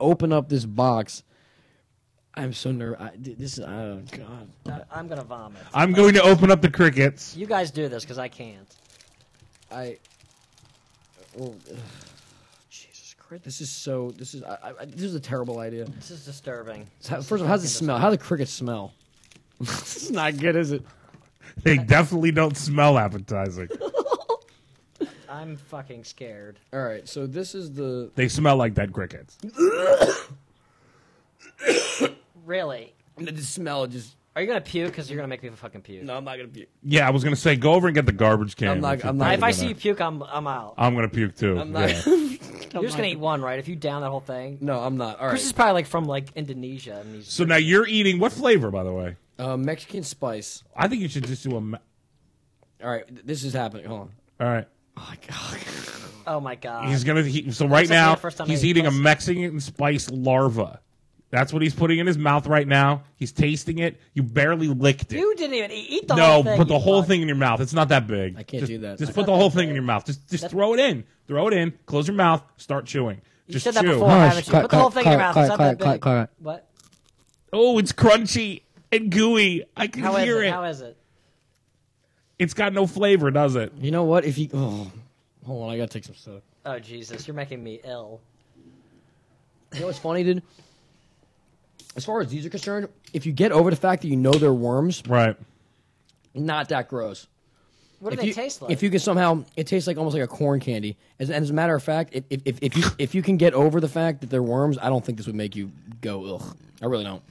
S2: open up this box. I'm so nervous. I, this is oh god.
S3: I- Uh, I'm gonna vomit.
S4: I'm going to open up the crickets.
S3: You guys do this because I can't.
S2: I. Oh, ugh. Jesus Christ! This is so. This is. I, I, this is a terrible idea.
S3: This is disturbing.
S2: So how- First of all, how's it smell? How do the crickets smell? this is not good, is it?
S4: They definitely don't smell appetizing.
S3: I'm fucking scared.
S2: All right. So this is the.
S4: They smell like dead crickets.
S3: Really?
S2: The smell just.
S3: Are you gonna puke? Because you're gonna make me fucking puke.
S2: No, I'm not gonna. Be,
S4: Yeah, I was gonna say go over and get the garbage can.
S2: I'm not-
S4: if you
S2: I'm
S4: think
S2: not-
S4: you're
S3: If I
S4: gonna-
S3: see you puke, I'm I'm out.
S4: I'm gonna puke too.
S2: I'm not.
S4: yeah.
S3: you're just gonna eat one, right? If you down that whole thing.
S2: no, I'm not. All
S3: Chris is
S2: right.
S3: probably like from like Indonesia, and he's
S4: so now you're eating what flavor, by the way?
S2: Uh, Mexican spice.
S4: I think you should just do a. Ma-
S2: All right. th- This is happening. Hold on.
S4: All right.
S2: Oh my god.
S3: oh my god.
S4: He's gonna. He, so right
S3: This is my
S4: now,
S3: first time
S4: he's
S3: eating
S4: eating a
S3: pussy.
S4: Mexican spice larva. That's what he's putting in his mouth right now. He's tasting it. You barely licked it.
S3: you didn't even eat, eat the
S4: no,
S3: whole thing.
S4: put the
S3: you
S4: whole
S3: fuck.
S4: thing in your mouth. It's not that big. I
S2: can't
S4: just,
S2: do that.
S4: Just
S2: It's
S4: put the whole thing in your mouth. Just just throw it in. Throw it in. Close your mouth. Start chewing.
S3: You
S4: just
S3: said
S4: chew.
S3: that before, haven't you?
S2: quiet,
S3: Put the whole
S2: quiet,
S3: thing in your mouth.
S2: quiet,
S3: it's not that
S2: quiet, quiet,
S3: big.
S2: quiet.
S3: What?
S4: Oh, it's crunchy and gooey. I can
S3: How is
S4: hear
S3: it?
S4: it.
S3: How is it?
S4: It's got no flavor, does it?
S2: You know what? If you. Oh, hold on. I gotta take some stuff.
S3: Oh Jesus, you're making me ill.
S2: You know what's funny, dude? As far as these are concerned, if you get over the fact that you know they're worms,
S4: Right.
S2: not that gross.
S3: What do
S2: if
S3: they
S2: you,
S3: taste like?
S2: If you can somehow, it tastes like almost like a corn candy. As, and as a matter of fact, if, if, if, if you if you can get over the fact that they're worms, I don't think this would make you go ugh. I really don't.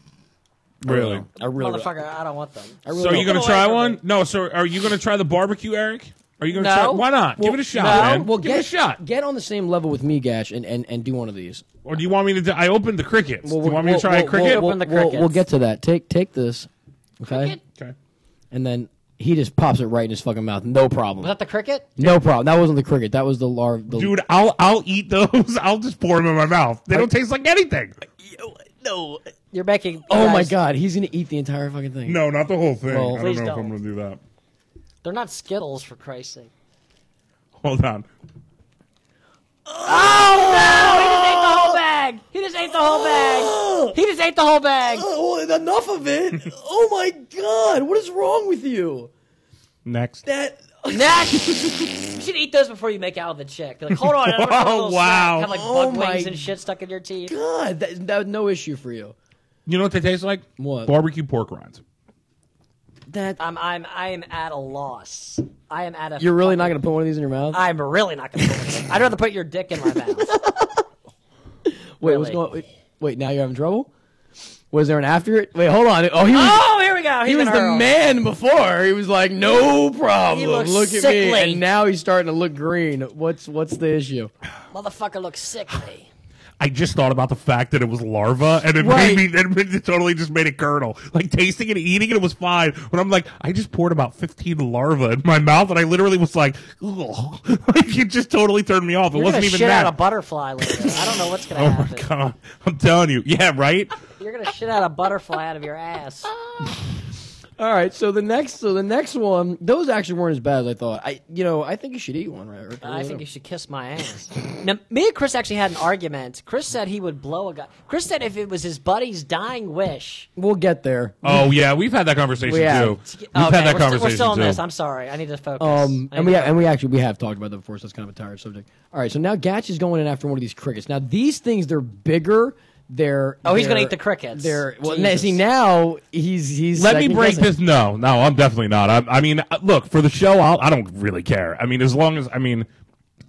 S2: I
S4: Really?
S2: don't. I really.
S3: Motherfucker, I don't want them.
S2: I really
S4: So are you
S2: don't.
S4: gonna
S3: away
S4: try
S3: from
S4: one?
S3: me.
S4: No. So are you gonna try the barbecue, Eric? Are you gonna
S3: No.
S4: try? Why not?
S2: Well,
S4: Give it a shot,
S2: no.
S4: man.
S2: Well,
S4: Give
S2: get,
S4: it a shot.
S2: Get on the same level with me, Gash, and, and, and do one of these.
S4: Or do you want me to? Do, I opened the crickets. do you want me to
S2: we'll-
S4: try a
S2: we'll-
S4: cricket?
S2: We'll,
S3: Open the
S2: we'll- we'll
S3: crickets.
S2: get to that. Take take this, okay?
S4: okay.
S2: And then he just pops it right in his fucking mouth. No problem.
S3: Was that the cricket?
S2: No problem. That wasn't the cricket. That was the larva. The,
S4: Dude, I'll I'll eat those. I'll just pour them in my mouth. They don't taste like anything.
S3: You're making.
S2: oh my
S3: guys,
S2: god, he's gonna eat the entire fucking thing.
S4: No, not the whole thing.
S2: Well,
S4: I don't
S3: please
S4: know if
S3: don't.
S4: I'm gonna do that.
S3: They're not Skittles for Christ's sake.
S4: Hold on.
S3: ate the whole bag. He just ate the whole bag. He just ate the whole bag.
S1: Oh, enough of it! oh my god, what is wrong with you?
S4: Next.
S1: That
S3: Next, you should eat those before you make out with the chick. Be like, hold on. I'm gonna have a
S4: Oh,
S3: little snack."
S4: wow.
S3: Have like
S1: Oh,
S3: bug
S1: my
S3: wings and shit stuck in your teeth.
S1: god, that,
S2: that no issue for you.
S4: You know what they taste like?
S2: What?
S4: Barbecue pork rinds.
S2: That
S3: I'm Um, I'm I am at a loss. I am at a.
S2: you're really not gonna put one of these in your mouth.
S3: I'm really not gonna. put it. I'd rather put your dick in my mouth.
S2: wait, what's
S3: really.
S2: going? Wait, wait, now you're having trouble. Was there an after it? Wait, hold on. Oh, he was,
S3: oh, here we go.
S2: he was the man before. He was like, no problem.
S3: looks
S2: look at me,
S3: sickly.
S2: and now he's starting to look green. What's what's the issue?
S3: Motherfucker looks sickly.
S4: I just thought about the fact that it was larva, and it
S2: Right.
S4: made me. It, it totally just made it curdle. Like tasting it, eating it, it was fine. But I'm like, I just poured about 15 larva in my mouth, and I literally was like, Ugh. like it just totally turned me off. It
S3: You're
S4: wasn't
S3: gonna
S4: even
S3: shit
S4: that.
S3: out a butterfly later. I don't know what's gonna
S4: oh my
S3: happen.
S4: god! I'm telling you, yeah, right.
S3: You're gonna shit out a butterfly out of your ass.
S2: All right, so the next, so the next one, those actually weren't as bad as I thought. I, you know, I think you should eat one, right? Rick?
S3: I think you should kiss my ass. now, me and Chris actually had an argument. Chris said he would blow a guy. Chris said if it was his buddy's dying wish.
S2: we'll get there.
S4: Oh yeah, we've had that conversation
S2: We have.
S4: too. We've had
S3: Okay, we're
S4: that
S3: st-
S4: conversation
S3: we're still on
S4: too.
S3: this. I'm sorry. I need to focus.
S2: Um,
S3: I
S2: and we
S3: need to
S2: and we actually we have talked about that before, so it's kind of a tired subject. All right, so now Gatch is going in after one of these crickets. Now these things they're bigger. They're
S3: Oh, he's
S2: they're-
S3: gonna eat the crickets.
S2: They're well.
S3: Jesus.
S2: now- See now he's he's.
S4: Let me break
S2: second-guessing.
S4: this. No, no, I'm definitely not. I, I mean, uh, look for the show. I'll, I don't really care. I mean, as long as I mean,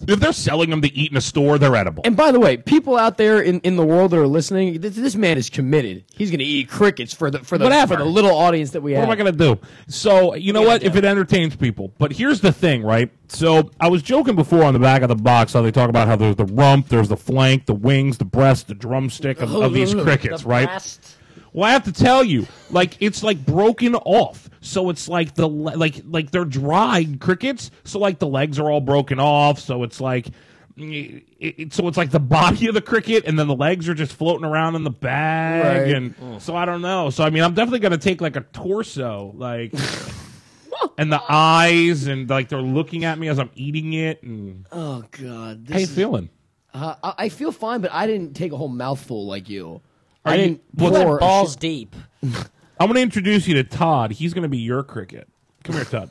S4: If they're selling them to eat in a store, they're edible.
S5: And by the way, people out there in, in the world that are listening, this, this man is committed. He's going to eat crickets for the for the
S4: Whatever.
S5: for the little audience that we
S4: What
S5: have.
S4: am I going to do? So, you know what? If it entertains people. But here's the thing, right? So, I was joking before on the back of the box how they talk about how there's the rump, there's the flank, the wings, the breast, the drumstick of, of these crickets,
S3: Oh, The
S4: right?
S3: breast.
S4: Well, I have to tell you, like it's like broken off. So it's like the le- like like they're dried crickets. So like the legs are all broken off. So it's like it, it- so it's like the body of the cricket and then the legs are just floating around in the bag
S5: Right.
S4: and so I don't know. So I mean, I'm definitely going to take like a torso like and the eyes and like they're looking at me as I'm eating it and
S2: Oh God,
S4: how you
S2: this is,
S4: feeling?
S2: uh, I I feel fine, but I didn't take a whole mouthful like you.
S4: Are
S2: I
S4: you-
S2: didn't
S4: what's-
S2: pour
S4: Or-
S2: a
S3: balls deep.
S4: I'm going to introduce you to Todd. He's going to be your cricket. Come here, Todd.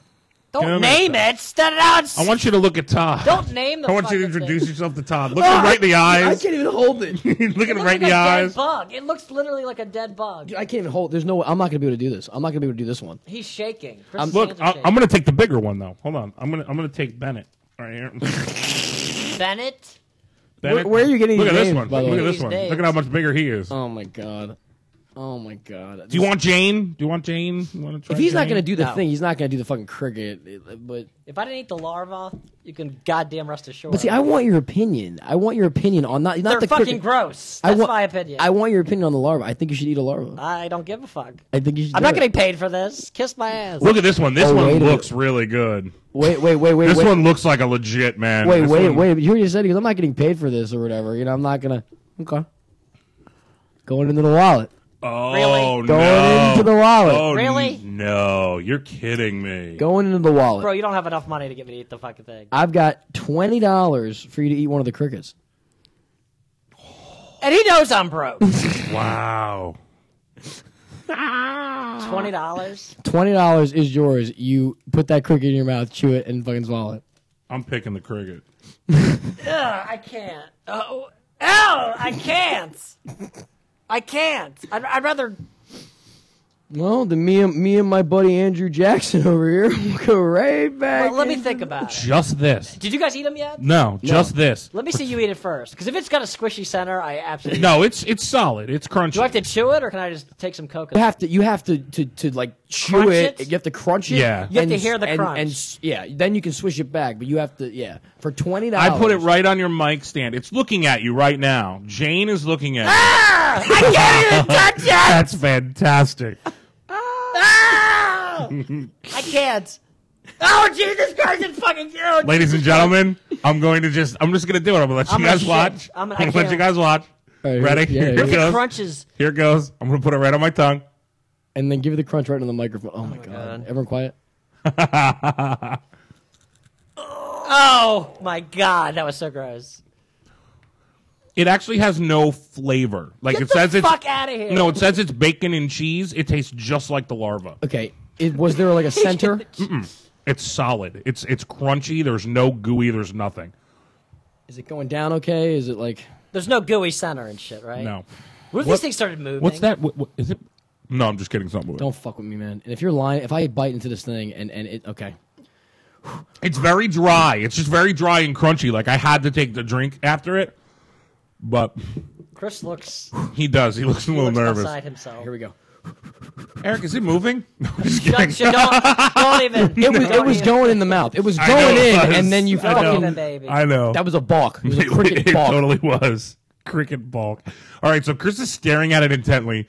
S3: Don't
S4: Come
S3: name
S4: here, Todd.
S3: it. Start it out.
S4: I want you to look at Todd.
S3: Don't name the
S4: I want you to
S3: fucking
S4: introduce
S3: thing.
S4: yourself to Todd. Look him right in the
S2: I
S4: eyes.
S2: can't even hold it.
S4: look him
S3: It looks
S4: right in
S3: like
S4: the
S3: a dead
S4: eyes.
S3: Bug. It looks literally like a dead bug.
S2: I can't even hold. There's no. way- I'm not gonna be able to do this. I'm not gonna be able to do this one.
S3: He's shaking. Chris
S4: Look,
S3: Hands are
S4: I,
S3: shaking.
S4: I'm going to take the bigger one though. Hold on. I'm going to I'm going to take Bennett. All right here.
S3: Bennett.
S4: Bennett.
S2: where are you getting
S4: Look at
S2: these
S4: this
S2: names,
S4: one.
S2: by the
S4: Look
S2: way?
S4: at this
S3: These
S4: one.
S3: names.
S4: Look at how much bigger he is.
S2: Oh my God. Oh my God.
S4: do you want Jane? Do you want Jane? You want to try
S2: If he's not
S4: Jane?
S2: gonna do the
S3: No.
S2: thing, he's not gonna do the fucking cricket. But
S3: If I didn't eat the larva, you can goddamn rest assured.
S2: but see, I want your opinion. I want your opinion on not not
S3: They're
S2: the
S3: fucking
S2: cricket.
S3: gross.
S2: I
S3: That's
S2: want-
S3: my opinion.
S2: I want your opinion on the larva. I think you should eat a larva.
S3: I don't give a fuck.
S2: I think you should.
S3: I'm
S2: do
S3: not
S2: it.
S3: getting paid for this. Kiss my ass.
S4: Look at this one. This
S2: Oh,
S4: one
S2: wait a
S4: looks really good.
S2: Wait, wait, wait, wait,
S4: This
S2: wait.
S4: one looks like a legit man.
S2: Wait,
S4: This
S2: wait,
S4: one-
S2: wait. You already said he goes, I'm not getting paid for this or whatever. You know, I'm not gonna. Okay. Going into the wallet.
S4: Oh
S2: Going
S4: no.
S2: into the wallet.
S4: Oh,
S3: Really?
S4: No, you're kidding me.
S2: Going into the wallet.
S3: Bro, you don't have enough money to get me to eat the fucking thing.
S2: I've got twenty dollars for you to eat one of the crickets.
S3: And he knows I'm broke.
S4: Wow.
S3: Twenty dollars.
S2: Twenty dollars is yours. You put that cricket in your mouth, chew it, and fucking swallow it.
S4: I'm picking the cricket.
S3: I can't. Oh, ow! I can't. I can't. I'd, I'd rather.
S2: Well, then me and me and my buddy Andrew Jackson over here will go right back.
S3: Well, let me
S2: in.
S3: think about it.
S4: Just this.
S3: Did you guys eat them yet?
S4: No, just this.
S3: Let me see you eat it first. Because if it's got a squishy center, I absolutely.
S4: No, it's it's solid. It's crunchy.
S3: Do I have to chew it, or can I just take some coconut?
S2: You have to you have to to, to like chew
S3: Crunch
S2: it.
S3: it?
S2: You have to crunch it.
S4: Yeah. You
S3: have to
S2: and-
S3: hear the
S2: and-
S3: crunch.
S2: And, s- yeah, then you can swish it back. But you have to yeah for twenty
S4: I
S2: dollars.
S4: put it right on your mic stand. It's looking at you right now. Jane is looking at you.
S3: Ah!
S4: I can't even touch it. That's fantastic.
S3: I can't. Oh Jesus Christ! It fucking. Oh,
S4: Ladies and gentlemen, I'm going to just I'm just going to do it. I'm going to let
S3: I'm
S4: you
S3: gonna
S4: guys
S3: shit.
S4: watch.
S3: I'm- I
S4: gonna let
S3: can't.
S4: you guys watch.
S2: here-
S4: Ready?
S2: yeah,
S4: Here
S2: yeah.
S4: it
S3: the
S4: goes.
S3: crunches.
S4: Here it goes. I'm going to put it right on my tongue.
S2: and then give it the crunch right on the microphone. Oh, my god. Everyone quiet.
S3: Oh my God, that was so gross.
S4: It actually has no flavor. Like
S3: Get
S4: it
S3: the
S4: says it's
S3: fuck outta here.
S4: No, it says it's bacon and cheese. It tastes just like the larva.
S2: Okay, it, was there like a center?
S4: It's solid. It's it's crunchy. There's no gooey. There's nothing.
S2: Is it going down okay? Is it like
S3: There's no gooey center and shit, right?
S4: No.
S3: What if
S4: What-
S3: these things started moving?
S4: What's that? What, what, is it? No, I'm just kidding. Something.
S2: don't fuck with me, man? And if you're lying, if I bite into this thing and and it okay,
S4: It's very dry. It's just very dry and crunchy. Like I had to take the drink after it, but
S3: Chris looks.
S4: he does. He looks a
S3: He
S4: little
S3: looks
S4: nervous.
S3: beside himself.
S2: here we go.
S4: Eric, is it moving? No, I'm just kidding.
S3: Shut, shut, don't, don't even.
S2: It was it
S3: don't
S2: was
S3: even.
S2: going in the mouth. It was
S4: I
S2: going
S4: know it
S2: in,
S4: was.
S2: and then you
S4: I
S2: fucking.
S4: know.
S3: baby.
S4: I know.
S2: That was a balk. It was a cricket
S4: it
S2: balk.
S4: totally was cricket bulk. All right, so Chris is staring at it intently.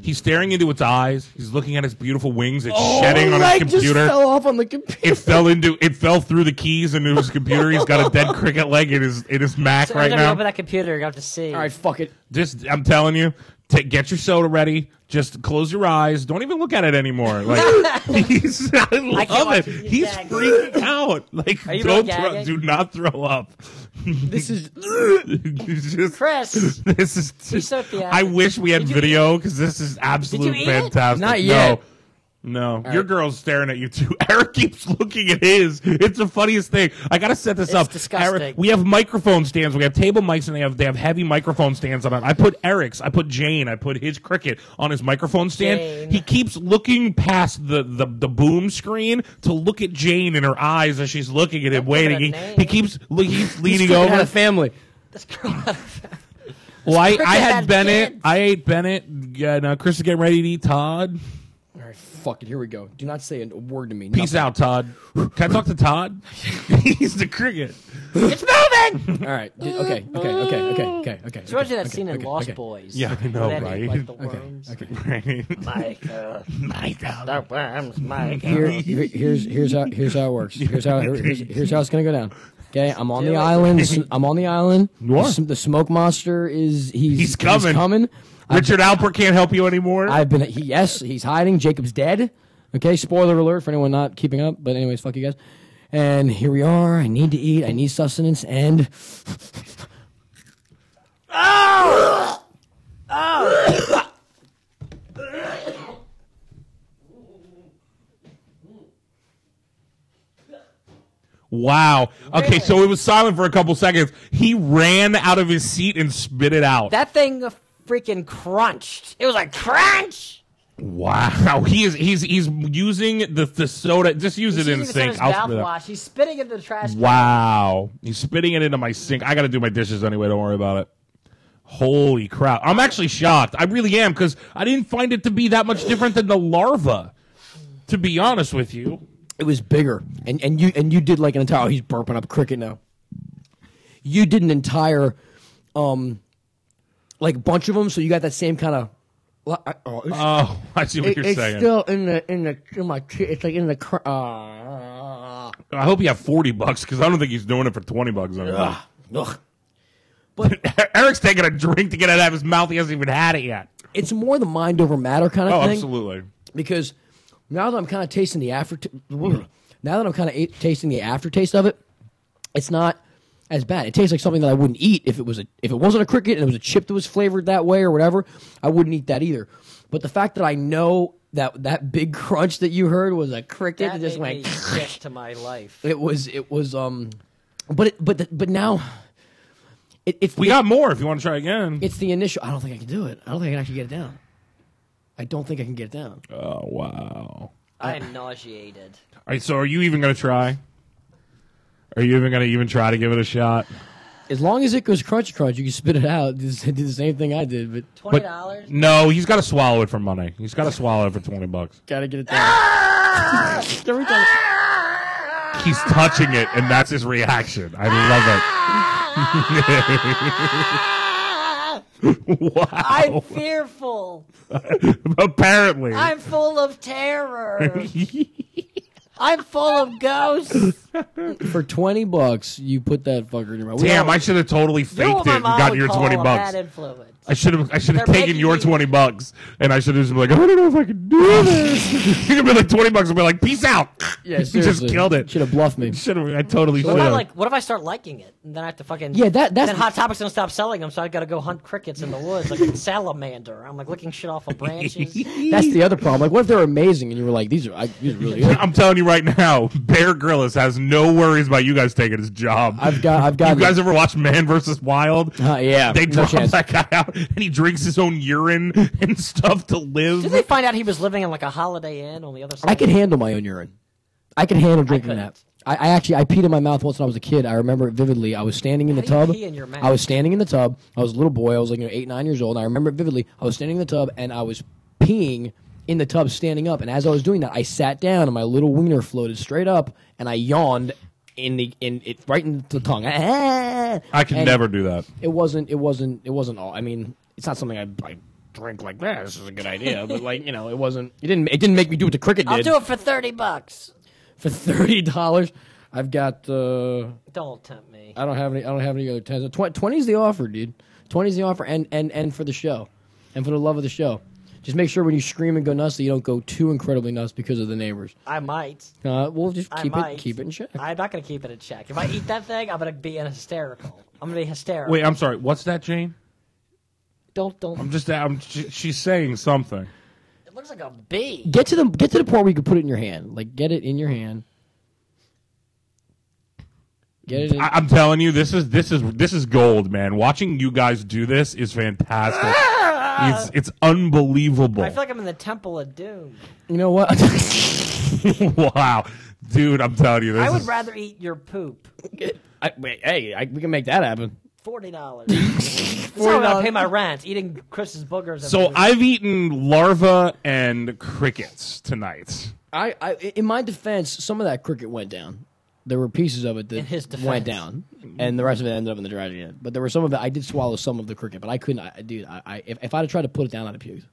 S4: He's staring into its eyes. He's looking at his beautiful wings. It's shedding on his
S2: leg
S4: computer.
S2: Oh, just fell off on the computer.
S4: it fell into. It fell through the keys into his computer. He's got a dead cricket leg in his in his Mac
S3: So
S4: right
S3: every time you
S4: now.
S3: open that computer, you're going to have to see.
S2: All right, fuck it.
S4: Just, I'm telling you, take, get your soda ready. Just close your eyes. Don't even look at it anymore. Like he's, I
S3: can't
S4: love it.
S3: watch you
S4: He's
S3: gag.
S4: freaking out. Like,
S3: Are you
S4: don't
S3: really
S4: throw,
S3: gagging?
S4: do not throw up.
S2: This is
S4: It's just-
S3: Chris.
S4: this is.
S3: He's so theatrical.
S4: I wish we had
S3: Did you
S4: video because this is absolute
S3: eat it?
S4: fantastic.
S2: Not yet.
S4: No. No, your girl's staring at you too. Eric keeps looking at his. It's the funniest thing. I gotta set this
S3: It's
S4: up.
S3: disgusting.
S4: Eric, we have microphone stands. We have table mics, and they have they have heavy microphone stands on it. I put Eric's. I put Jane. I put his cricket on his microphone stand.
S3: Jane.
S4: He keeps looking past the, the the boom screen to look at Jane in her eyes as she's looking at him,
S3: look at
S4: waiting.
S3: her
S4: He,
S3: name.
S4: he keeps look, he keeps leaning
S2: Freaking had
S4: over.
S2: a family.
S3: This girl had a
S4: Well, I,
S3: cricket
S4: I
S3: had
S4: had Bennett.
S3: kids.
S4: I ate Bennett. Yeah, now Chris is getting ready to eat Todd.
S2: All right, fuck it. Here we go. Do not say a word to me.
S4: Peace out, Todd. Can I talk to Todd? He's the cricket.
S3: It's moving.
S2: All right. d- Okay. Okay. Okay. Okay. Okay. Okay.
S3: It's actually that
S2: okay,
S3: scene in
S2: okay,
S3: Lost
S2: okay,
S3: Boys.
S4: Yeah, I know,
S3: Where they make,
S4: right?
S3: Like the
S2: Okay.
S3: worms.
S2: Okay.
S3: Like, uh,
S4: My God.
S3: the worms, my
S2: Here,
S3: God.
S2: here- here's here's how here's how it works. Here's how here- here's, here's how it's gonna go down. Okay, I'm on
S3: Do
S2: the
S3: it.
S2: island. The sm- I'm on the island.
S4: You are.
S2: The, sm- the smoke monster is he's
S4: He's coming.
S2: coming. I've,
S4: Richard Alpert can't help you anymore.
S2: I've been he, yes he's hiding. Jacob's dead. Okay, spoiler alert for anyone not keeping up. But anyways, fuck you guys. And here we are. I need to eat. I need sustenance. And
S4: wow. Okay, so it was silent for a couple seconds. He ran out of his seat and spit it out.
S3: That thing freaking crunched. It was like crunch.
S4: wow. He is he's he's using the, the soda. Just use it in the
S3: He's using
S4: sink.
S3: his
S4: I'll spit it out.
S3: mouthwash. He's spitting into the trash. can.
S4: Wow. He's spitting it into my sink. I got to do my dishes anyway. Don't worry about it. Holy crap. I'm actually shocked. I really am because I didn't find it to be that much different than the larva, to be honest with you.
S2: it was bigger. And and you and you did like an entire. Oh, he's burping up cricket now. You did an entire, um, like bunch of them. So you got that same kind of. Oh, it's-
S4: Oh, I see what
S2: It-
S4: you're
S2: it's
S4: saying.
S2: still in the in the in my chi- it's like in the cr- uh,
S4: I hope you have 40 bucks because I don't think he's doing it for 20 bucks. Anymore.
S2: ugh.
S4: Eric's taking a drink to get it out of his mouth. He hasn't even had it yet.
S2: it's more the mind over matter kind of
S4: Oh,
S2: thing
S4: absolutely.
S2: because now that I'm kind of tasting the after now that I'm kind of tasting the aftertaste of it it's not as bad it tastes like something that I wouldn't eat if it was a if it wasn't a cricket and it was a chip that was flavored that way or whatever I wouldn't eat that either but the fact that I know that that big crunch that you heard was a cricket that
S3: That
S2: just went
S3: made me sick to my life.
S2: It was. It was. Um, but it, but the, but now, it, it's
S4: We
S2: the,
S4: got more if you want to try again.
S2: it's the initial. I don't think I can do it. I don't think I can actually get it down. I don't think I can get it down.
S4: Oh, wow.
S3: I am nauseated.
S4: All right, so are you even going to try? Are you even going to even try to give it a shot?
S2: As long as it goes crunch crunch, you can spit it out. Just do the same thing I did, but
S3: Twenty
S4: But-
S3: dollars.
S4: No, he's got to swallow it for money. He's got to swallow it for 20 bucks.
S2: gotta get it down.
S4: Ah!
S2: Every time-
S4: He's touching it, and that's his reaction. I love it.
S3: I'm
S4: wow.
S3: fearful.
S4: Apparently.
S3: I'm full of terror. I'm full of ghosts.
S2: For twenty bucks, you put that fucker in your mouth. We
S4: Damn,
S2: all-
S4: I should have totally
S3: You're
S4: faked
S3: what
S4: it
S3: my
S4: and
S3: mom
S4: got
S3: would
S4: your
S3: call
S4: 20
S3: a
S4: bucks.
S3: Bad influence.
S4: I should have I should have
S3: They're
S4: taken
S3: making
S4: your
S3: you-
S4: 20 bucks and I should have just been like, I don't know if I can do this. You'd be like 20 bucks and be like, peace out.
S2: yeah,
S4: You just
S2: seriously.
S4: killed it.
S2: Should have bluffed me.
S4: Should have I totally
S3: What
S4: should
S3: if I
S4: have.
S3: like? What if I start liking it, and then I have to fucking
S2: Yeah, that- that's
S3: then
S2: the-
S3: Hot Topics don't stop selling them, so I got to go hunt crickets in the woods like a salamander. I'm like looking shit off of branches.
S2: That's the other problem. Like, what if they're amazing and you were like, these are I, these are really good.
S4: I'm telling you right now, Bear Grylls has no worries about you guys taking his job.
S2: I've got I've
S4: you
S2: got
S4: guys ever watch Man vs. Wild?
S2: Uh, yeah,
S4: They
S2: no
S4: drop
S2: chance.
S4: that guy out and he drinks his own urine and stuff to live.
S3: Did they find out he was living in like a Holiday Inn on the other side?
S2: I could handle my own urine. I could handle drinking
S3: couldn't.
S2: that. I, I actually I peed in my mouth once when I was a kid. I remember it vividly. I was standing in the
S3: do you
S2: tub.
S3: pee in your mouth?
S2: I was standing in the tub. I was a little boy. I was like you know, eight nine years old. And I remember it vividly. I was standing in the tub and I was peeing in the tub standing up. And as I was doing that, I sat down and my little wiener floated straight up and I yawned in the in it right into the tongue.
S4: I can
S2: And
S4: never do that.
S2: It wasn't. It wasn't. It wasn't all. I mean, it's not something I. I drink like that. This is a good idea, but like you know, it wasn't. It didn't. It didn't make me do what the cricket did
S3: I'll do it for thirty bucks.
S2: for thirty dollars. I've got uh,
S3: Don't tempt me.
S2: I don't have any I don't have any other tens. Twenty's the offer, dude. Twenty's the offer, and and and for the show, and for the love of the show. Just make sure when you scream and go nuts that you don't go too incredibly nuts because of the neighbors.
S3: I might.
S2: Uh, we'll just
S3: I
S2: keep
S3: might.
S2: it keep it in check.
S3: I'm not gonna keep it in check. If I eat that thing, I'm gonna be in hysterical. I'm gonna be hysterical.
S4: Wait, I'm sorry. What's that, Jane?
S3: don't don't.
S4: I'm just I'm she, she's saying something.
S3: What looks like a bee.
S2: Get to the get to the part where you can put it in your hand. Like get it in your hand. Get it. In.
S4: I, I'm telling you, this is this is this is gold, man. Watching you guys do this is fantastic.
S2: Ah!
S4: it's it's unbelievable.
S3: I feel like I'm in the Temple of Doom.
S2: you know what?
S4: wow, dude, I'm telling you, this
S3: I would
S4: is-
S3: rather eat your poop.
S2: I, wait, hey, I, we can make that happen.
S3: Forty dollars. Forty dollars. Pay my rent. Eating Chris's boogers. every
S4: So
S3: week.
S4: I've eaten larva and crickets tonight.
S2: I, I in my defense, some of that cricket went down. There were pieces of it that
S3: In his defense.
S2: went down, and the rest of it ended up in the trash can. But there were some of it. I did swallow some of the cricket, but I couldn't. I, I- dude, I, I if, if I'd have tried to put it down, I'd have puked.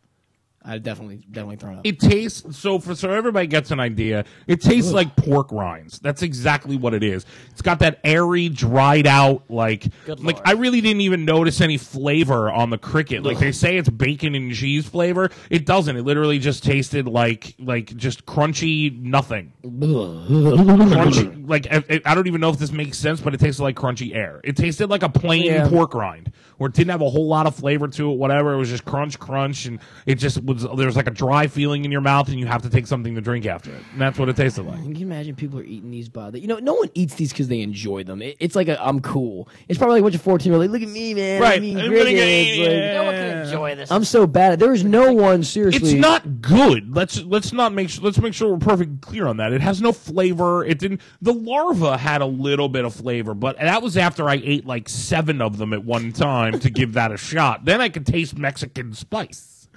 S2: I'd definitely definitely thrown up.
S4: It tastes so for so everybody gets an idea. It tastes like pork rinds. That's exactly what it is. It's got that airy, dried out like
S3: Good
S4: like
S3: lord.
S4: I really didn't even notice any flavor on the cricket. Like they say it's bacon and cheese flavor. It doesn't. It literally just tasted like like just crunchy nothing. Crunchy like I, I- I don't even know if this makes sense, but it tasted like crunchy air. It tasted like a plain
S2: Yeah.
S4: pork rind, where it didn't have a whole lot of flavor to it. Whatever, it was just crunch, crunch, and it just was. There was like a dry feeling in your mouth, and you have to take something to drink after it. And that's what it tasted like.
S2: Can you imagine people are eating these by the? You know, no one eats these because they enjoy them. It, it's like a, I'm cool. It's probably like a bunch of fourteen. Like, look at me, man.
S4: Right.
S2: I'm, eating
S4: I'm gonna
S2: crickets.
S4: get-
S2: Like,
S4: yeah.
S3: no one can enjoy this.
S2: I'm so bad. at There is no one seriously.
S4: It's not good. Let's let's not make sure, let's make sure we're perfectly clear on that. It has no flavor. It didn't. The larva had a little bit of flavor, but that was after I ate like seven of them at one time to give that a shot. Then I could taste Mexican spice,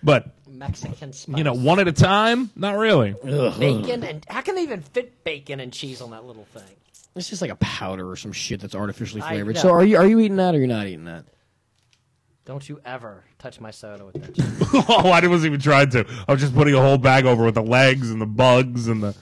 S4: but.
S3: Mexican spice.
S4: you know, one at a time? Not really.
S3: bacon and how can they even fit bacon and cheese on that little thing?
S2: It's just like a powder or some shit that's artificially
S3: I
S2: flavored.
S3: know.
S2: So are you are you eating that or you're not eating that?
S3: Don't you ever touch my soda with that. shit.
S4: oh, I wasn't even trying to. I was just putting a whole bag over with the legs and the bugs and the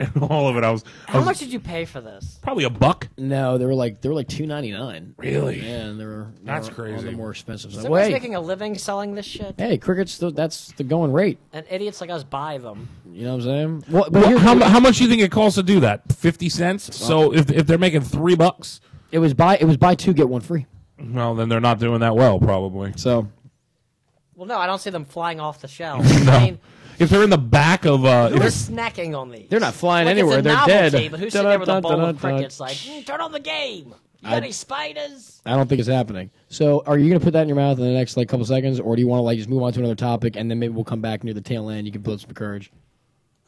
S4: and all of it. I was, I
S3: How
S4: was
S3: much did you pay for this?
S4: probably a buck.
S2: No, they were like they were like two ninety nine.
S4: Really?
S2: Yeah, and they were they
S4: That's
S2: were On the
S4: crazy.
S2: more expensive. side.
S3: Somebody's
S2: Wait.
S3: making a living selling this shit,
S2: hey, crickets. th that's the going rate.
S3: and idiots like us buy them.
S2: You know what I'm saying? What, but
S4: Well,
S2: here-
S4: how, mu- how much do you think it costs to do that? Fifty cents. So if if they're making three bucks,
S2: it was buy it was buy two get one free.
S4: well, then they're not doing that well, probably.
S2: So
S3: Well, no, I don't see them flying off the shelves. I mean,
S4: If they're in the back of uh,
S3: who's
S4: if
S3: snacking on these?
S2: They're not flying
S3: like
S2: anywhere.
S3: It's a
S2: They're
S3: novelty,
S2: dead.
S3: But who's sitting there with a bowl of
S2: Dun-dun-dun-dun-dun.
S3: crickets? Like, "Mm, turn on the game. You got any spiders?
S2: I don't think it's happening. So are you gonna put that in your mouth in the next like couple seconds, or do you want to like just move on to another topic and then maybe we'll come back near the tail end? You can build some courage.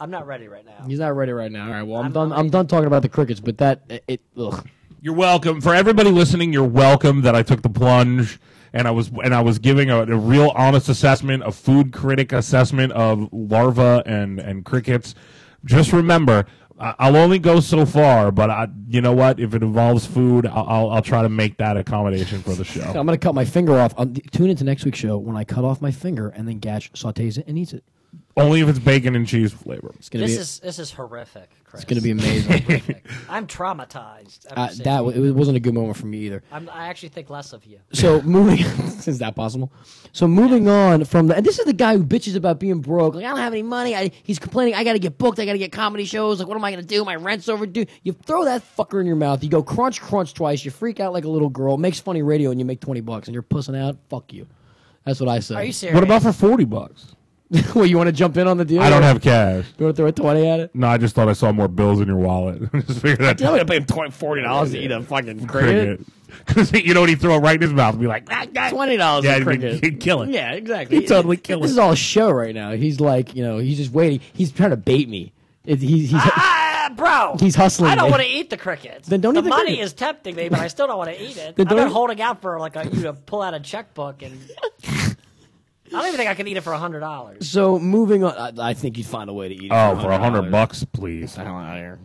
S3: I'm not ready right now.
S2: He's not ready right now. All right. Well, I'm, done. I'm done talking about the crickets. But that it. it ugh.
S4: You're welcome. For everybody listening, you're welcome that I took the plunge and I was and I was giving a, a real honest assessment, a food critic assessment of larvae and and crickets. Just remember, I- I'll only go so far, but I, you know what? If it involves food, I'll, I'll, I'll try to make that accommodation for the show.
S2: I'm gonna cut my finger off. Um, tune into next week's show when I cut off my finger and then Gatch sautés it and eats it.
S4: Only if it's bacon and cheese flavor.
S2: It's gonna
S3: This
S2: be
S3: is this is horrific, Chris.
S2: it's gonna be amazing.
S3: I'm traumatized. after
S2: uh,
S3: seeing
S2: that
S3: you.
S2: wa- it wasn't a good moment for me either.
S3: I'm, I actually think less of you.
S2: So moving, is that possible? So moving on from the, and this is the guy who bitches about being broke. Like I don't have any money. I, he's complaining. I got to get booked. I got to get comedy shows. Like what am I gonna do? My rent's overdue. You throw that fucker in your mouth. You go crunch, crunch twice. You freak out like a little girl. Makes funny radio, and you make twenty bucks, and you're pussing out. Fuck you. That's what I say.
S3: Are you serious?
S4: What about for forty bucks?
S2: well, you want to jump in on the deal?
S4: I don't have cash.
S2: You want to throw a twenty at it?
S4: No, I just thought I saw more bills in your wallet. just figured that.
S2: I'm gonna pay him twenty forty dollars to eat a fucking cricket.
S4: Because you know what he throw it right in his mouth and be like, "Ah, ah."
S2: Twenty dollars
S4: yeah,
S2: a
S4: he'd, be,
S2: cricket.
S4: he'd kill it.
S2: Yeah, exactly.
S4: He'd totally kill
S2: This
S4: it.
S2: is all a show right now. He's like, you know, he's just waiting. He's trying to bait me. It, he's, he's,
S3: Ah, bro.
S2: He's hustling
S3: I don't
S2: me.
S3: want to eat the crickets.
S2: Then don't
S3: the
S2: eat the
S3: money
S2: cricket.
S3: is tempting me, but I still don't want to eat it.
S2: Then
S3: I've been
S2: don't eat-
S3: holding out for like a, you to pull out a checkbook and. I don't even think I can eat it for a hundred dollars.
S2: so moving on. I, I think you'd find a way to eat. it
S4: Oh, for a
S2: $100.
S4: hundred bucks, please.
S2: Get the hell outta here.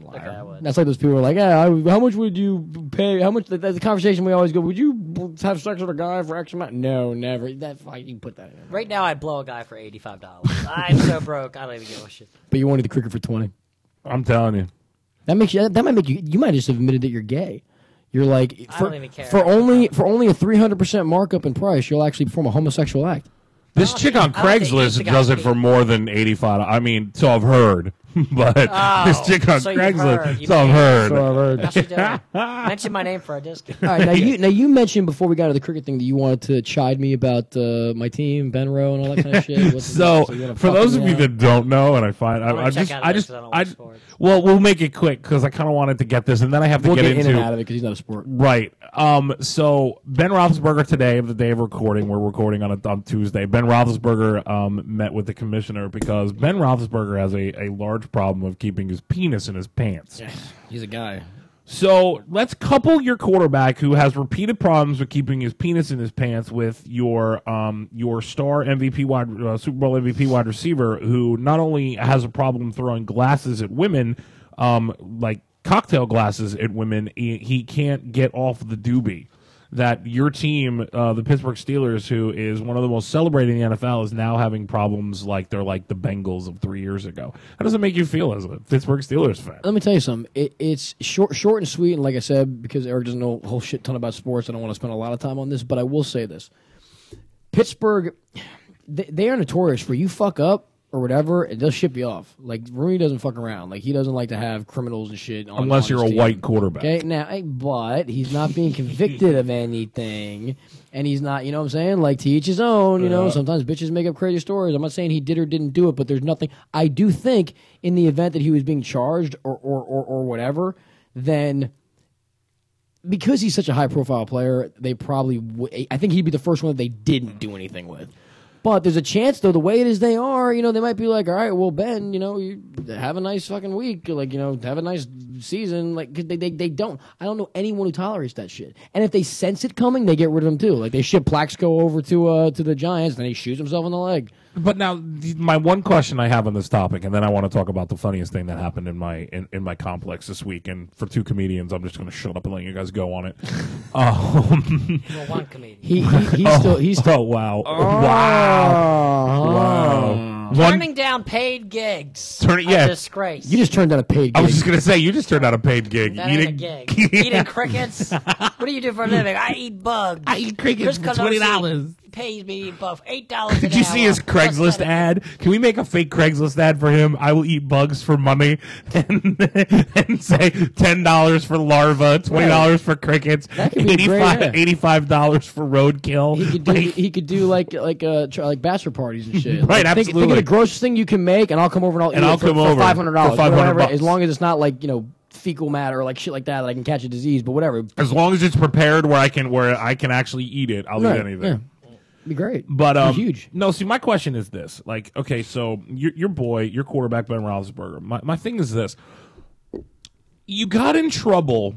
S2: Liar.
S3: I would.
S2: That's like those people who are like, yeah, I, how much would you pay? How much? That's the conversation we always go. Would you have sex with a guy for X amount? No, never. That fuck, you can put that in.
S3: Right now, I'd blow a guy for eighty-five dollars. I'm so broke. I don't even give a shit.
S2: But you wanted the cricket for twenty.
S4: I'm telling you.
S2: That makes you. That might make you. You might just have admitted that you're gay. You're like for,
S3: don't even care.
S2: for only for only a three hundred percent markup in price, you'll actually perform a homosexual act.
S4: This chick on
S3: I don't think it's
S4: Craigslist
S3: the guy
S4: does it
S3: who-
S4: for more than eighty-five. I mean, so I've heard. but this chick on
S3: so you've heard.
S4: Craigslist.
S3: You
S4: so I've
S3: may-
S4: heard.
S6: So I've heard.
S3: That's what you're doing. Mention my name for a discount.
S2: All right, now you now you mentioned before we got into the cricket thing that you wanted to chide me about uh, my team, Ben Rowe, and all that kind of shit. What's
S4: So,
S2: you wanna
S4: for
S2: fuck
S4: those
S2: me
S4: of you
S2: up?
S4: that don't know, and I find I,
S3: gonna
S4: I
S3: check
S4: just,
S3: out
S4: I
S3: of this
S4: just,
S3: 'cause I don't
S4: I,
S3: watch sports.
S4: well, we'll make it quick because I kind of wanted to get this, and then I have to
S5: We'll
S4: get,
S5: get,
S4: into
S5: in and out of it because he's not a sport.
S4: Right. Um. So Ben Roethlisberger today, the day of recording, we're recording on a, on Tuesday. Ben Roethlisberger um met with the commissioner because Ben Roethlisberger has a, a large problem of keeping his penis in his pants.
S2: he's a guy.
S4: So let's couple your quarterback who has repeated problems with keeping his penis in his pants with your um your star MVP wide uh, Super Bowl MVP wide receiver who not only has a problem throwing glasses at women, um like cocktail glasses at women, he, he can't get off the doobie. That your team, uh, the Pittsburgh Steelers, who is one of the most celebrated in the NFL, is now having problems like they're like the Bengals of three years ago. How does it make you feel as a Pittsburgh Steelers fan?
S2: Let me tell you something. It, it's short, short and sweet, and like I said, because Eric doesn't know a whole shit ton about sports, I don't want to spend a lot of time on this. But I will say this: Pittsburgh, they, they are notorious for you fuck up or whatever, and they'll ship you off. Like Rooney doesn't fuck around. Like he doesn't like to have criminals and shit. On,
S4: Unless
S2: on
S4: you're
S2: his
S4: a
S2: team.
S4: white quarterback.
S2: Okay, now, hey, but he's not being convicted of anything, and he's not, you know what I'm saying? Like, to each his own, you know? Sometimes bitches make up crazy stories. I'm not saying he did or didn't do it, but there's nothing. I do think, in the event that he was being charged or, or, or, or whatever, then because he's such a high profile player, they probably, w- I think he'd be the first one that they didn't do anything with. But there's a chance, though, the way it is they are, you know, they might be like, all right, well, Ben, you know, you have a nice fucking week. Like, you know, have a nice season. Like, 'cause they, they, they don't. I don't know anyone who tolerates that shit. And if they sense it coming, they get rid of him, too. Like, they ship Plaxico over to uh, to the Giants, and then he shoots himself in the leg.
S4: But now, th- my one question I have on this topic, and then I want to talk about the funniest thing that happened in my in, in my complex this week. And for two comedians, I'm just going to shut up and let you guys go on it. um,
S3: Well, one comedian.
S2: He, he, he's still. He's still
S4: oh wow, wow,
S3: Oh.
S4: wow! One
S3: Turning down paid gigs.
S4: Turn it-
S3: A
S4: yeah.
S3: disgrace.
S2: you just turned down a paid
S4: I
S2: gig.
S4: was just going to say you just turned out a paid gig.
S3: that
S4: You
S3: ain't a
S4: didn't-
S3: gig. Eating crickets? What do you do for a living? I eat bugs. I
S4: eat crickets for $20.
S3: Pays me to eat bugs. Eight dollars.
S4: Did you see his Craigslist ad? Can we make a fake Craigslist ad for him? I will eat bugs for money and, and say ten dollars for larva, twenty dollars for crickets,
S2: could be a great ad.
S4: eighty-five dollars for roadkill.
S2: He could do.
S4: Like,
S2: he could do like like uh tr- like bachelor parties and shit. Like,
S4: Right,
S2: think- Think,
S4: absolutely.
S2: of the grossest thing you can make, and I'll come over and I'll
S4: And
S2: eat
S4: I'll
S2: it for,
S4: come over
S2: for five hundred dollars,
S4: for 500 bucks.
S2: as long as it's not like you know fecal matter or like shit like that. That I can catch a disease, but whatever, It'd
S4: as long as it's prepared where I can where I can actually eat it, I'll
S2: Right,
S4: eat anything.
S2: yeah. be great.
S4: But um,
S2: huge.
S4: No, see, my question is this: like, okay, so your your boy, your quarterback Ben Roethlisberger. My my thing is this: you got in trouble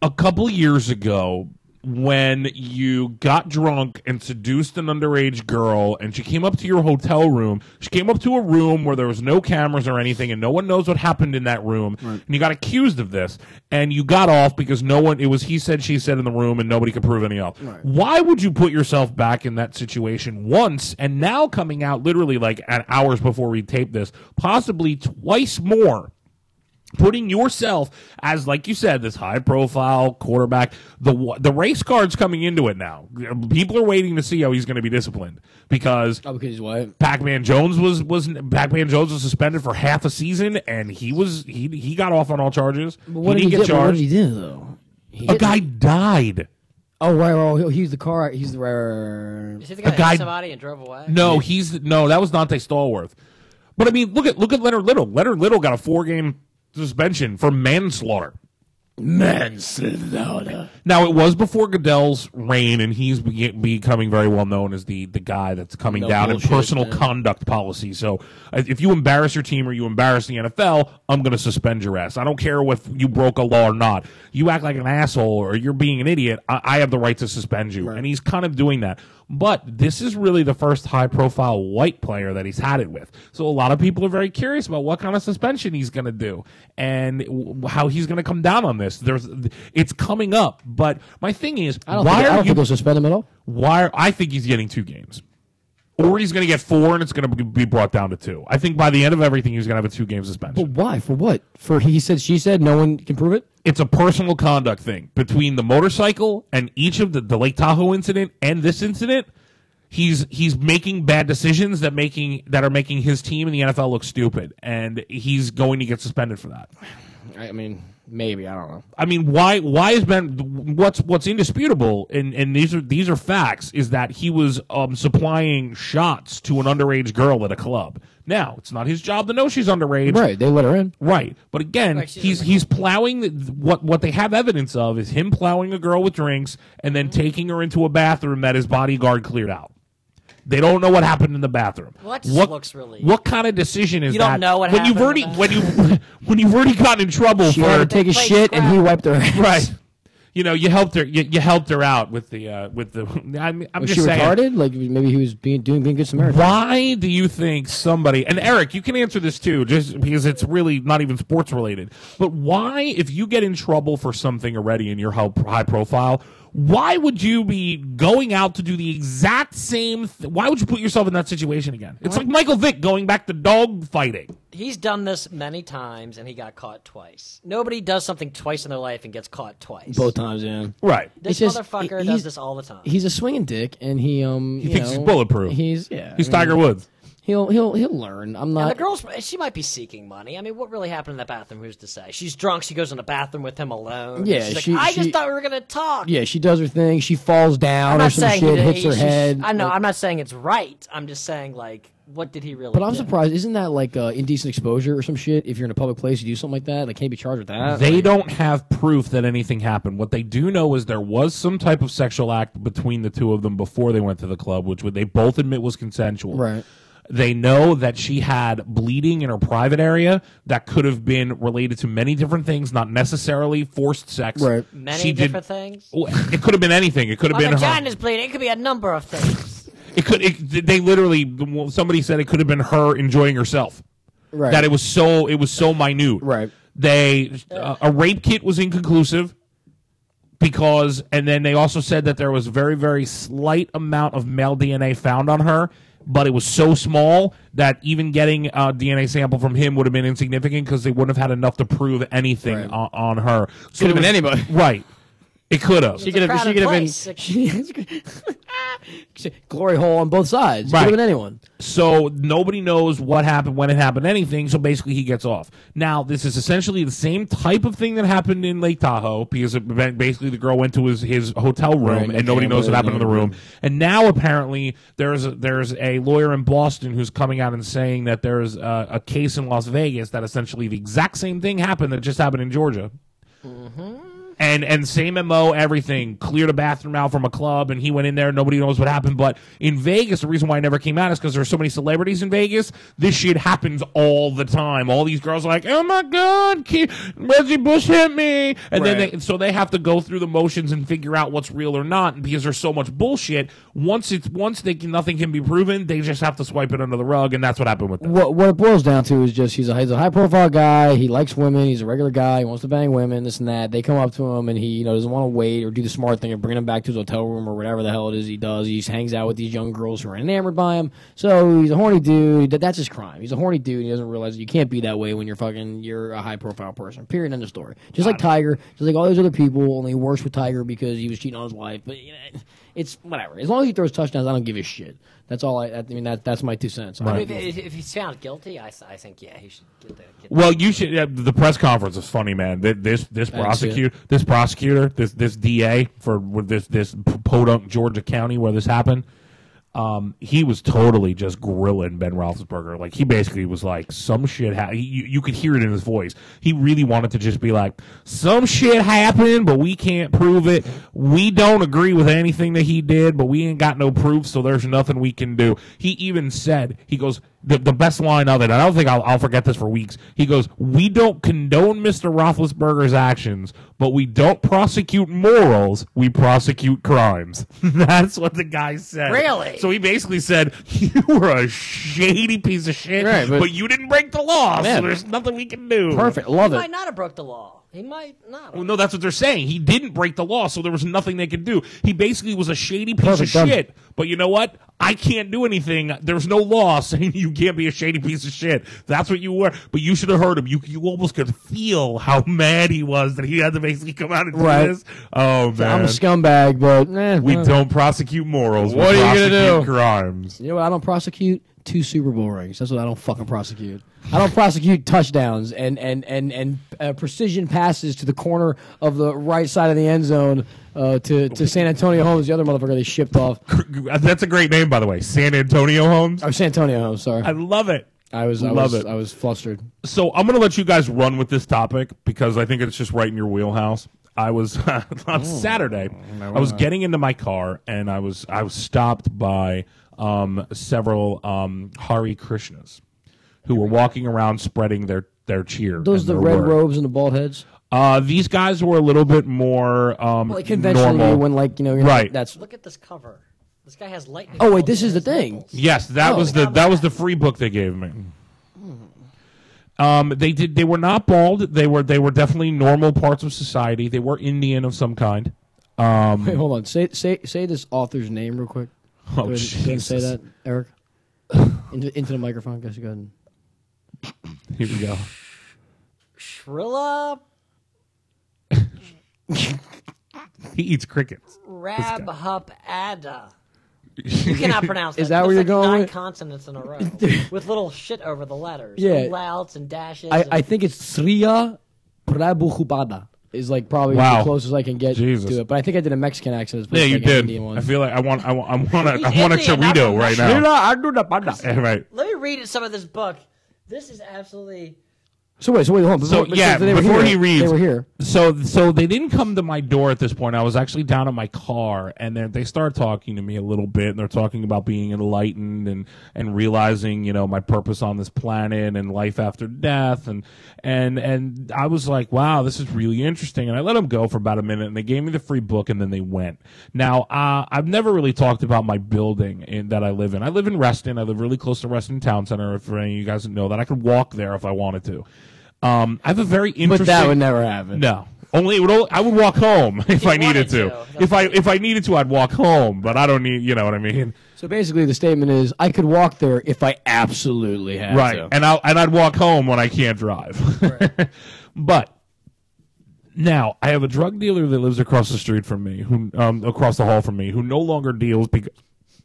S4: a couple years ago when you got drunk and seduced an underage girl and she came up to your hotel room she came up to a room where there was no cameras or anything and no one knows what happened in that room and you got accused of this and you got off because no one it was he said she said in the room and nobody could prove any off why would you put yourself back in that situation once and now coming out literally like at hours before we tape this possibly twice more putting yourself as like you said this high profile quarterback the wa- the race card's coming into it now people are waiting to see how he's going to be disciplined because
S2: Oh, because he's white.
S4: Pac-Man Jones was was Pac-Man Jones was suspended for half a season and he was he he got off on all charges
S2: What
S4: he
S2: did
S4: didn't
S2: he,
S4: get
S2: do? What
S4: charged
S2: did he do though? He
S4: a
S2: hit-
S4: guy died
S2: Oh right, right, right. He's the car. He's the right, right, right, right.
S3: Is he the guy
S4: guy-
S3: that hit somebody and drove away?
S4: no he's no that was Dante Stallworth but I mean look at look at Leonard Little Leonard Little got a four game suspension for manslaughter
S2: manslaughter.
S4: Now it was before Goodell's reign, and he's be- becoming very well known as the the guy that's coming down
S2: bullshit,
S4: in personal
S2: man.
S4: conduct policy. So uh, if you embarrass your team or you embarrass the NFL, I'm going to suspend your ass. I don't care if you broke a law or not. You act like an asshole or you're being an idiot. I, I have the right to suspend you, and he's kind of doing that. But this is really the first high profile white player that he's had it with. So a lot of people are very curious about what kind of suspension he's going to do and w- how he's going to come down on this. There's it's coming up, but my thing is,
S2: I don't,
S4: why
S2: think, I
S4: are
S2: don't
S4: you
S2: think they'll suspend him at all.
S4: why? I think he's getting two games, or he's going to get four, and it's going to be brought down to two. I think by the end of everything, he's going to have a two-game suspension.
S2: But why? For what? For he said, she said. No one can prove it.
S4: it's a personal conduct thing between the motorcycle and each of the, the Lake Tahoe incident and this incident. he's he's making bad decisions that making that are making his team and the NFL look stupid, and he's going to get suspended for that.
S2: I mean, maybe I don't know.
S4: I mean, why why has Ben? What's what's indisputable, and and these are these are facts, is that he was um, supplying shots to an underage girl at a club. Now it's not his job to know she's underage,
S2: Right? They let her in.
S4: Right. But again, he's he's plowing the, what what they have evidence of is him plowing a girl with drinks and then taking her into a bathroom that his bodyguard cleared out. They don't know what happened in the bathroom.
S3: Well, that just
S4: what
S3: looks really-
S4: What kind of decision is
S3: You
S4: that?
S3: don't know what
S4: when you've
S3: happened
S4: already
S3: in the
S4: when you when you've already gotten in trouble
S2: She
S4: for
S2: had to take a
S3: They played
S2: shit, and he wiped her. Ass.
S4: right. You know, you helped her. You, you helped her out with the uh, with the. I'm, I'm
S2: Was
S4: just
S2: she
S4: saying.
S2: retarded? Like maybe he was being doing being good Samaritan.
S4: Why do you think somebody and Eric, you can answer this too, just because it's really not even sports related. But why, if you get in trouble for something already in your ho- high profile, why would you be going out to do the exact same? Th- why would you put yourself in that situation again? It's like Michael Vick going back to dog fighting.
S3: He's done this many times and he got caught twice. Nobody does something twice in their life and gets caught twice.
S2: Both times, yeah.
S4: Right.
S3: This
S2: It's just-
S3: motherfucker
S2: he-
S3: does
S2: he's-
S3: this all the time.
S2: He's a swinging dick, and he um. He you
S4: thinks
S2: know,
S4: he's bulletproof.
S2: He's yeah.
S4: He's
S2: I mean,
S4: Tiger Woods.
S2: He'll he'll he'll learn. I'm
S3: And the
S2: not.
S3: girl's she might be seeking money. I mean, what really happened in that bathroom? Who's to say? She's drunk. She goes in the bathroom with him alone.
S2: Yeah,
S3: She's like,
S2: she-
S3: I
S2: she-
S3: just thought we were gonna talk.
S2: Yeah, she does her thing. She falls down
S3: I'm
S2: or
S3: not
S2: some
S3: saying
S2: shit,
S3: he-
S2: hits her
S3: she's-
S2: head.
S3: I know.
S2: like-
S3: I'm not saying it's right. I'm just saying like, what did he really?
S2: but I'm
S3: do?
S2: surprised. Isn't that like uh, indecent exposure or some shit? If you're in a public place, you do something like that. Like, can't you be charged with that.
S4: They
S2: Like,
S4: don't have proof that anything happened. What they do know is there was some type of sexual act between the two of them before they went to the club, which would they both admit was consensual.
S2: Right.
S4: They know that she had bleeding in her private area that could have been related to many different things, not necessarily forced sex.
S2: Right.
S3: Many
S4: She did-
S3: different things.
S4: Oh, It could have been anything. It could have
S3: My
S4: been her.
S3: vagina's bleeding. It could be a number of things.
S4: It could. It, they literally. Somebody said it could have been her enjoying herself.
S2: Right.
S4: That it was so. It was so minute.
S2: Right.
S4: They uh, a rape kit was inconclusive because, and then they also said that there was very very slight amount of male DNA found on her, but it was so small that even getting uh, a DNA sample from him would have been insignificant because they wouldn't have had enough to prove anything
S2: Right.
S4: on, on her. So
S2: Could have
S4: it
S2: been
S4: was-
S2: anybody.
S4: Right. It could have.
S2: She could have. She
S3: crowded
S2: could have
S3: place.
S2: been. She- glory hole on both sides. Could
S4: Right.
S2: have been anyone.
S4: So nobody knows what happened, when it happened, anything. So basically, he gets off. Now, this is essentially the same type of thing that happened in Lake Tahoe because it, ba- basically the girl went to his, his hotel room
S2: Right,
S4: and
S2: okay,
S4: nobody knows what
S2: but-
S4: happened in the room. And now apparently there's a, there's a lawyer in Boston who's coming out and saying that there's a, a case in Las Vegas that essentially the exact same thing happened that just happened in Georgia and and same mo everything cleared a bathroom out from a club and he went in there nobody knows what happened but in vegas the reason why it never came out is because there's so many celebrities in vegas this shit happens all the time all these girls are like oh my god Ke- reggie bush hit me and then they, so they have to go through the motions and figure out what's real or not and because there's so much bullshit once it's once they can, nothing can be proven they just have to swipe it under the rug and that's what happened with them
S2: What what it boils down to is just he's a he's a high profile guy. He likes women. He's a regular guy. He wants to bang women. This and that. They come up to him and he you know doesn't want to wait or do the smart thing of bringing him back to his hotel room or whatever the hell it is he does. He just hangs out with these young girls who are enamored by him. So he's a horny dude. That- That's his crime. He's a horny dude. and He doesn't realize that you can't be that way when you're fucking you're a high profile person. Period. End of story. Just like Tiger. Just like all those other people. Only worse with Tiger because he was cheating on his wife. But you know, it's whatever. As long as he throws touchdowns, I don't give a shit. That's all I. I mean that that's my two cents. I don't
S3: If,
S2: give a
S3: if, if he's found guilty, I, s- I think yeah, he should get the. Get the
S4: Well, you should. Uh, the press conference was funny, man. Th- This this prosecutor, this prosecutor, this this DA for with this this P- Podunk, Georgia county where this happened. Um, he was totally just grilling Ben Roethlisberger. Like he basically was like, "Some shit." Ha-. He, you, you could hear it in his voice. He really wanted to just be like, "Some shit happened, but we can't prove it. We don't agree with anything that he did, but we ain't got no proof, so there's nothing we can do." He even said, "He goes." the, the best line of it, and I don't think I'll, I'll forget this for weeks. He goes, "We don't condone Mr. Roethlisberger's actions, but we don't prosecute morals. We prosecute crimes." That's what the guy said.
S3: Really?
S4: So he basically said, "You were a shady piece of shit,
S2: Right,
S4: but,
S2: but-
S4: you didn't break the law, so
S2: Man.
S4: there's nothing we can do."
S2: Perfect. Love
S3: he
S2: it.
S3: might not have broke the law. He might not.
S4: Well, no, that's what they're saying. He didn't break the law, so there was nothing they could do. He basically was a shady piece
S2: Perfect,
S4: of
S2: done.
S4: shit. But you know what? I can't do anything. There's no law saying you can't be a shady piece of shit. That's what you were. But you should have heard him. You you almost could feel how mad he was that he had to basically come out and do
S2: Right.
S4: this. Oh man,
S2: I'm a scumbag, but eh,
S4: we
S2: well,
S4: don't prosecute morals.
S2: What
S4: we
S2: are you gonna
S4: prosecute
S2: do?
S4: Crimes.
S2: You know what? I don't prosecute two Super Bowl rings. That's what I don't fucking prosecute. I don't prosecute touchdowns and and and and uh, precision passes to the corner of the right side of the end zone uh, to to San Antonio Holmes, the other motherfucker they shipped off.
S4: Uh, That's a great name, by the way. San Antonio Holmes.
S2: Or San Antonio Holmes. Sorry,
S4: I love it.
S2: I was I
S4: love
S2: was
S4: it.
S2: I was flustered.
S4: so I'm gonna let you guys run with this topic because I think it's just right in your wheelhouse. I was on Saturday. I was getting into my car and I was I was stopped by um, several um, Hari Krishnas who were walking around spreading their their cheer.
S2: Those
S4: and
S2: the
S4: their
S2: red
S4: word.
S2: robes and the bald heads.
S4: Uh, these guys were a little bit more um,
S2: Like conventionally,
S4: normal.
S2: when like you know, you're
S4: Right.
S2: Not, that's
S3: Look at this cover. This guy has lightning.
S2: Oh, wait,
S3: bolts
S2: this
S3: in
S2: is the
S3: his
S2: thing.
S3: nipples.
S4: Yes, that was the that was the free book they gave me. Um, they did. They were not bald. They were they were definitely normal parts of society. They were Indian of some kind. Um,
S2: Wait, hold on. Say say say this author's name real quick.
S4: Oh,
S2: go ahead, go ahead and say
S4: Jesus.
S2: that, Eric. into, into the microphone. Guess you go ahead. And,
S4: here we go.
S3: Shrilla
S4: He eats crickets.
S3: Rabhupada. You cannot pronounce that.
S2: Is that
S3: That's
S2: where you're
S3: like
S2: going
S3: Nine
S2: with-
S3: consonants in a row with little shit over the letters.
S2: Yeah.
S3: Louds and dashes.
S2: I,
S3: and-
S2: I think it's Sriya Prabhupada is like probably
S4: Wow.
S2: the closest I can get
S4: Jesus.
S2: to it. But I think I did a Mexican accent. As opposed
S4: Yeah,
S2: to
S4: you
S2: like an
S4: did.
S2: Indian one.
S4: I feel like I want I want I want a,
S3: He's
S4: I want a
S3: Indian, not
S4: chorito
S3: from
S4: right
S3: Russia.
S4: now.
S2: Srila-
S4: Yeah, right.
S3: Let me read some of this book. This is absolutely.
S2: So wait, so wait, hold on.
S4: So,
S2: Before-
S4: yeah,
S2: because they were
S4: before
S2: here,
S4: he reads-
S2: they were here.
S4: So so they didn't come to my door at this point. I was actually down in my car, and then they start talking to me a little bit, and they're talking about being enlightened and and realizing you know my purpose on this planet and life after death, and and and I was like, wow, this is really interesting. And I let them go for about a minute, and they gave me the free book, and then they went. Now uh, I've never really talked about my building in, that I live in. I live in Reston. I live really close to Reston Town Center. If any of you guys know that, I could walk there if I wanted to. Um, I have a very interesting.
S2: But that would never happen.
S4: No. Only it would only, I would walk home if I needed
S3: wanted
S4: to.
S3: to.
S4: If I if I needed to, I'd walk home. But I don't need. You know what I mean?
S2: So basically, the statement is I could walk there if I absolutely had
S4: right.
S2: to.
S4: And I and I'd walk home when I can't drive. but now I have a drug dealer that lives across the street from me, who um, across the hall from me, who no longer deals because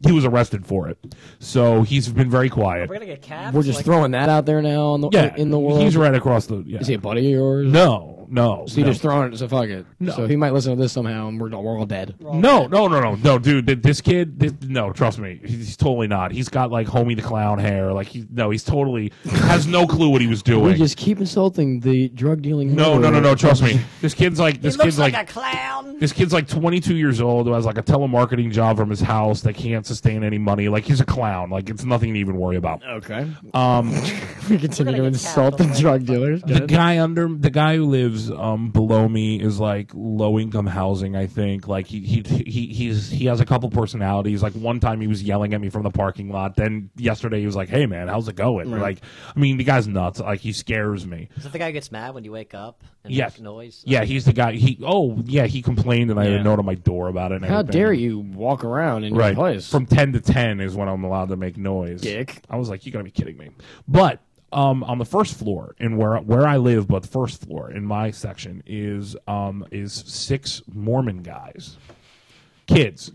S4: he was arrested for it. So he's been very quiet.
S3: We're gonna get caps.
S2: We're just
S3: like,
S2: throwing that out there now in the,
S4: Yeah,
S2: in the world.
S4: he's right across the. Yeah.
S2: Is he a buddy of yours?
S4: no, no.
S2: So you
S4: no.
S2: just throwing it. So fuck it. So he might listen to this somehow, and we're we're all dead.
S4: No, no, no, no, no, dude. th- This kid, th- no, trust me, he's totally not. He's got like homie the clown hair. Like he, no, he's totally has no clue what he was
S2: We
S4: doing.
S2: just keep insulting the drug dealing.
S4: no, no, no, no. Trust me, this kid's like
S3: He
S4: this
S3: looks
S4: kid's
S3: like,
S4: like,
S3: a clown.
S4: this kid's like 22 years old who has like a telemarketing job from his house that can't sustain any money. Like he's a clown. Like it's nothing to even worry about.
S2: Okay.
S4: Um,
S2: We continue to
S3: get
S2: insult the
S3: capital.
S2: drug dealers.
S4: the guy under the guy who lives um below me is like low income housing i think like he he he he's he has a couple personalities like one time he was yelling at me from the parking lot then yesterday he was like hey man how's it going like i mean the guy's nuts like he scares me
S3: Is that the guy who gets mad when you wake up and
S4: Yes.
S3: makes noise?
S4: yeah he's the guy he oh yeah he complained and i had a note on my door about it and
S2: How
S4: everything.
S2: dare you walk around in
S4: right
S2: your place?
S4: from 10 to 10 is when i'm allowed to make noise
S2: Dick.
S4: I was like, you gotta be kidding me. But um, on the first floor, and where where I live, but the first floor in my section is um, is six Mormon guys, kids,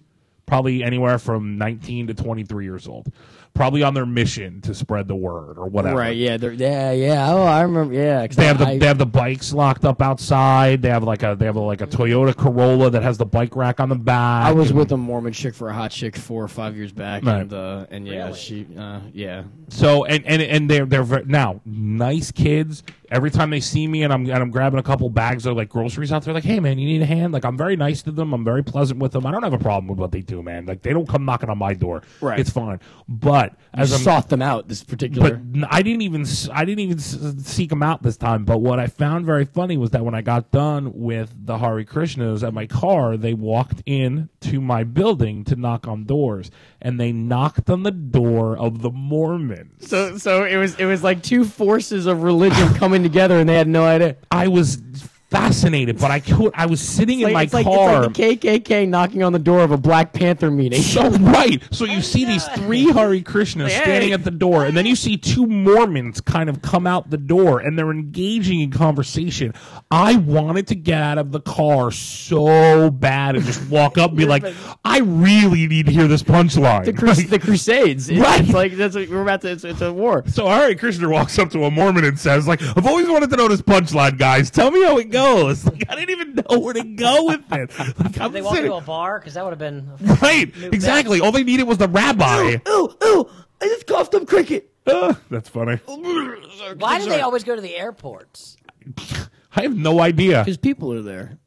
S4: probably anywhere from nineteen to twenty three years old, probably on their mission to spread the word or whatever.
S2: right? Yeah, they're, yeah, yeah. Oh, I remember. Yeah, 'cause
S4: They have the
S2: I-
S4: they have the bikes locked up outside. They have like a they have like a Toyota Corolla that has the bike rack on the back.
S2: I was with a Mormon chick for a hot chick four or five years back,
S4: Right.
S2: and uh, and yeah,
S3: Really?
S2: she, uh, yeah.
S4: So and and and they're they're ver- now nice kids. Every time they see me and I'm and I'm grabbing a couple bags of like groceries out there, like, hey man, you need a hand? Like I'm very nice to them. I'm very pleasant with them. I don't have a problem with what they do, man. Like they don't come knocking on my door.
S2: Right.
S4: it's fine. But as I'm
S2: sought them out. This particular.
S4: but n- I didn't even s- I didn't even s- seek them out this time. But what I found very funny was that when I got done with the Hari Krishnas at my car, they walked in to my building to knock on doors, and they knocked on the door of the Mormons.
S2: so so it was it was like two forces of religion coming together, and they had no idea.
S4: I was fascinated, but I could. I was sitting in
S2: Like,
S4: my
S2: it's, like,
S4: car.
S2: it's like the KKK knocking on the door of a Black Panther meeting.
S4: so right. So
S2: Oh
S4: you see these three Hare Krishnas standing at the door, and then you see two Mormons kind of come out the door, and they're engaging in conversation. I wanted to get out of the car so bad and just walk up and be like, "I really need to hear this punchline."
S2: The, Crus- the Crusades. It's,
S4: Right.
S2: it's like that's what we're about to. It's, it's a war.
S4: So Hare Krishna walks up to a Mormon and says, "Like I've always wanted to know this punchline, guys. Tell me how it goes." Like I didn't even know where to go with it. Like I'm
S3: They walk
S4: sitting-
S3: into a bar because that would have been.
S4: right, exactly. All they needed was the rabbi.
S2: Ooh, ooh! I just coughed up cricket.
S4: Uh, that's funny.
S3: Why do they always go to the airports?
S4: I have no idea.
S2: Because people are there.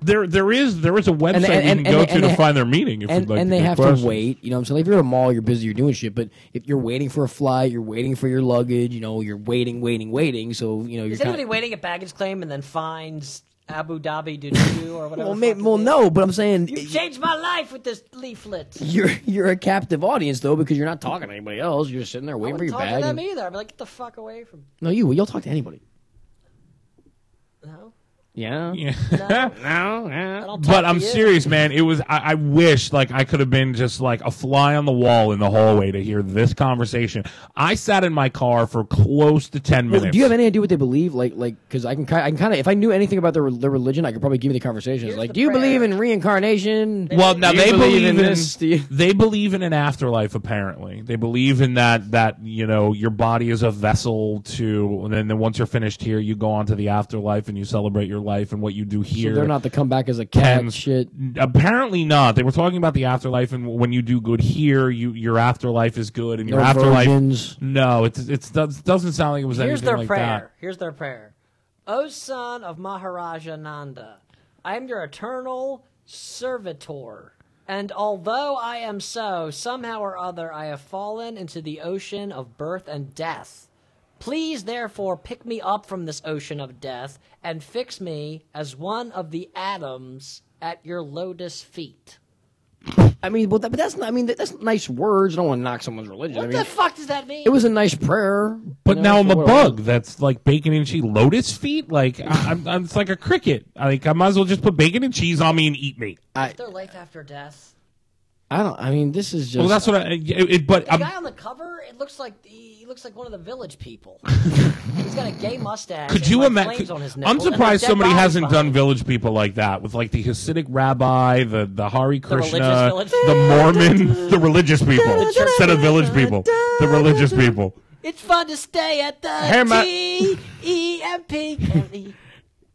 S4: There, there is there is a website
S2: and-
S4: you
S2: and-
S4: can go
S2: and-
S4: to
S2: and
S4: to
S2: they-
S4: find their meeting. If
S2: and
S4: you'd like
S2: and
S4: to
S2: they
S4: get
S2: have
S4: questions.
S2: to wait. You know what I'm saying? Like, if you're at a mall, you're busy, you're doing shit. But if you're waiting for a flight, you're waiting for your luggage. You know, you're waiting, waiting, waiting. So you know, you're
S3: Is
S2: kinda-
S3: anybody waiting at baggage claim and then finds Abu Dhabi Dudu or whatever?
S2: well,
S3: the
S2: may,
S3: fuck it
S2: well,
S3: is?
S2: no. But I'm saying
S3: You changed my life with this leaflet.
S2: you're you're a captive audience though because you're not talking to anybody else. You're just sitting there
S3: I
S2: waiting for
S3: wouldn't
S2: your
S3: talk
S2: bag.
S3: to them
S2: and-
S3: either. I'd be like, get the fuck away from
S2: no, you you'll talk to anybody.
S3: no.
S2: Yeah.
S4: Yeah.
S2: No. yeah.
S3: I don't talk
S4: But
S3: to
S4: I'm
S3: you.
S4: serious, man. It was. I, I wish like I could have been just like a fly on the wall in the hallway to hear this conversation. I sat in my car for close to ten minutes.
S2: Do you have any idea what they believe? Like, like, because I can, ki- I can kind of, if I knew anything about their their religion, I could probably give you the conversation. It's
S3: Here's
S2: like,
S3: the
S2: do you
S3: prayer.
S2: believe in reincarnation?
S4: well, now
S2: Do
S4: they
S2: you
S4: believe in,
S2: this. Do you-
S4: they believe in an afterlife. Apparently, they believe in that that you know your body is a vessel to, and then, then once you're finished here, you go on to the afterlife and you celebrate your life and what you do
S2: So
S4: here.
S2: they're not to come back as a cat
S4: Pens.
S2: shit.
S4: Apparently not. They were talking about the afterlife, and when you do good here, you your afterlife is good, and your
S2: No
S4: afterlife.
S2: virgins.
S4: No, it's it's it doesn't sound like it was
S3: Here's
S4: anything
S3: their
S4: like
S3: prayer.
S4: that.
S3: Here's their prayer. O son of Maharaja Nanda, I am your eternal servitor. And although I am so, somehow or other I have fallen into the ocean of birth and death. Please, therefore, pick me up from this ocean of death and fix me as one of the atoms at your lotus feet.
S2: I mean, but, that, but that's not. I mean, that, that's nice words. I don't want to knock someone's religion.
S3: What
S2: I mean,
S3: the fuck does that mean?
S2: it was a nice prayer.
S4: But
S2: you know,
S4: now I'm
S2: for
S4: a
S2: what it was.
S4: bug that's like bacon and cheese lotus feet. Like I, I'm, I'm, it's like a cricket. Like I might as well just put bacon and cheese on me and eat me.
S3: Is there life after death?
S2: I don't. I mean, this is just.
S4: Well, that's what I. It, it- but
S3: The
S4: I'm,
S3: guy on the cover, it looks like he, he looks like one of the village people. He's got a gay mustache.
S4: could
S3: and
S4: you
S3: like
S4: imagine?
S3: flames on his
S4: I'm
S3: nipples, and
S4: surprised
S3: there's dead
S4: somebody
S3: bodies
S4: hasn't done
S3: behind him.
S4: village people like that with like the Hasidic rabbi, the the Hari Krishna,
S3: religious
S4: the Mormon, the religious people
S3: church
S4: instead of village people, the religious people.
S3: It's fun to stay at the
S4: Hey, man.
S3: T E M P.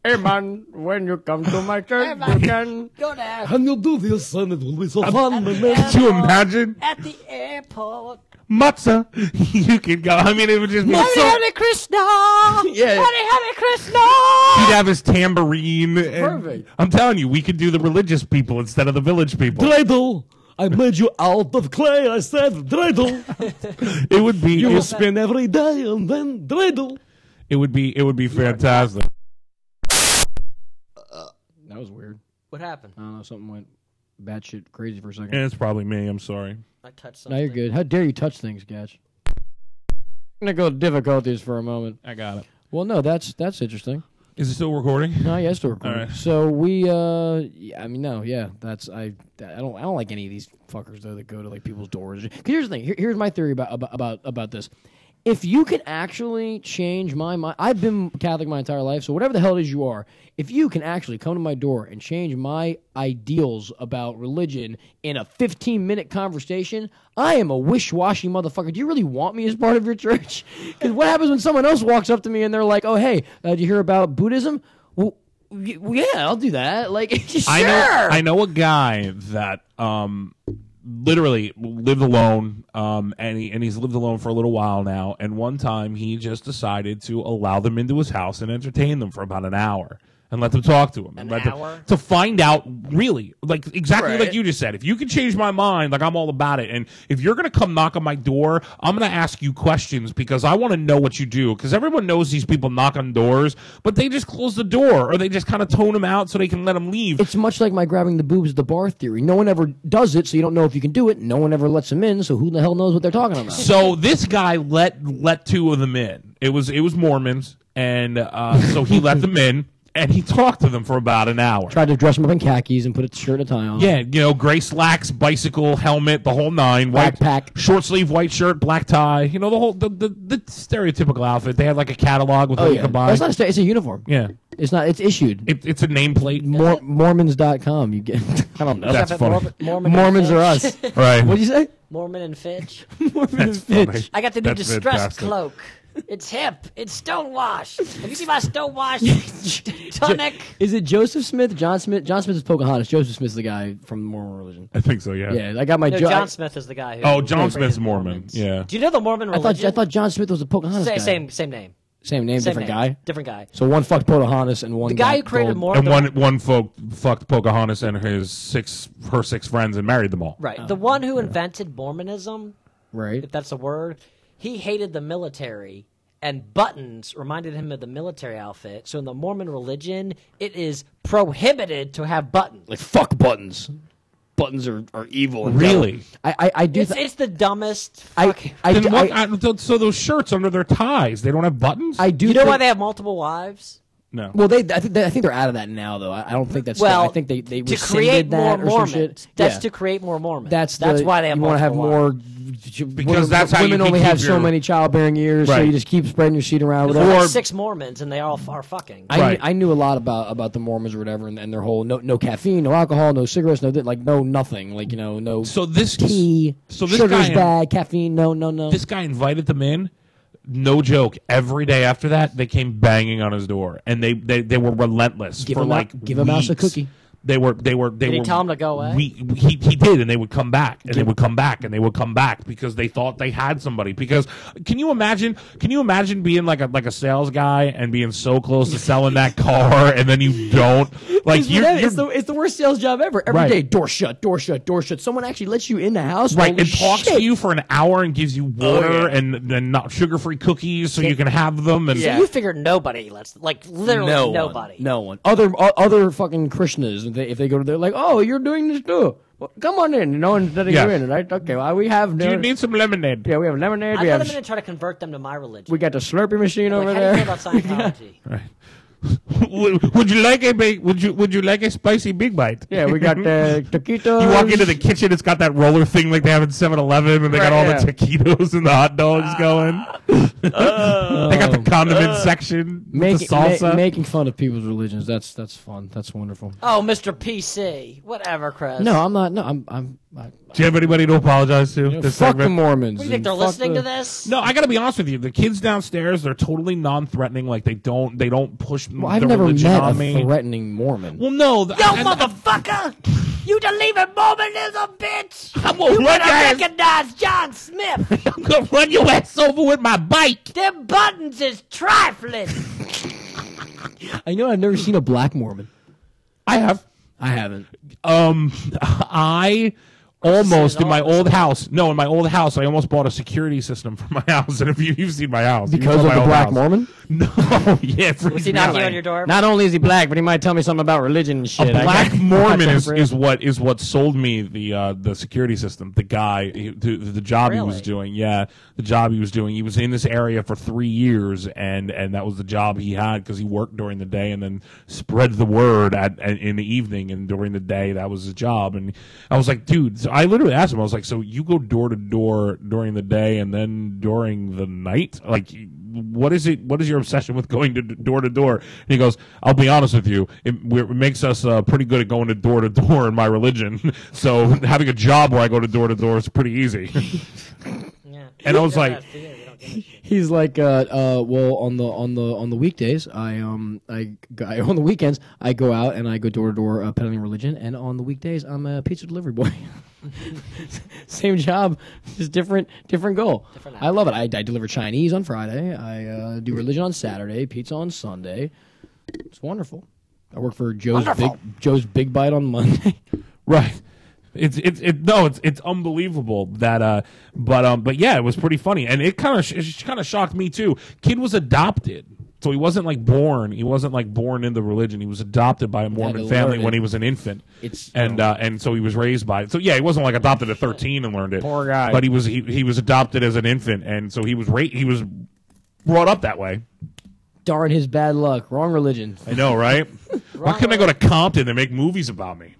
S2: Hey man, when you come to my church,
S3: man.
S2: you can.
S3: Go there
S2: And you'll do this, and it will be so fun.
S4: Could you imagine
S3: at the airport.
S4: matzah? You could go. I mean, it would just be
S3: Hare
S4: so.
S3: Hare Krishna. yeah. Hare Hare
S4: He'd
S3: Krishna.
S4: have his tambourine. and-
S2: Perfect.
S4: I'm telling you, we could do the religious people instead of the village people.
S2: Dreidel, I made you out of clay. I said, Dreidel,
S4: It would be.
S2: you will
S4: It,
S2: spin every day, and then Dreidel.
S4: it would be. It would be fantastic.
S2: That was weird.
S3: What happened?
S2: I don't know. Something went batshit crazy for a second.
S4: Yeah, it's probably me. I'm sorry.
S3: I touched
S2: Now
S3: something.
S2: you're good. How dare you touch things, Gatch? Technical difficulties for a moment.
S4: I got it.
S2: Well, no, that's that's interesting.
S4: Is it still recording?
S2: No, yeah, it's still recording.
S4: All right.
S2: So we, uh, yeah, I mean, no, yeah, that's I, I don't, I don't like any of these fuckers though that go to like people's doors. 'Cause here's the thing. Here, here's my theory about about about about this. If you can actually change my mind, I've been Catholic my entire life, so whatever the hell it is you are, if you can actually come to my door and change my ideals about religion in a 15 minute conversation, I am a wish washy motherfucker. Do you really want me as part of your church? Because what happens when someone else walks up to me and they're like, oh, hey, uh, did you hear about Buddhism? Well, Y- well, yeah, I'll do that. Like, sure.
S4: I know I know a guy that um literally lived alone um and he, and he's lived alone for a little while now and one time he just decided to allow them into his house and entertain them for about an hour and let them talk to him and
S3: An
S4: let them-
S3: hour?
S4: to find out really like exactly
S2: Right.
S4: like you just said if you can change my mind like I'm all about it and if you're going to come knock on my door I'm going to ask you questions because I want to know what you do cuz everyone knows these people knock on doors but they just close the door or they just kind of tone them out so they can let them leave
S2: It's much like my grabbing the boobs at the bar theory. No one ever does it, so you don't know if you can do it. No one ever lets them in, so who the hell knows what they're talking about?
S4: So this guy let let two of them in. It was it was Mormons, and uh, so he let them in, and he talked to them for about an hour.
S2: Tried to dress him up in khakis and put a shirt and a tie on.
S4: Yeah, you know, gray slacks, bicycle helmet, the whole nine, white
S2: Backpack.
S4: short sleeve white shirt, black tie. You know, the whole the, the, the stereotypical outfit. They had like a catalog with what you could buy.
S2: Oh, That's not a sta- it's a uniform.
S4: yeah,
S2: It's not. It's issued.
S4: it, it's a nameplate.
S2: Mor- Mormons.com. You get. I don't know.
S4: That's funny,
S3: Mormon
S2: Mormons
S3: and
S2: are
S3: Fitch.
S2: us.
S4: right?
S2: What'd you say?
S3: Mormon and Fitch.
S2: Mormons
S4: funny.
S2: Fitch.
S3: I got the new
S4: That's
S3: distressed
S4: fantastic.
S3: cloak. It's hip. It's stonewashed. Have you seen my stonewashed tunic?
S2: Is it Joseph Smith? John Smith? John Smith is Pocahontas. Joseph Smith is the guy from Mormon religion.
S4: I think so. Yeah.
S2: Yeah, I got my
S3: No,
S2: Jo- I-
S3: John Smith is the guy who.
S4: Oh, John
S3: created
S4: Smith's
S3: the
S4: Mormon.
S3: Mormons.
S4: Yeah.
S3: Do you know the Mormon
S2: I thought
S3: religion?
S2: I thought John Smith was a Pocahontas
S3: Sa-
S2: guy.
S3: same same name,
S2: Same name,
S3: same
S2: different
S3: name.
S2: guy.
S3: different guy.
S2: So one fucked Pocahontas and one
S3: The guy who
S2: got
S3: created
S2: gold.
S3: Mormon.
S4: And one one folk fucked Pocahontas and his six her six friends and married them all.
S3: Right,
S2: Oh.
S3: the one who invented Mormonism,
S2: right?
S3: if that's a word. He hated the military, and buttons reminded him of the military outfit. So in the Mormon religion, it is prohibited to have buttons.
S2: Like fuck buttons. Buttons are, are evil. And
S4: Really?
S2: dumb. I I, I do.
S3: It's,
S2: Th-
S3: it's the dumbest.
S2: I,
S3: fucking-
S2: I,
S4: Then
S2: do-
S4: what,
S2: I,
S4: I, th- so those shirts under their ties, they don't have buttons.
S2: I do.
S3: you know
S2: think-
S3: why they have multiple wives?
S4: no.
S2: Well, they I, think they. I think they're out of that now, though. I, I don't think that's.
S3: Well,
S2: I think they they
S3: to
S2: rescinded
S3: create
S2: that
S3: more
S2: or some
S3: Mormons.
S2: shit.
S3: That's
S2: yeah.
S3: to create more Mormons.
S2: That's the,
S3: that's why they have
S2: you want to have
S3: multiple
S2: more
S3: wives.
S2: women,
S4: that's how you
S2: women
S4: can
S2: only
S4: keep
S2: have so
S4: your-
S2: many childbearing years, so
S4: Right.
S2: you just keep spreading your seed around.
S3: There's
S2: Whatever.
S3: like
S4: Or-
S3: six Mormons and they all f- are fucking.
S2: I,
S4: Right.
S2: I knew a lot about about the Mormons or whatever, and, and their whole no no caffeine, no alcohol, no cigarettes, no thi- like no nothing, like you know no
S4: So this
S2: tea,
S4: So this
S2: sugar's
S4: guy-
S2: bad, caffeine, no no no.
S4: this guy invited them in. No joke. Every day after that, they came banging on his door, and they they, they were relentless
S2: Give
S4: for
S2: him a-
S4: like
S2: give him mouse a
S4: weeks.
S2: cookie.
S4: They were they were they
S3: Did he
S4: were.
S3: tell him to go away?
S4: We, he he did, and they would come back, and they would come back, and they would come back because they thought they had somebody. Because can you imagine? Can you imagine being like a like a sales guy and being so close to selling that car, and then you don't like
S2: It's
S4: you're,
S2: whatever-
S4: you're
S2: it's, the, it's the worst sales job ever. Every day,
S4: Right.
S2: door shut, door shut, door shut. Someone actually lets you in the house,
S4: Right,
S2: Holy
S4: and talks
S2: shit.
S4: to you for an hour and gives you
S3: Oh,
S4: water and and not sugar free cookies so you can have them and
S3: So you figure nobody lets, like literally
S2: No one.
S3: nobody.
S2: no one. Other o- other fucking Krishnas, if they, if they go to, they're like, oh, you're doing this too. Well, come on in. No one's letting
S4: Yeah.
S2: you in, right? Okay, well, we have.
S4: Do
S2: no
S4: you need some lemonade?
S2: yeah, we have lemonade.
S3: I
S2: We
S3: thought
S2: have.
S3: I'm going
S2: s-
S3: to try to convert them to my religion.
S2: We got the Slurpee machine
S3: like,
S2: over
S3: how
S2: there.
S3: do you feel about Scientology?
S4: would, would you like a big, would you would you like a spicy big bite?
S2: yeah, we got the taquitos.
S4: You walk into the kitchen, it's got that roller thing like they have in 7-Eleven, and they
S2: Right,
S4: got all
S2: yeah. Ah.
S4: the taquitos and the hot dogs going. they got the condiment section, with
S2: Oh. Uh. Make,
S4: the salsa.
S2: ma- making fun of people's religions. That's that's fun. That's wonderful.
S3: oh, Mr. PC. Whatever, Chris.
S2: No, I'm not. No, I'm. I'm. I,
S4: Do you have anybody to apologize to? this
S2: fuck the
S4: segment?
S2: Mormons.
S3: you think
S2: and
S3: they're
S2: fuck
S3: listening
S2: the-
S3: to this?
S4: No, I gotta be honest with you. The kids downstairs, they're totally non-threatening. Like they don't, they don't push.
S2: Well, I've
S4: their
S2: never
S4: religion
S2: met
S4: on
S2: a
S4: me.
S2: threatening Mormon.
S4: Well, no, th-
S3: Yo,
S4: I- I-
S3: motherfucker! You believe in Mormonism, bitch!
S4: I'm gonna
S3: you
S4: run
S3: better
S4: your ass-
S3: recognize John Smith!
S4: I'm gonna run your ass over with my bike.
S3: Them buttons is trifling!
S2: I know I've never seen a black Mormon.
S4: I have.
S2: I haven't.
S4: Um, I almost in my old house. No, in my old house, I almost bought a security system for my house. And if you, you've seen my house, you
S2: Because of
S4: saw my
S2: the
S4: old
S2: black
S4: house.
S2: Mormon?
S4: No, yeah, it freaks
S3: Is he
S4: me
S3: knocking
S4: out.
S3: on your door?
S2: Not only is he black, but he might tell me something about religion and shit.
S4: A black Mormon is, is what is what sold me the uh, the security system. The guy, he- the, the job he
S3: Really?
S4: was doing, yeah, the job he was doing. He was in this area for three years, and and that was the job he had because he worked during the day and then spread the word at, at in the evening and during the day that was his job. And I was like, dude, so I literally asked him. I was like, so you go door to door during the day and then during the night, like what is it? What is your obsession with going to door to door? And he goes, "I'll be honest with you. It, we're, it makes us uh, pretty good at going to door to door in my religion. so having a job where I go to door to door is pretty easy."
S3: yeah.
S4: And I was like-
S2: He's like, uh, uh, well, on the on the on the weekdays, I um, I, go- I on the weekends, I go out and I go door to door uh, peddling religion, and on the weekdays, I'm a pizza delivery boy. Same job, just different different goal.
S3: Different
S2: I love it. I, I deliver Chinese on Friday. I uh, do religion on Saturday, pizza on Sunday. It's wonderful. I work for Joe's
S3: Wonderful.
S2: Big Joe's Big Bite on Monday.
S4: Right. It's it's it no it's it's unbelievable that uh but um but yeah it was pretty funny and it kind of sh- sh- kind of shocked me too. Kid was adopted. So he wasn't like born. He wasn't like born in the religion. He was adopted by a Mormon
S2: to
S4: family
S2: learn it.
S4: when he was an infant.
S2: It's-
S4: and uh, and so he was raised by it. So yeah, he wasn't like adopted at thirteen and learned it. Poor guy. But he was he, he was adopted as an infant, and so he was ra- he was brought up that way.
S2: Darn his bad luck. Wrong religion.
S4: I know, right? Why couldn't I go to Compton and make movies about me?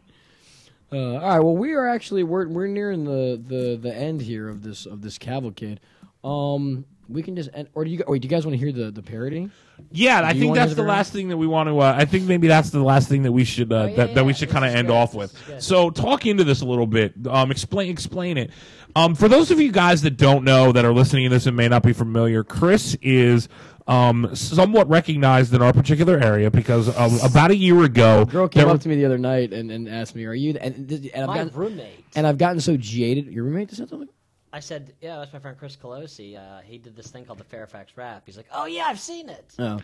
S2: Uh, all right. Well, we are actually we're we're nearing the, the, the end here of this of this cavalcade. Um, we can just end, or do you wait? Do you guys want to hear the, the parody?
S4: Yeah, I
S2: you
S4: think
S2: wanna
S4: that's
S2: hit
S4: the
S2: her?
S4: last thing that we want to. Uh, I think maybe that's the last thing that we should uh, that, that we
S3: Oh, yeah,
S4: should
S3: this
S4: kind of
S3: is
S4: end
S3: good,
S4: off
S3: this
S4: with.
S3: is good.
S4: So, talk into this a little bit. Um, explain explain it. Um, for those of you guys that don't know that are listening to this and may not be familiar, Chris is um, somewhat recognized in our particular area because um, about a year ago,
S2: Girl came
S4: there
S2: up to me the other night and, and asked me, "Are you?" the-" And, and, I've
S3: My
S2: gotten,
S3: roommate.
S2: and I've gotten so jaded. Your roommate said something.
S3: I said, yeah, that's my friend Chris Colosi. Uh, he did this thing called the Fairfax Rap. He's like, oh yeah, I've seen it.
S2: Oh.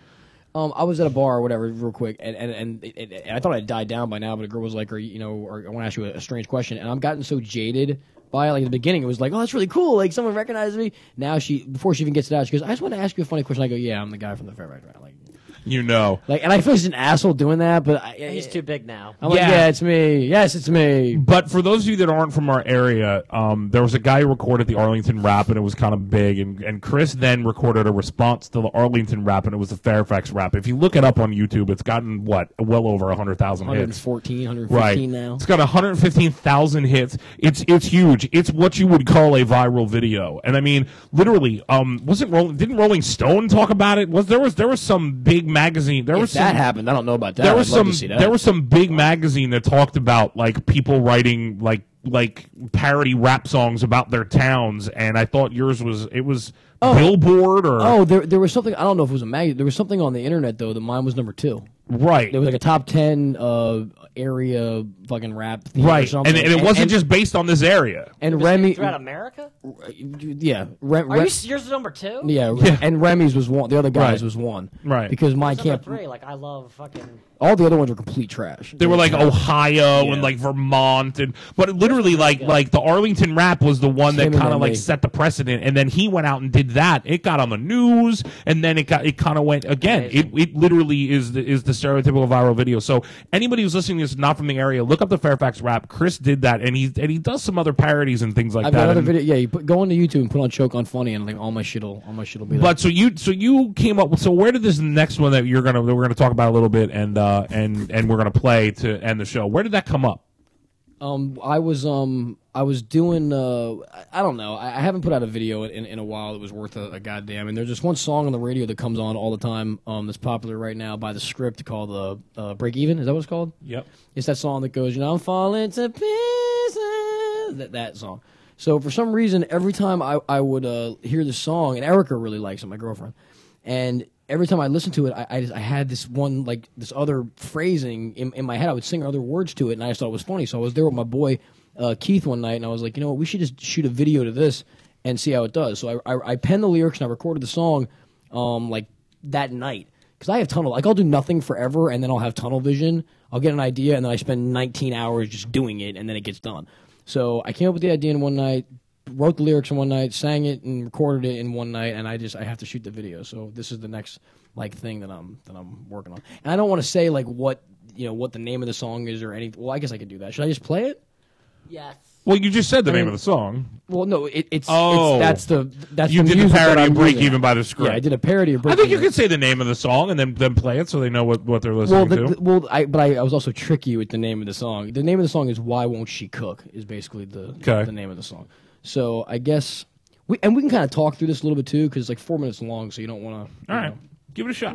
S2: Um, I was at a bar or whatever, real quick, and and, and, and, and I thought I'd died down by now, but a girl was like, "Are you, you know?" Or I want to ask you a, a strange question, and I'm gotten so jaded by it. Like at the beginning, it was like, "Oh, that's really cool!" Like someone recognized me. Now she, before she even gets it out, she goes, "I just want to ask you a funny question." I go, "Yeah, I'm the guy from the Fairbanks." Right? Like,
S4: you know,
S2: like, and I feel like an asshole doing that, but I,
S3: He's too big now.
S2: I'm like,
S4: Yeah.
S2: "Yeah, it's me. Yes, it's me."
S4: But for those of you that aren't from our area, um, there was a guy who recorded the Arlington rap, and it was kind of big. And, and Chris then recorded a response to the Arlington rap, and it was the Fairfax rap. If you look it up on YouTube, it's gotten what well over hundred thousand hits.
S2: 114, 115
S4: Right,
S2: now.
S4: it's got 115,000 hits. It's it's huge. It's what you would call a viral video, and I mean, literally, um, wasn't Rolling? Didn't Rolling Stone talk about it? Was there was there was some big magazine? There was
S2: If that
S4: some,
S2: happened, I don't know about that.
S4: there
S2: I'd
S4: was
S2: love
S4: some
S2: to see that.
S4: there was some big magazine that talked about like people writing like like parody rap songs about their towns and i thought yours was it was billboard or
S2: oh, there there was something. I don't know if it was a mag. There was something on the internet though. that mine was number two.
S4: right
S2: It was like a top ten uh, area fucking rap theme or
S4: right and,
S2: something.
S4: and it wasn't just based on this area
S2: and,
S3: Was it
S2: Remy
S3: throughout America.
S2: yeah Rem,
S3: Are
S2: Rem-
S3: you s- yours is number two?
S2: yeah, and Remy's was one the other guys
S4: Right.
S2: was one
S4: Right.
S2: because mine
S3: It's number
S2: can't
S3: three. Like I love fucking.
S2: all the other ones were complete trash
S4: they were like Ohio and like Vermont and but it literally like like the Arlington rap was the one that
S2: Same in
S4: kind of like
S2: LA.
S4: set the precedent and then he went out and did that it got on the news and then it got it kind of went again it, it literally is the, is the stereotypical viral video so anybody who's listening to this not from the area look up the Fairfax rap Chris did that and he and he does some other parodies and things like
S2: I've
S4: that
S2: got other
S4: and-
S2: video yeah you put, go onto YouTube and put on choke on funny and like all my shit'll all my shit'll be there.
S4: but so you so you came up with so where did this next one that you're gonna that we're gonna talk about a little bit and uh and and we're gonna play to end the show where did that come up
S2: Um, I was um, I was doing uh, I- I don't know. I, I haven't put out a video in, in a while that was worth a, a goddamn. And there's this one song on the radio that comes on all the time. Um, that's popular right now by the script called uh, uh break even. Is that what it's called?
S4: Yep.
S2: It's that song that goes, you know, I'm falling to pieces. That that song. So for some reason, every time I I would uh hear the song, and Erica really likes it, my girlfriend, and. Every time I listened to it, I, I, just, I had this one like this other phrasing in, in my head. I would sing other words to it, and I just thought it was funny. So I was there with my boy uh, Keith one night, and I was like, you know what, we should just shoot a video to this and see how it does. So I, I, I penned the lyrics and I recorded the song um, like that night because I have tunnel. Like I'll do nothing forever, and then I'll have tunnel vision. I'll get an idea, and then I spend 19 hours just doing it, and then it gets done. So I came up with the idea in one night, wrote the lyrics in one night, sang it and recorded it in one night, and I just I have to shoot the video. So this is the next like thing that I'm that I'm working on. And I don't want to say like what you know what the name of the song is or anything. Well, I guess I could do that. Should I just play it?
S3: Yes.
S4: well you just said the name
S2: mean-
S4: of the song
S2: Well, no, it, it's,
S4: Oh.
S2: it's that's the that's
S4: You
S2: the
S4: did the
S2: music that
S4: parody
S2: I'm
S4: of Break
S2: using.
S4: Even by the Script.
S2: Yeah, I did a parody of break.
S4: I think you
S2: Even.
S4: can say the name of the song and then then play it so they know what, what they're
S2: Well,
S4: listening
S2: the,
S4: to.
S2: the- well, I but I, I was also tricky with the name of the song. The name of the song is "Why Won't She Cook" is basically the
S4: Okay.
S2: the name of the song. So I guess we and we can kind of talk through this a little bit too because it's like four minutes long, so you don't want to.
S4: All right, give it a shot.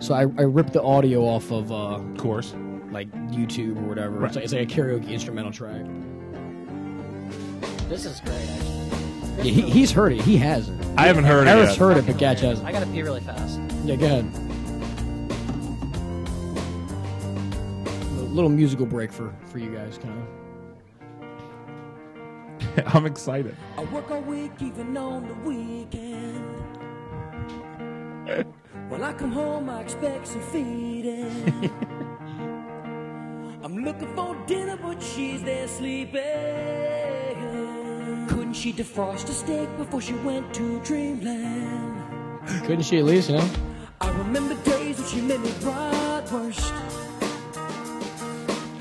S2: So I, I ripped the audio off of uh,
S4: Of course.
S2: like YouTube or whatever. It's, like, it's like a karaoke instrumental track.
S3: This is great. Actually.
S2: Yeah, he, he's heard it. He hasn't.
S4: I haven't heard it
S2: Eric's
S4: yet.
S2: heard it, but Gatch
S3: I
S2: hasn't.
S3: gotta pee really fast.
S2: Yeah, go ahead. A little musical break for for you guys, kind of.
S4: I'm excited.
S1: I work all week, even on the weekend. when I come home, I expect some feeding. I'm looking for dinner, but she's there sleeping. Couldn't she defrost a steak before she went to dreamland?
S2: Couldn't she at least, you know?
S1: I remember days when she made me bratwurst.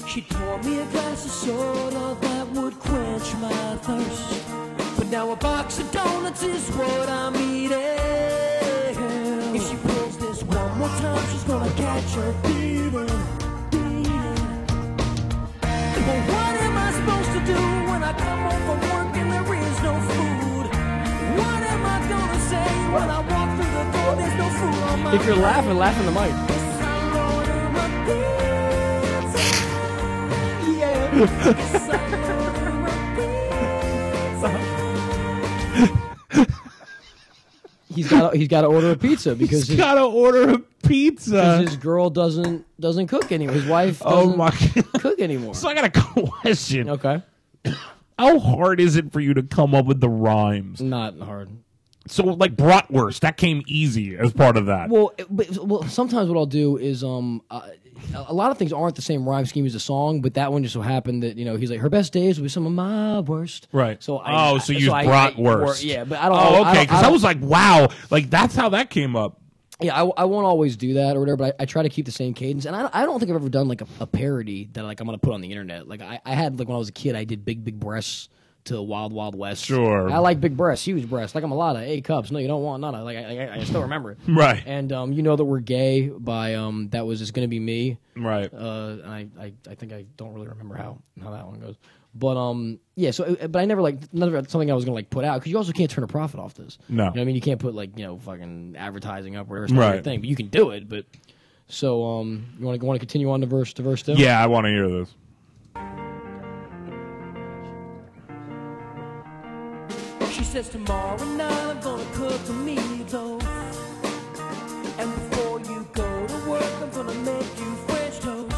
S1: She poured me a glass of soda that would quench my thirst. But now a box of donuts is what I'm eating. more time, she's gonna catch a beating. beating. But what am I supposed to do when I come home from work and there is no food? What am I gonna say when I walk through the door? There's no food on my
S2: If you're laughing, laugh in the mic. He's got he's got to order a pizza because
S4: He's
S2: his,
S4: got to order a pizza.
S2: his girl doesn't doesn't cook anymore. His wife
S4: Oh
S2: doesn't
S4: my god.
S2: cook anymore.
S4: So I got a question.
S2: Okay,
S4: How hard is it for you to come up with the rhymes?
S2: not hard.
S4: So like bratwurst, that came easy as part of that.
S2: Well, it- but, well, sometimes what I'll do is um, uh, a lot of things aren't the same rhyme scheme as the song, but that one just so happened that you know he's like her best days will be some of my worst.
S4: Right.
S2: So I,
S4: oh, so you
S2: I-
S4: use bratwurst.
S2: or- yeah, but I don't.
S4: Oh,
S2: I
S4: okay.
S2: don't- I
S4: Because I
S2: don't-
S4: was like, wow, like that's how that came up.
S2: Yeah, I, I won't always do that or whatever, but I, I try to keep the same cadence. And I, I don't think I've ever done like a, a parody that like I'm gonna put on the internet. Like I, I had like when I was a kid, I did big big breasts to Wild Wild West.
S4: Sure.
S2: I like big breasts, huge breasts, like I'm a lot of A cups. No, you don't want none of. Like I, I, I still remember it.
S4: Right.
S2: And um, you know that we're gay by um, that was just gonna be me.
S4: Right.
S2: Uh, and I, I, I think I don't really remember how how that one goes. But um, yeah. So, uh, but I never like none of it- something I was gonna like put out because you also can't turn a profit off this.
S4: No.
S2: You know what I mean you can't put like you know fucking advertising up or whatever. It's not your
S4: Right.
S2: thing, but you can do it. But so um, you want to want to continue on to verse to verse two?
S4: yeah, I want to hear this.
S1: She says tomorrow night I'm gonna cook a meatloaf. And before you go to work, I'm gonna make you French toast.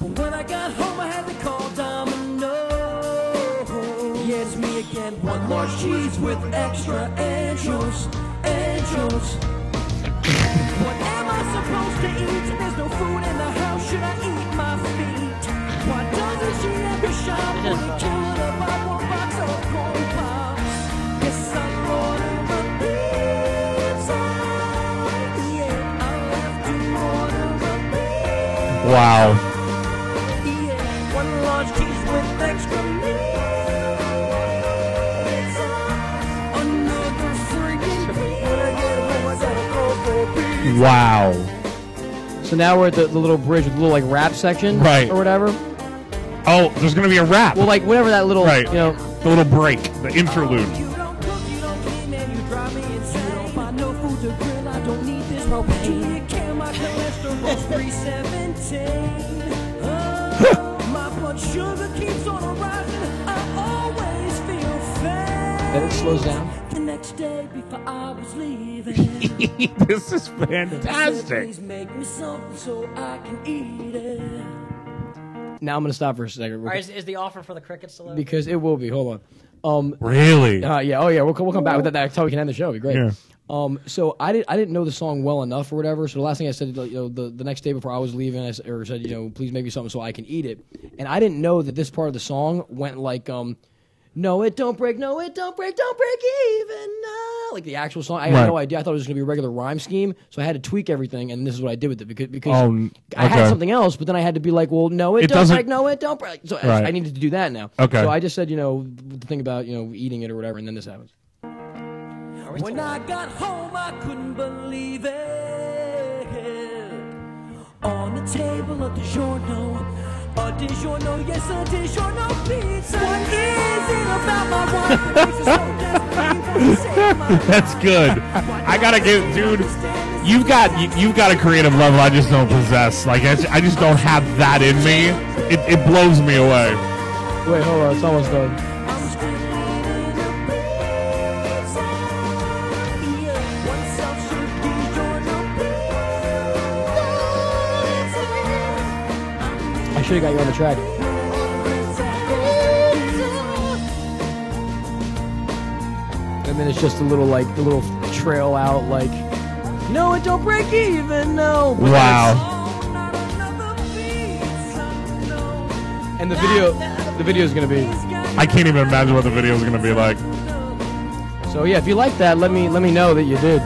S1: But when I got home, I had to call Domino. Yeah, it's me again. One large cheese with extra angels, angels. What am I supposed to eat? There's no food in the house. Should I eat my feet? Why doesn't she ever shop? Would it kill her if I bought a box of corn pops? Guess I'm ordering a pizza. Yeah, I'll have to order a pizza.
S4: Wow.
S1: Yeah, one large cheese with extra pizza. Another freaking pizza. When I get home, I gotta go for pizza.
S4: Wow.
S2: So now we're at the, the little bridge with the little like rap section,
S4: Right.
S2: or whatever.
S4: Oh, there's gonna be a rap.
S2: Well, like whatever that little
S4: right.
S2: you know.
S4: the little break, the interlude.
S1: You don't cook, you don't clean, and you drive me insane. You don't find no food to grill, I don't need this propane. Do you care my cholesterol's 317? Oh, my blood sugar keeps on rising, I always feel faint.
S2: Then it slows down.
S1: The next day before I was leaving.
S4: this is
S1: Said,
S4: fantastic.
S1: Please make me something so I can eat it.
S2: Now I'm gonna stop for a second
S3: Or is, is the offer for the crickets still open?
S2: because it will be. Hold on. Um,
S4: Really?
S2: Uh, yeah. Oh, yeah. We'll, co- we'll come back with that. That's how we can end the show. It'd be great.
S4: Yeah.
S2: Um, so I didn't I didn't know the song well enough or whatever. So the last thing I said, you know, the, the next day before I was leaving, I s- or said, you know, please make me something so I can eat it. And I didn't know that this part of the song went like, um, no, it don't break, no, it don't break, don't break even, no. Like the actual song, I had
S4: Right.
S2: no idea. I thought it was going to be a regular rhyme scheme, so I had to tweak everything, and this is what I did with it because because
S4: Oh, n-
S2: I had
S4: okay.
S2: something else, but then I had to be like, well, no, it,
S4: It
S2: don't
S4: doesn't-
S2: break, no, it don't break. So I-
S4: Right.
S2: I needed to do that now.
S4: Okay.
S2: So I just said, you know, the thing about you know eating it or whatever, and then this happens.
S1: When I got home, I couldn't believe it. On the table a DiGiorno, a DiGiorno, yes, a DiGiorno pizza. What is it about my wife that makes her so desperate? You wanna save my
S4: That's
S1: life?
S4: good. I gotta get, dude. You've got you, you've got a creative level I just don't possess. Like I just, I just don't have that in me. It, it blows me away.
S2: Wait, hold on, it's almost done.
S1: I'm still eating a pizza. Yeah, one self-serve DiGiorno pizza.
S2: I should have got you on the track. And then it's just a little like the little trail out, like no, it don't break even, no. But then
S4: Wow.
S2: it's- And the video, the video is gonna be.
S4: I can't even imagine what the video is gonna be like.
S2: So yeah, if you like that, let me let me know that you did.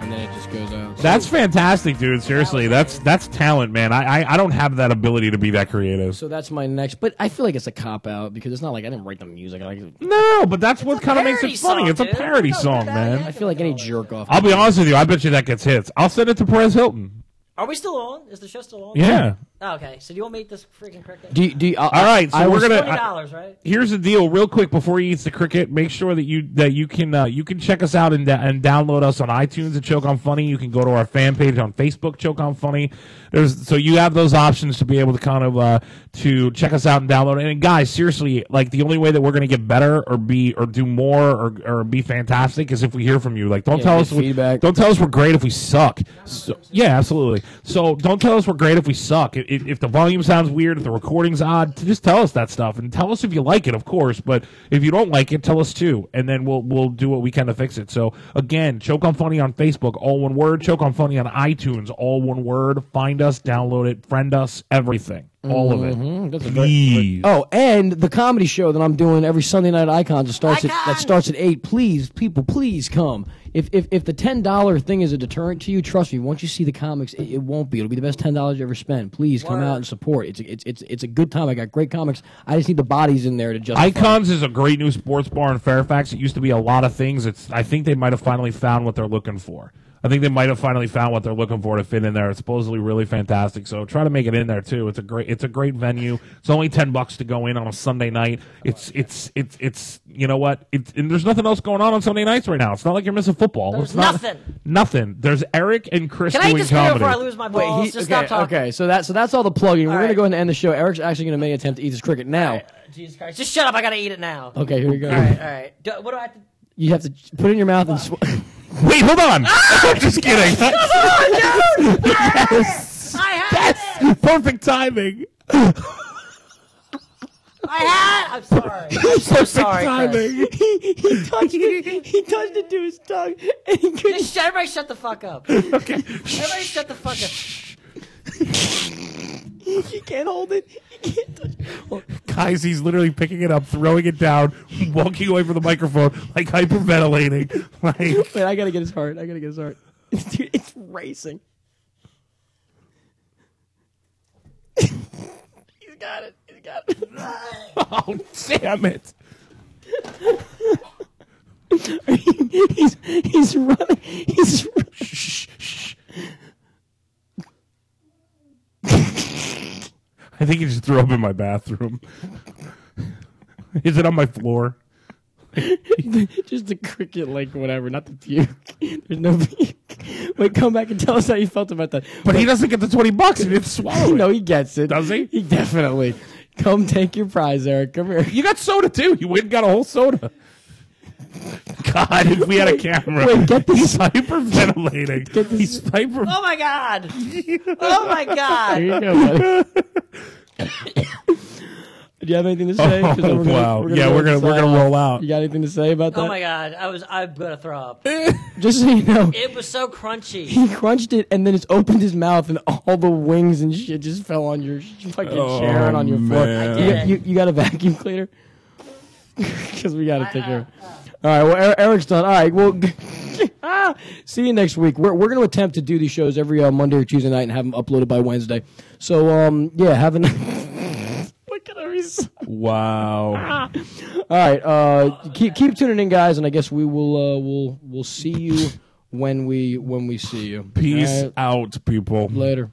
S2: And then it just goes out.
S4: That's fantastic, dude. Seriously, that's that's talent, man. I, I I don't have that ability to be that creative.
S2: So that's my next. But I feel like it's a cop out because it's not like I didn't write the music. Like,
S4: No, but that's what kind of makes
S3: parody
S4: it funny.
S3: song,
S4: it's a
S3: dude.
S4: parody
S3: No,
S4: song,
S3: that-
S4: man.
S2: I feel like any jerk off.
S4: I'll be honest with you. I bet you that gets hits. I'll send it to Perez Hilton.
S3: Are we still on? Is the show still on?
S4: Yeah.
S3: Oh, okay. So do you want me to eat this freaking cricket?
S2: Do you, do you, I,
S4: All right. So
S2: I
S4: we're
S2: was-
S4: gonna.
S3: Twenty
S4: I-
S3: dollars, right?
S4: here's the deal, real quick. Before he eats the cricket, make sure that you that you can uh, you can check us out and da- and download us on iTunes at Choke on Funny. You can go to our fan page on Facebook, Choke on Funny. There's so you have those options to be able to kind of uh, to check us out and download. And guys, seriously, like the only way that we're gonna get better or be or do more or or be fantastic is if we hear from you. Like, don't tell
S2: get
S4: us we-
S2: feedback.
S4: don't tell us we're great if we suck. So, yeah, absolutely. So don't tell us we're great if we suck. I- i- If the volume sounds weird, if the recording's odd, t- just tell us that stuff and tell us if you like it, of course. But if you don't like it, tell us too, and then we'll we'll do what we can to fix it. So again, choke on funny on Facebook, all one word. Choke on funny on iTunes, all one word. Find us, download it, friend us, everything, all of it.
S2: Mm-hmm. that's a great-
S4: Please.
S2: Oh, and the comedy show that I'm doing every Sunday night at Icons that starts at, that starts at eight. Please, people, please come. If if, if the ten dollar thing is a deterrent to you, trust me. Once you see the comics, it, it won't be. It'll be the best ten dollars you ever spend. Please come out and support. It's a, it's it's it's a good time. I got great comics. I just need the bodies in there to just
S4: Icons is a great new sports bar in Fairfax. It used to be a lot of things. It's I think they might have finally found what they're looking for. I think they might have finally found what they're looking for to fit in there. It's supposedly really fantastic. So try to make it in there too. It's a great it's a great venue. It's only ten bucks to go in on a Sunday night. It's it's it's it's you know what? It's and there's nothing else going on on Sunday nights right now. It's not like you're missing football.
S3: There's
S4: It's not-
S3: nothing.
S4: Nothing. There's Eric and Chris
S3: Can I eat
S4: doing
S3: this cricket
S4: comedy.
S3: before I lose my balls?
S2: he-
S3: Just
S2: okay,
S3: stop talking.
S2: okay, so that so that's all the plugging. We're gonna
S3: right.
S2: go ahead and end the show. Eric's actually gonna make an attempt to eat his cricket now.
S3: Jesus Christ! Just shut up! I gotta eat it now.
S2: Okay, here we go.
S3: All right, all right. Do, what do I have to?
S2: You have to put it in your mouth and. Sw-
S4: Wait, hold on.
S3: Ah!
S4: Just kidding.
S3: I had it!
S4: Perfect timing.
S3: I had. I'm sorry. I'm so sorry, Chris.
S4: Timing.
S2: he, he touched it. He touched it to his tongue, and he couldn't.
S3: Just shut, everybody, shut the fuck up. Everybody,
S4: Okay.
S3: shut the fuck up.
S2: He can't hold it. He can't touch.
S4: Guys, he's literally picking it up, throwing it down, walking away from the microphone, like hyperventilating. Like,
S2: Wait, I gotta get his heart. I gotta get his heart. Dude, it's racing. He's got it. He's got it.
S4: oh damn it!
S2: he's he's running. He's. running.
S4: Shh, shh. I think he just threw up in my bathroom. Is it on my floor?
S2: Just the cricket, like whatever, not the puke. There's no puke. Wait, come back and tell us how you felt about that.
S4: But he doesn't get the twenty bucks. He didn't swallow it.
S2: no, he gets it.
S4: Does he?
S2: He definitely. Come take your prize, Eric. Come here.
S4: You got soda too. You went and got a whole soda. God, if we had a camera,
S2: Wait, get
S4: he's
S2: this.
S4: hyperventilating.
S2: this-
S4: He's hyper.
S3: Oh my god! Oh my
S2: There
S3: god!
S2: you go, buddy. Do you have anything to say? 'Cause then
S4: Oh,
S2: we're gonna-
S4: wow.
S2: gonna
S4: yeah,
S2: go
S4: we're gonna we're
S2: inside.
S4: gonna roll out.
S2: You got anything to say about that?
S3: Oh my god! I was I'm gonna throw up.
S2: Just so you know,
S3: It was so crunchy.
S2: he crunched it and then it's opened his mouth and all the wings and shit just fell on your sh- fucking chair and on your
S4: Oh, man.
S2: floor. You,
S3: I did.
S2: you, you got a vacuum cleaner? Because we got to take care. of All right. Well, Er- Eric's done. All right. Well, ah, see you next week. We're we're gonna attempt to do these shows every uh, Monday or Tuesday night and have them uploaded by Wednesday. So um yeah, have a. Look at her. He's
S4: Wow.
S2: all right. Uh, keep keep tuning in, guys, and I guess we will uh, we'll we'll see you when we when we see you.
S4: Peace
S2: All right,
S4: out, people.
S2: later.